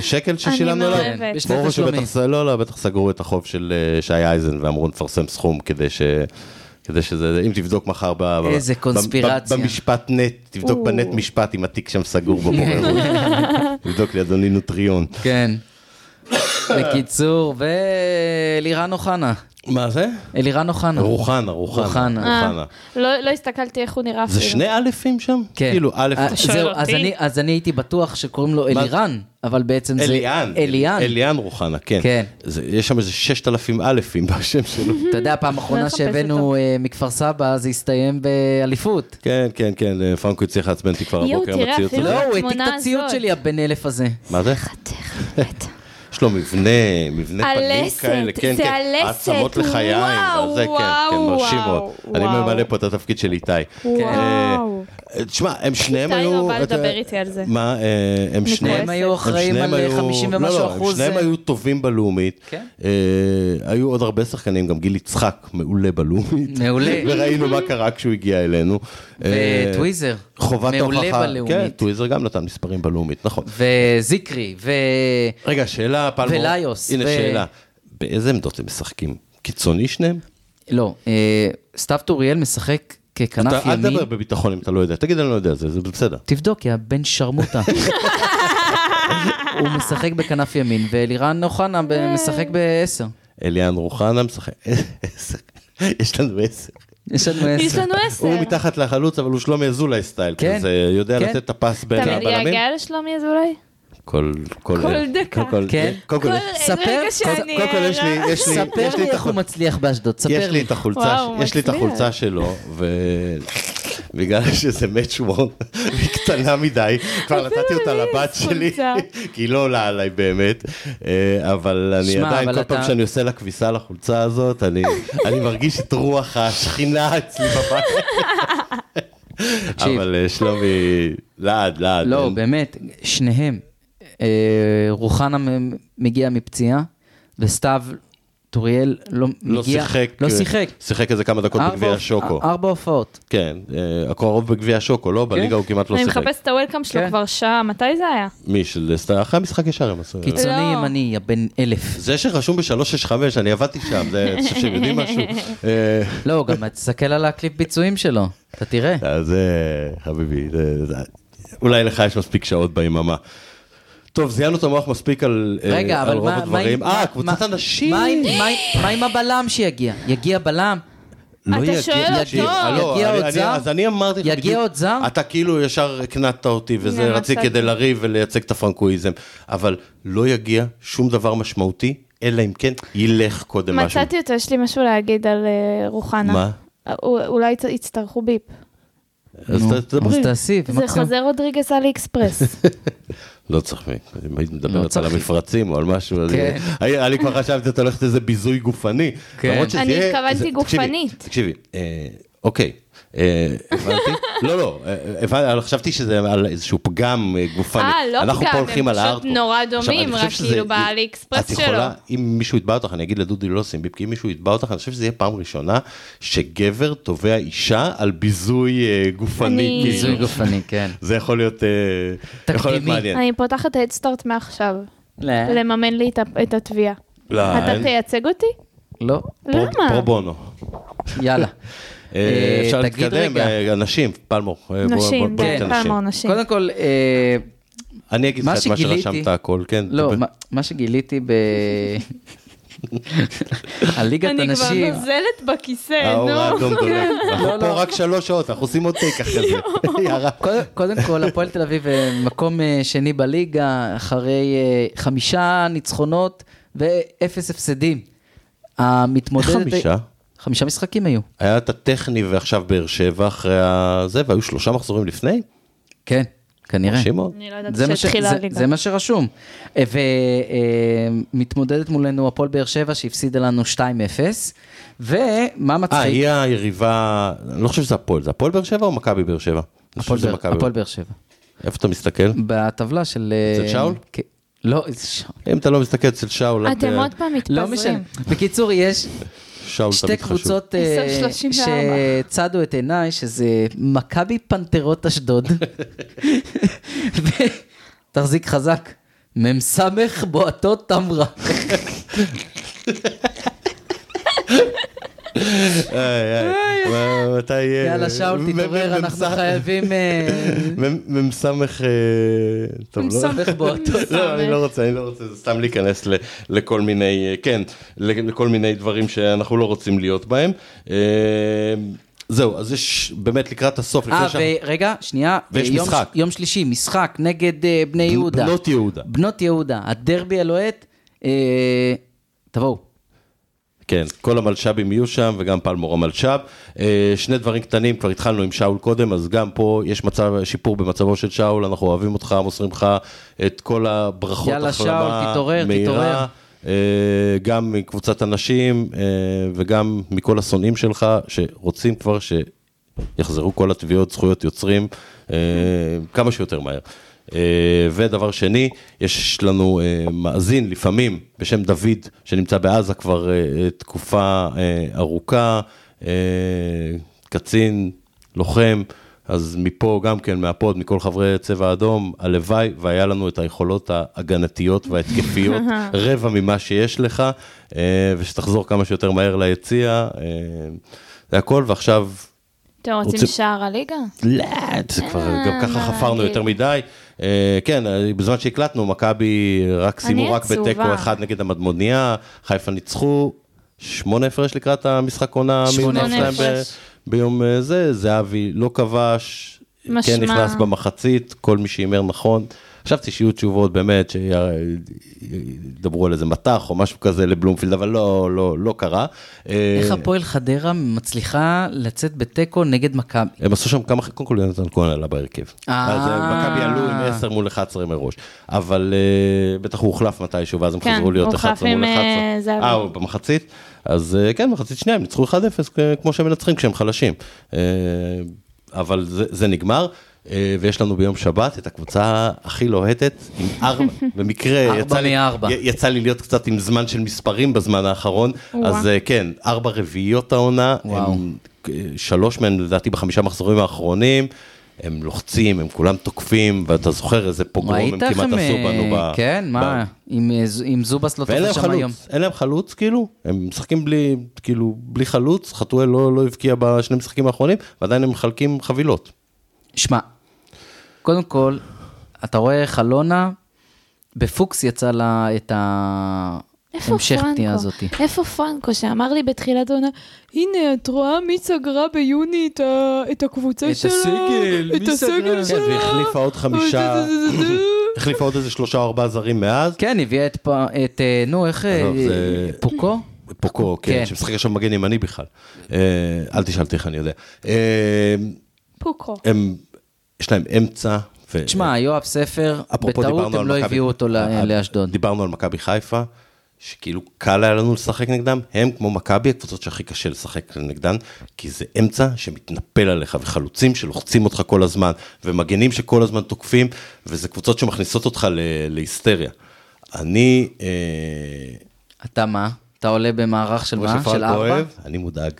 Speaker 1: שקל ששילמנו
Speaker 4: אני
Speaker 1: עליו.
Speaker 4: מאוהבת.
Speaker 3: יש
Speaker 1: ברור
Speaker 3: לזה שלומי.
Speaker 1: שבטח ס- לא, לא, בטח סגרו את החוב של אה, שי אייזן ואמרו נפרסם סכום כדי ש... כדי שזה, אם תבדוק מחר ב... ב-
Speaker 3: איזה
Speaker 1: ב-
Speaker 3: קונספירציה.
Speaker 1: ב- במשפט נט, תבדוק
Speaker 4: או.
Speaker 1: בנט משפט אם התיק שם סגור בבוררות. תבדוק לי אדוני נוטריון.
Speaker 3: כן. בקיצור, ואלירן אוחנה.
Speaker 1: מה זה?
Speaker 3: אלירן אוחנה.
Speaker 1: רוחנה, רוחנה.
Speaker 3: אה. רוחנה.
Speaker 4: אה,
Speaker 1: רוחנה.
Speaker 4: לא לא הסתכלתי איך הוא נראה אפילו.
Speaker 1: זה שני אלפים שם?
Speaker 3: כן.
Speaker 1: כאילו, א',
Speaker 3: אה,
Speaker 2: שואל
Speaker 3: זהו,
Speaker 2: אותי?
Speaker 3: אז אני- אז אני הייתי בטוח שקוראים לו אלירן, אבל בעצם זה...
Speaker 1: אליאן.
Speaker 3: אליאן.
Speaker 1: אליאן רוחנה, כן.
Speaker 3: כן.
Speaker 1: זה- יש שם איזה 6,000 אלפים בשם שלו.
Speaker 3: אתה יודע, הפעם האחרונה
Speaker 4: לא לחפש
Speaker 3: שהבאנו
Speaker 4: אותו.
Speaker 3: אה, מכפר סבא, זה הסתיים באליפות.
Speaker 1: כן, כן, כן, אה, פרנקו הצליח לעצבן אותי כבר
Speaker 4: יואו,
Speaker 1: הבוקר עם
Speaker 4: תראה,
Speaker 1: הציוץ
Speaker 4: אפילו-
Speaker 1: הזה.
Speaker 3: לא, הוא לא, העתיק
Speaker 4: התמונה
Speaker 3: את הציוד
Speaker 4: הזאת.
Speaker 3: שלי, הבן אלף הזה.
Speaker 1: מה זה?
Speaker 4: חתיך, באמת.
Speaker 1: יש לו מבנה, מבנה פנים
Speaker 4: הלסת,
Speaker 1: כאלה, כן,
Speaker 4: זה
Speaker 1: כן,
Speaker 4: הלסת,
Speaker 1: העצמות לחיים,
Speaker 4: וואו,
Speaker 1: אז זה כן, כן,
Speaker 4: וואו,
Speaker 1: מרשים מאוד.
Speaker 4: וואו,
Speaker 1: אני
Speaker 4: וואו.
Speaker 1: ממלא פה את התפקיד של איתי.
Speaker 4: וואו.
Speaker 1: אה, תשמע, הם שניהם
Speaker 2: איתי
Speaker 1: היו...
Speaker 2: לא בא
Speaker 1: אתה-
Speaker 2: לדבר איתי על זה.
Speaker 1: מה, אה, הם שניהם...
Speaker 3: הם היו
Speaker 1: הם
Speaker 3: אחראים
Speaker 1: שניהם
Speaker 3: על
Speaker 1: היו-
Speaker 3: 50
Speaker 1: לא,
Speaker 3: ומשהו
Speaker 1: לא,
Speaker 3: אחוז.
Speaker 1: הם שניהם
Speaker 3: אה,
Speaker 1: היו טובים בלאומית.
Speaker 3: כן.
Speaker 1: אה, היו עוד הרבה שחקנים, גם גיל יצחק מעולה בלאומית.
Speaker 3: מעולה.
Speaker 1: וראינו מה קרה כשהוא הגיע אלינו. אה,
Speaker 3: וטוויזר,
Speaker 1: חובת ההוכחה.
Speaker 3: מעולה בלאומית.
Speaker 1: כן, טוויזר גם נתן מספרים בלאומית, נכון.
Speaker 3: וזיקרי, ו...
Speaker 1: רגע, שאלה, פלמור.
Speaker 3: וליוס,
Speaker 1: הנה
Speaker 3: ו-
Speaker 1: שאלה. באיזה עמדות הם משחקים? קיצוני שניהם?
Speaker 3: לא, אה, סתיו טוריאל משחק ככנף
Speaker 1: אתה- אל
Speaker 3: ימין.
Speaker 1: תדבר בביטחון אם אתה לא יודע. תגיד, אני לא יודע, זה זה בסדר.
Speaker 3: תבדוק, יא בן שרמוטה. הוא משחק בכנף ימין, ואלירן אוחנה ב- משחק בעשר.
Speaker 1: אליאן רוחנה משחק. עשר. יש לנו עשר.
Speaker 3: יש לנו עשר.
Speaker 4: יש לנו עשר.
Speaker 1: הוא מתחת לחלוץ, אבל הוא שלומי אזולאי סטייל.
Speaker 3: כן.
Speaker 1: כזה, יודע
Speaker 3: כן.
Speaker 1: לתת את הפס בין
Speaker 4: אתה
Speaker 1: הבלמים.
Speaker 4: מתגעגע לשלומי אזולאי?
Speaker 1: כל כל- אה,
Speaker 4: כל דקה.
Speaker 1: כל- כל-
Speaker 3: כן.
Speaker 1: קודם כל,
Speaker 3: ספר-
Speaker 4: רגע
Speaker 3: קודם-
Speaker 4: שאני
Speaker 1: קודם כל יש לי-
Speaker 4: ערה.
Speaker 1: יש לי-
Speaker 3: ספר
Speaker 1: יש לי
Speaker 3: לי
Speaker 1: את
Speaker 3: איך
Speaker 1: החול-
Speaker 3: הוא מצליח באשדוד, ספר
Speaker 1: יש לי
Speaker 3: לי.
Speaker 1: את החולצה,
Speaker 2: וואו,
Speaker 1: יש לי את
Speaker 2: מצליח.
Speaker 1: החולצה שלו, ובגלל שזה מאץ' וורן, היא קטנה מדי, כבר נתתי אותה
Speaker 2: לי
Speaker 1: לבת
Speaker 2: יש
Speaker 1: שלי,
Speaker 2: חולצה.
Speaker 1: כי היא לא עולה עליי באמת, אה, אבל אני
Speaker 3: שמע,
Speaker 1: עדיין,
Speaker 3: אבל
Speaker 1: כל
Speaker 3: אתה-
Speaker 1: פעם שאני עושה לה כביסה לחולצה הזאת, אני- אני מרגיש את רוח השכינה אצלי בבית.
Speaker 3: תקשיב.
Speaker 1: אבל אה, שלומי, לעד, לעד. אה,
Speaker 3: לא,
Speaker 1: אין-
Speaker 3: באמת, שניהם. אה, רוחנה מ- מגיע מפציעה, וסתיו טוריאל לא
Speaker 1: לא
Speaker 3: מגיע.
Speaker 1: שיחק,
Speaker 3: לא
Speaker 1: אה,
Speaker 3: שיחק. אה,
Speaker 1: שיחק איזה כמה דקות
Speaker 3: ארבע-
Speaker 1: בגביע שוקו.
Speaker 3: ארבע הופעות.
Speaker 1: כן, אה, הקרוב בגביע שוקו, לא? בליגה הוא כמעט לא
Speaker 2: אני
Speaker 1: שיחק.
Speaker 2: מחפשת את הוולקאם שלו
Speaker 3: כן.
Speaker 2: כבר שעה, מתי זה היה?
Speaker 1: מי של סטאר? אחרי המשחק ישר הם עשו.
Speaker 3: קיצוני
Speaker 2: לא.
Speaker 3: ימני, יא בן אלף.
Speaker 1: זה שרשום ב-365, אני עבדתי שם, זה, אני חושב שהם יודעים משהו. אה,
Speaker 3: לא, גם תסתכל על הקליפ ביצועים שלו, אתה תראה.
Speaker 1: אז אה, חביבי, זה- זה- אולי לך יש מספיק שעות ביממה. טוב, זיינו את המוח מספיק על אה,
Speaker 3: רגע,
Speaker 1: על
Speaker 3: אבל
Speaker 1: רוב
Speaker 3: מה... מה
Speaker 1: הדברים.
Speaker 3: עם-
Speaker 1: אה,
Speaker 3: מה-
Speaker 1: קבוצת
Speaker 3: מה-
Speaker 1: הנשים.
Speaker 3: מה עם- מה עם- מה עם הבלם שיגיע? יגיע בלם?
Speaker 1: לא
Speaker 2: אתה
Speaker 1: יגיע-
Speaker 2: שואל אותו.
Speaker 1: תקשיב, אה, לא,
Speaker 3: יגיע
Speaker 1: אני-
Speaker 3: עוד
Speaker 1: אני-
Speaker 3: זר?
Speaker 1: אז אני אמרתי לך
Speaker 3: יגיע
Speaker 1: בדיוק.
Speaker 3: עוד זר?
Speaker 1: אתה כאילו ישר הקנדת אותי, וזה
Speaker 2: הנה,
Speaker 1: רציתי
Speaker 2: מצאתי.
Speaker 1: כדי לריב ולייצג את הפרנקואיזם. אבל לא יגיע שום דבר משמעותי, אלא אם כן ילך קודם משהו.
Speaker 2: מצאתי אותו, יש לי משהו להגיד על אה, רוחנה.
Speaker 1: מה?
Speaker 2: אה, הוא- אולי צ- יצטרכו ביפ.
Speaker 1: אז
Speaker 3: נו,
Speaker 1: ת- תדברי.
Speaker 3: אז תעשי,
Speaker 2: זה
Speaker 3: מקסימום.
Speaker 2: חוזר רודריגז על אקספרס.
Speaker 1: לא צריך, אם היית
Speaker 3: לא
Speaker 1: מדברת על
Speaker 3: צריך.
Speaker 1: המפרצים או על משהו, אז
Speaker 3: כן.
Speaker 1: היה היה לי כבר חשבת שאת הולכת איזה ביזוי גופני.
Speaker 3: כן.
Speaker 1: למרות שזה
Speaker 2: אני
Speaker 1: יהיה-
Speaker 2: התכוונתי
Speaker 1: זה- תקשיבי,
Speaker 2: גופנית.
Speaker 1: תקשיבי, אה, אוקיי. אה, הבנתי? לא, לא, אה, הבנתי, אבל חשבתי שזה על איזשהו פגם אה, גופני.
Speaker 2: אה, לא
Speaker 1: אנחנו
Speaker 2: פגם,
Speaker 1: פה
Speaker 2: הם
Speaker 1: הולכים על
Speaker 2: פשוט
Speaker 1: הארטבורט.
Speaker 2: נורא
Speaker 1: עכשיו,
Speaker 2: דומים,
Speaker 1: אני חושב
Speaker 2: רק
Speaker 1: שזה-
Speaker 2: כאילו באלי אקספרס
Speaker 1: את יכולה,
Speaker 2: שלו.
Speaker 1: אם מישהו יתבע אותך, אני אגיד לדודי לא עושים ביפ, כי אם מישהו יתבע אותך, אני חושב שזה יהיה פעם ראשונה שגבר תובע אישה על ביזוי אה, גופני.
Speaker 2: אני-
Speaker 1: כאילו.
Speaker 3: ביזוי גופני, כן.
Speaker 1: זה יכול להיות, אה, יכול להיות
Speaker 3: תקדימי.
Speaker 1: מעניין.
Speaker 2: אני פותחת הדסטארט מעכשיו, לממן לי את ה- את התביעה.
Speaker 1: לא,
Speaker 2: אתה
Speaker 1: אין-
Speaker 2: תייצג אותי?
Speaker 3: לא,
Speaker 1: פרו-
Speaker 2: למה?
Speaker 1: פרו בונו.
Speaker 3: יאללה.
Speaker 1: אה,
Speaker 3: אה,
Speaker 1: אפשר
Speaker 3: תגיד
Speaker 1: להתקדם,
Speaker 3: רגע.
Speaker 1: אה, נשים, פלמור. אה, בוא-
Speaker 2: נשים,
Speaker 1: בוא- בוא
Speaker 2: די,
Speaker 1: ניתן נשים.
Speaker 2: פלמור נשים.
Speaker 3: קודם כל, אה,
Speaker 1: אני אגיד לך
Speaker 3: מה
Speaker 1: את מה
Speaker 3: שגיליתי-
Speaker 1: שרשמת הכל, כן?
Speaker 3: לא,
Speaker 1: דבר.
Speaker 3: מה- מה שגיליתי ב... על ליגת
Speaker 2: אני כבר לא
Speaker 3: הנשים,
Speaker 2: נוזלת בכיסא,
Speaker 1: האור
Speaker 2: נו.
Speaker 1: אה, האדום דולק.
Speaker 3: לא,
Speaker 1: אנחנו
Speaker 3: לא.
Speaker 1: פה רק שלוש שעות, אנחנו עושים עוד טייק אחרי זה.
Speaker 2: לא.
Speaker 1: יאללה.
Speaker 3: קודם- קודם כל, הפועל תל אביב אה, מקום אה, שני בליגה, אחרי אה, חמישה ניצחונות ואפס הפסדים. המתמודדת...
Speaker 1: חמישה?
Speaker 3: חמישה משחקים היו.
Speaker 1: היה את הטכני ועכשיו באר שבע אחרי הזה, והיו שלושה מחזורים לפני?
Speaker 3: כן, כנראה.
Speaker 1: מרשים מאוד.
Speaker 2: אני לא ידעתי
Speaker 3: זה מה ש-
Speaker 2: שהתחילה
Speaker 3: זה-
Speaker 2: הליגה.
Speaker 3: זה מה שרשום. אה, ומתמודדת מולנו הפועל באר שבע שהפסידה לנו 2-0, ומה
Speaker 1: אה,
Speaker 3: מצחיק?
Speaker 1: היא היריבה, אני לא חושב שזה הפועל, זה הפועל באר שבע או מכבי באר שבע? אני חושב
Speaker 3: הפועל
Speaker 1: שזה
Speaker 3: באר-
Speaker 1: מכבי.
Speaker 3: הפועל באר שבע.
Speaker 1: איפה אתה מסתכל?
Speaker 3: בטבלה של... אה,
Speaker 1: אצל שאול?
Speaker 3: כ- לא, אצל שאול.
Speaker 1: אם אתה לא מסתכל אצל שאול, את,
Speaker 2: אתם
Speaker 1: אה,
Speaker 2: עוד פעם
Speaker 3: לא משנה.
Speaker 2: מתפזרים.
Speaker 3: בקיצור, יש
Speaker 1: שאול
Speaker 3: שתי
Speaker 1: תמיד חשוב.
Speaker 3: קבוצות אה,
Speaker 2: עשר, שלושים וארבע.
Speaker 3: שצדו את עיניי, שזה מכבי פנתרות אשדוד. ו- תחזיק חזק. מ"ס בועטות תמרה.
Speaker 1: כן. איי, איי, מה- מתי... אה,
Speaker 3: יאללה,
Speaker 1: מ-
Speaker 3: שאול,
Speaker 1: מ-
Speaker 3: תתעורר, אנחנו
Speaker 1: מ-
Speaker 3: חייבים... אה,
Speaker 1: מ- מ"ס... אה, טוב, לא-
Speaker 3: סמך באותו.
Speaker 1: לא, אני לא רוצה, אני לא רוצה, זה סתם להיכנס ל- לכל מיני, אה, כן, ל- לכל מיני דברים שאנחנו לא רוצים להיות בהם. אה, זהו, אז יש באמת לקראת הסוף, לפני
Speaker 3: אה,
Speaker 1: שאנחנו-
Speaker 3: ורגע, שנייה. אה,
Speaker 1: ויש
Speaker 3: יום-
Speaker 1: משחק.
Speaker 3: יום שלישי, משחק נגד אה, בני יהודה.
Speaker 1: בנות יהודה.
Speaker 3: בנות יהודה, הדרבי הלוהט. אה, תבואו.
Speaker 1: כן, כל המלש"בים יהיו שם וגם פלמור המלש"ב. אה, שני דברים קטנים, כבר התחלנו עם שאול קודם, אז גם פה יש מצב, שיפור במצבו של שאול, אנחנו אוהבים אותך, מוסרים לך את כל הברכות,
Speaker 3: יאללה, שאול, תתעורר,
Speaker 1: מהירה.
Speaker 3: תתעורר.
Speaker 1: אה, גם מקבוצת הנשים אה, וגם מכל השונאים שלך, שרוצים כבר שיחזרו כל התביעות זכויות יוצרים אה, כמה שיותר מהר. אה, ודבר שני, יש לנו אה, מאזין לפעמים בשם דוד, שנמצא בעזה כבר אה, אה, תקופה אה, ארוכה, אה, קצין, לוחם. אז מפה גם כן, מהפוד, מכל חברי צבע אדום, הלוואי והיה לנו את היכולות ההגנתיות וההתקפיות, רבע ממה שיש לך, אה, ושתחזור כמה שיותר מהר ליציע, אה, זה הכל, ועכשיו,
Speaker 4: אתם רוצים
Speaker 1: רוצים-
Speaker 4: שער הליגה?
Speaker 1: לא, זה כבר,
Speaker 4: אה,
Speaker 1: גם ככה חפרנו יותר מדי. אה, כן, אה, בזמן שהקלטנו, מכבי רק סיימו
Speaker 4: אני
Speaker 1: רק בתיקו
Speaker 4: עצובה.
Speaker 1: אחד נגד המדמוניה, חיפה ניצחו, שמונה הפרש לקראת המשחק עונה, מי
Speaker 3: שמונה
Speaker 1: יודע, שלהם ב-
Speaker 4: הפרש.
Speaker 1: ביום אה, זה, זהבי לא כבש,
Speaker 4: משמע.
Speaker 1: כן נכנס במחצית, כל מי שהימר נכון. חשבתי שיהיו תשובות באמת, שידברו על איזה מטח או משהו כזה לבלומפילד, אבל לא, לא, לא קרה. אה,
Speaker 3: איך הפועל חדרה מצליחה לצאת בתיקו נגד מכבי?
Speaker 1: הם עשו שם כמה, קודם כל יונתן כהן עלה בהרכב.
Speaker 3: אה.
Speaker 1: אז אה, מכבי עלו עם 10 מול 11 מראש. אבל אה, בטח הוא הוחלף מתישהו, ואז הם
Speaker 4: כן,
Speaker 1: חזרו להיות
Speaker 4: הוא
Speaker 1: 11
Speaker 4: הוחלף
Speaker 1: מול
Speaker 4: עם,
Speaker 1: 11.
Speaker 4: אה, זהבי.
Speaker 1: אה, הוא במחצית? אז אה, כן, מחצית שנייה, הם ניצחו 1-0, אה, כמו שהם מנצחים כשהם חלשים. אה, אבל זה זה נגמר. אה, ויש לנו ביום שבת את הקבוצה הכי לוהטת, עם ארבע, במקרה
Speaker 3: ארבע
Speaker 1: יצא לי,
Speaker 3: מארבע.
Speaker 1: י- יצא לי להיות קצת עם זמן של מספרים בזמן האחרון, אז אה, כן, ארבע רביעיות העונה,
Speaker 3: וואו.
Speaker 1: הם אה, שלוש מהם לדעתי בחמישה מחזורים האחרונים, הם לוחצים, הם כולם תוקפים, ואתה זוכר איזה פוגרום הם
Speaker 3: ראית
Speaker 1: כמעט
Speaker 3: איך
Speaker 1: עשו
Speaker 3: הם...
Speaker 1: בנו.
Speaker 3: אה,
Speaker 1: ב-
Speaker 3: כן,
Speaker 1: ב-
Speaker 3: מה? אם, אה, ז- אם זובס לא
Speaker 1: ואין
Speaker 3: תופס
Speaker 1: להם
Speaker 3: שם היום.
Speaker 1: חלוץ, אין להם חלוץ כאילו, הם משחקים בלי, כאילו, בלי חלוץ, חתואל לא, לא הבקיע בשני המשחקים האחרונים, ועדיין הם מחלקים חבילות.
Speaker 3: שמע, קודם כל, אתה רואה חלונה, בפוקס יצא לה את
Speaker 4: איפה
Speaker 3: ההמשך
Speaker 4: פרנקו?
Speaker 3: פנייה הזאת.
Speaker 4: איפה פרנקו שאמר לי בתחילת העונה, הנה, את רואה מי סגרה ביוני את ה- את הקבוצה
Speaker 3: את
Speaker 4: שלה?
Speaker 3: הסגל, מי
Speaker 4: את הסגל
Speaker 1: כן,
Speaker 3: סגרה?"
Speaker 4: שלה?
Speaker 1: והחליפה עוד חמישה,
Speaker 4: זה, זה, זה, זה.
Speaker 1: החליפה עוד איזה שלושה או ארבעה זרים מאז.
Speaker 3: כן, הביאה את, פ- את, אה, נו, איך, אה,
Speaker 1: עזוב, זה-
Speaker 3: פוקו?
Speaker 1: פוקו,
Speaker 3: כן.
Speaker 1: כן, שמשחק עכשיו מגן ימני בכלל. אה, אל תשאל אותי איך אני יודע. אה,
Speaker 4: פוקו.
Speaker 1: הם, יש להם אמצע. ו-
Speaker 3: תשמע, יואב ספר,
Speaker 1: אפרופו
Speaker 3: בטעות
Speaker 1: דיברנו
Speaker 3: הם
Speaker 1: על
Speaker 3: לא
Speaker 1: מכבי-
Speaker 3: הביאו אותו ל-
Speaker 1: אה,
Speaker 3: לאשדוד.
Speaker 1: דיברנו על מכבי חיפה, שכאילו קל היה לנו לשחק נגדם, הם כמו מכבי הקבוצות שהכי קשה לשחק נגדן, כי זה אמצע שמתנפל עליך, וחלוצים שלוחצים אותך כל הזמן, ומגנים שכל הזמן תוקפים, וזה קבוצות שמכניסות אותך ל- להיסטריה. אני, אה,
Speaker 3: אתה מה? אתה עולה במערך של
Speaker 1: כמו
Speaker 3: מה? של
Speaker 1: שפרנק
Speaker 3: ארבע?
Speaker 1: אוהב, אני מודאג.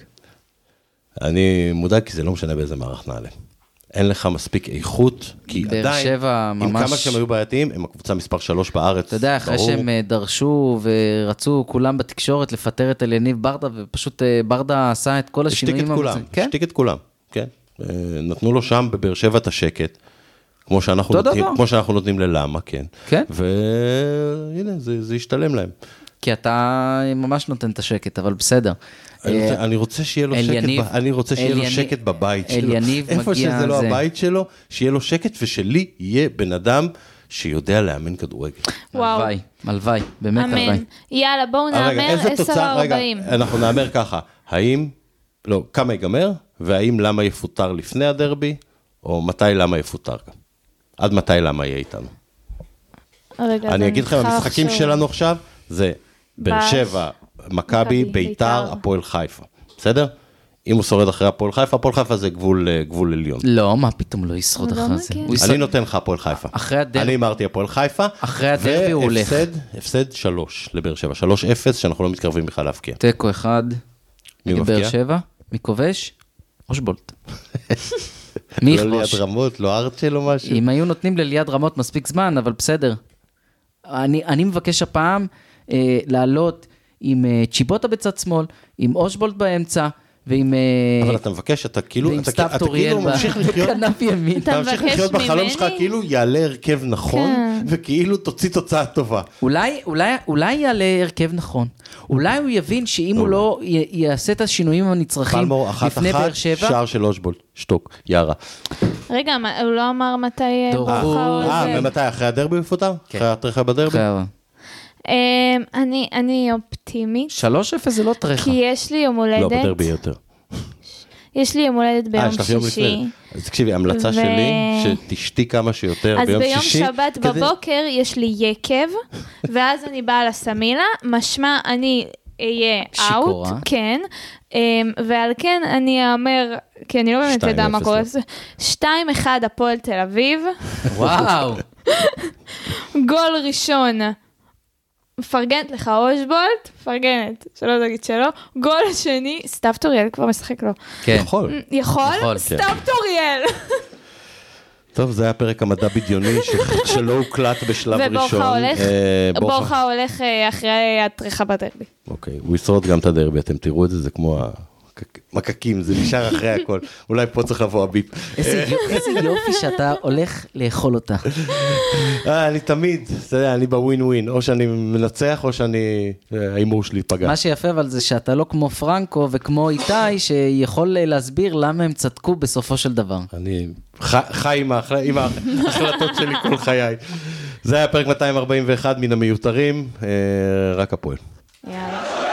Speaker 1: אני מודאג כי זה לא משנה באיזה מערך נעלה. אין לך מספיק איכות, כי
Speaker 3: באר
Speaker 1: עדיין,
Speaker 3: שבע
Speaker 1: עם
Speaker 3: ממש-
Speaker 1: כמה שהם היו בעייתיים, הם הקבוצה מספר 3 בארץ,
Speaker 3: אתה יודע, אחרי
Speaker 1: ברור.
Speaker 3: שהם אה, דרשו ורצו כולם בתקשורת לפטר את אליניב ברדה, ופשוט אה, ברדה עשה את כל
Speaker 1: השתיק
Speaker 3: השינויים.
Speaker 1: את כולם,
Speaker 3: המצ- לא כן?
Speaker 1: השתיק את כולם, כן. אה, נתנו לו שם בבאר שבע את השקט, כמו שאנחנו
Speaker 3: אותו
Speaker 1: נותנים-
Speaker 3: דבר.
Speaker 1: כמו שאנחנו נותנים ללמה, כן.
Speaker 3: כן.
Speaker 1: והנה, זה זה השתלם להם.
Speaker 3: כי אתה ממש נותן את השקט, אבל בסדר.
Speaker 1: אני
Speaker 3: אה,
Speaker 1: רוצה- אני רוצה שיהיה לו
Speaker 3: אל
Speaker 1: שקט,
Speaker 3: יניב-
Speaker 1: ב- אני רוצה שיהיה לו
Speaker 3: אל
Speaker 1: שקט
Speaker 3: יניב-
Speaker 1: בבית
Speaker 3: אל
Speaker 1: שלו.
Speaker 3: יניב
Speaker 1: איפה
Speaker 3: מגיע
Speaker 1: שזה לא
Speaker 3: זה.
Speaker 1: הבית שלו, שיהיה לו שקט, ושלי יהיה בן אדם שיודע לאמן כדורגל.
Speaker 4: וואו.
Speaker 3: הלוואי, הלווי, באמת הלוואי.
Speaker 4: אמן. יאללה, בואו
Speaker 1: אבל אה, רגע,
Speaker 4: נאמר
Speaker 1: איזה
Speaker 4: 10
Speaker 1: תוצאה- רגע,
Speaker 4: 40.
Speaker 1: אנחנו נאמר ככה, האם, לא, כמה ייגמר, והאם למה יפוטר לפני הדרבי, או מתי למה יפוטר גם. עד מתי למה יהיה איתנו.
Speaker 4: רגע, אז
Speaker 1: אה, אני אגיד לכם,
Speaker 4: צריכה
Speaker 1: המשחקים
Speaker 4: לחשוב.
Speaker 1: שלנו עכשיו, זה באר
Speaker 4: באר-
Speaker 1: שבע, מכבי,
Speaker 4: מכבי,
Speaker 1: ביתר,
Speaker 4: ביתר.
Speaker 1: הפועל חיפה, בסדר? אם הוא שורד אחרי הפועל חיפה, הפועל חיפה זה גבול אה, גבול עליון.
Speaker 3: לא, מה פתאום לא ישרוד
Speaker 4: הוא לא
Speaker 3: אחרי זה.
Speaker 4: מגיע.
Speaker 3: הוא ישרוד-
Speaker 1: אני נותן לך הפועל חיפה.
Speaker 3: אחרי הדרבי-
Speaker 1: אני הימרתי הפועל חיפה.
Speaker 3: אחרי הדרבי הוא הולך.
Speaker 1: והפסד, הפסד שלוש לבאר שבע, שלוש אפס, שאנחנו לא מתקרבים בכלל להבקיע.
Speaker 3: תיקו אחד,
Speaker 1: מי מבקיע?
Speaker 3: מבאר שבע, מי כובש? אושבולט. מי
Speaker 1: לא
Speaker 3: יכבוש?
Speaker 1: ליד רמות, לא ארצ'ל או משהו.
Speaker 3: אם היו נותנים לליעד רמות מספיק זמן, אבל בסדר. אני, אני מבקש הפעם אה, לעלות עם אה, צ'יבוטה בצד שמאל, עם אושבולט באמצע, ועם... אה,
Speaker 1: אבל אתה מבקש, אתה כאילו,
Speaker 3: ועם
Speaker 1: אתה
Speaker 3: סתיו
Speaker 1: אתה
Speaker 3: טוריאל
Speaker 1: כאילו
Speaker 3: ב-
Speaker 1: ממשיך לחיות.
Speaker 3: בכנף ימין.
Speaker 1: אתה ממשיך
Speaker 4: מבקש
Speaker 1: לחיות בחלום
Speaker 4: ממני? כן.
Speaker 1: שלך, כאילו יעלה הרכב נכון, וכאילו תוציא תוצאה טובה.
Speaker 3: אולי, אולי, אולי יעלה הרכב נכון. אולי הוא יבין שאם הוא לא י- יעשה את השינויים הנצרכים
Speaker 1: פלמור, אחת
Speaker 3: לפני באר
Speaker 1: אחת,
Speaker 3: שבע,
Speaker 1: שער של אושבולט, שתוק, יארה.
Speaker 4: רגע, מה, הוא לא אמר מתי... אה,
Speaker 3: דור.
Speaker 4: ברכה או
Speaker 1: אה,
Speaker 4: זה.
Speaker 1: ומתי, כן. אחרי הדרבי הוא יפוטר? אחרי הטרחה בדרבי?
Speaker 3: חבר'ה,
Speaker 2: אמ,
Speaker 4: אה,
Speaker 2: אני- אני אופטימית,
Speaker 3: 3-0 זה לא טרחה.
Speaker 2: כי יש לי יום
Speaker 1: לא,
Speaker 2: הולדת,
Speaker 1: בדרבי יותר.
Speaker 2: יש לי יום הולדת ביום
Speaker 1: אה, יש לך יום
Speaker 2: שישי.
Speaker 1: לפני. אז תקשיבי, ההמלצה
Speaker 2: ו-
Speaker 1: שלי, שתשתי כמה שיותר
Speaker 2: אז
Speaker 1: ביום
Speaker 2: ביום
Speaker 1: שישי.
Speaker 2: שבת
Speaker 1: כדי-
Speaker 2: בבוקר יש לי יקב, ואז אני באה לסמילה, משמע אני אהיה אאוט,
Speaker 3: שיכורה.
Speaker 2: כן, אמ, ועל כן אני אאמר, כי אני לא באמת
Speaker 1: שתיים
Speaker 2: יודעת מה
Speaker 1: אפס
Speaker 2: קורה
Speaker 1: לא.
Speaker 2: לזה, 2-1 הפועל תל אביב,
Speaker 3: וואו.
Speaker 2: גול ראשון. מפרגנת לך אושבולט, מפרגנת, שלא תגיד שלא. גול שני, סתיו טוריאל כבר משחק לו.
Speaker 3: כן.
Speaker 1: יכול. כן.
Speaker 2: יכול?
Speaker 3: יכול,
Speaker 2: סתיו טוריאל.
Speaker 1: טוב, זה היה פרק המדע בדיוני ש- שלא הוקלט בשלב ראשון.
Speaker 2: וברכה הולך?
Speaker 1: אה, ברכה.
Speaker 2: בורחה הולך אה, אחרי הטריחה בדרבי.
Speaker 1: אוקיי, הוא ישרוד גם את הדרבי, אתם תראו את זה, זה כמו המקקים, זה נשאר אחרי הכל. אולי פה צריך לבוא הביפ.
Speaker 3: איזה יופי- איזה יופי שאתה הולך לאכול אותה.
Speaker 1: אה, אני תמיד, אתה יודע, אני בווין ווין, או שאני מנצח או שאני, אה, ההימור שלי ייפגע.
Speaker 3: מה שיפה אבל זה שאתה לא כמו פרנקו וכמו איתי, שיכול אה, להסביר למה הם צדקו בסופו של דבר.
Speaker 1: אני ח- חי עם ההחל- עם ההחלטות שלי כל חיי. זה היה פרק 241 מן המיותרים, אה, רק הפועל.
Speaker 2: יאללה.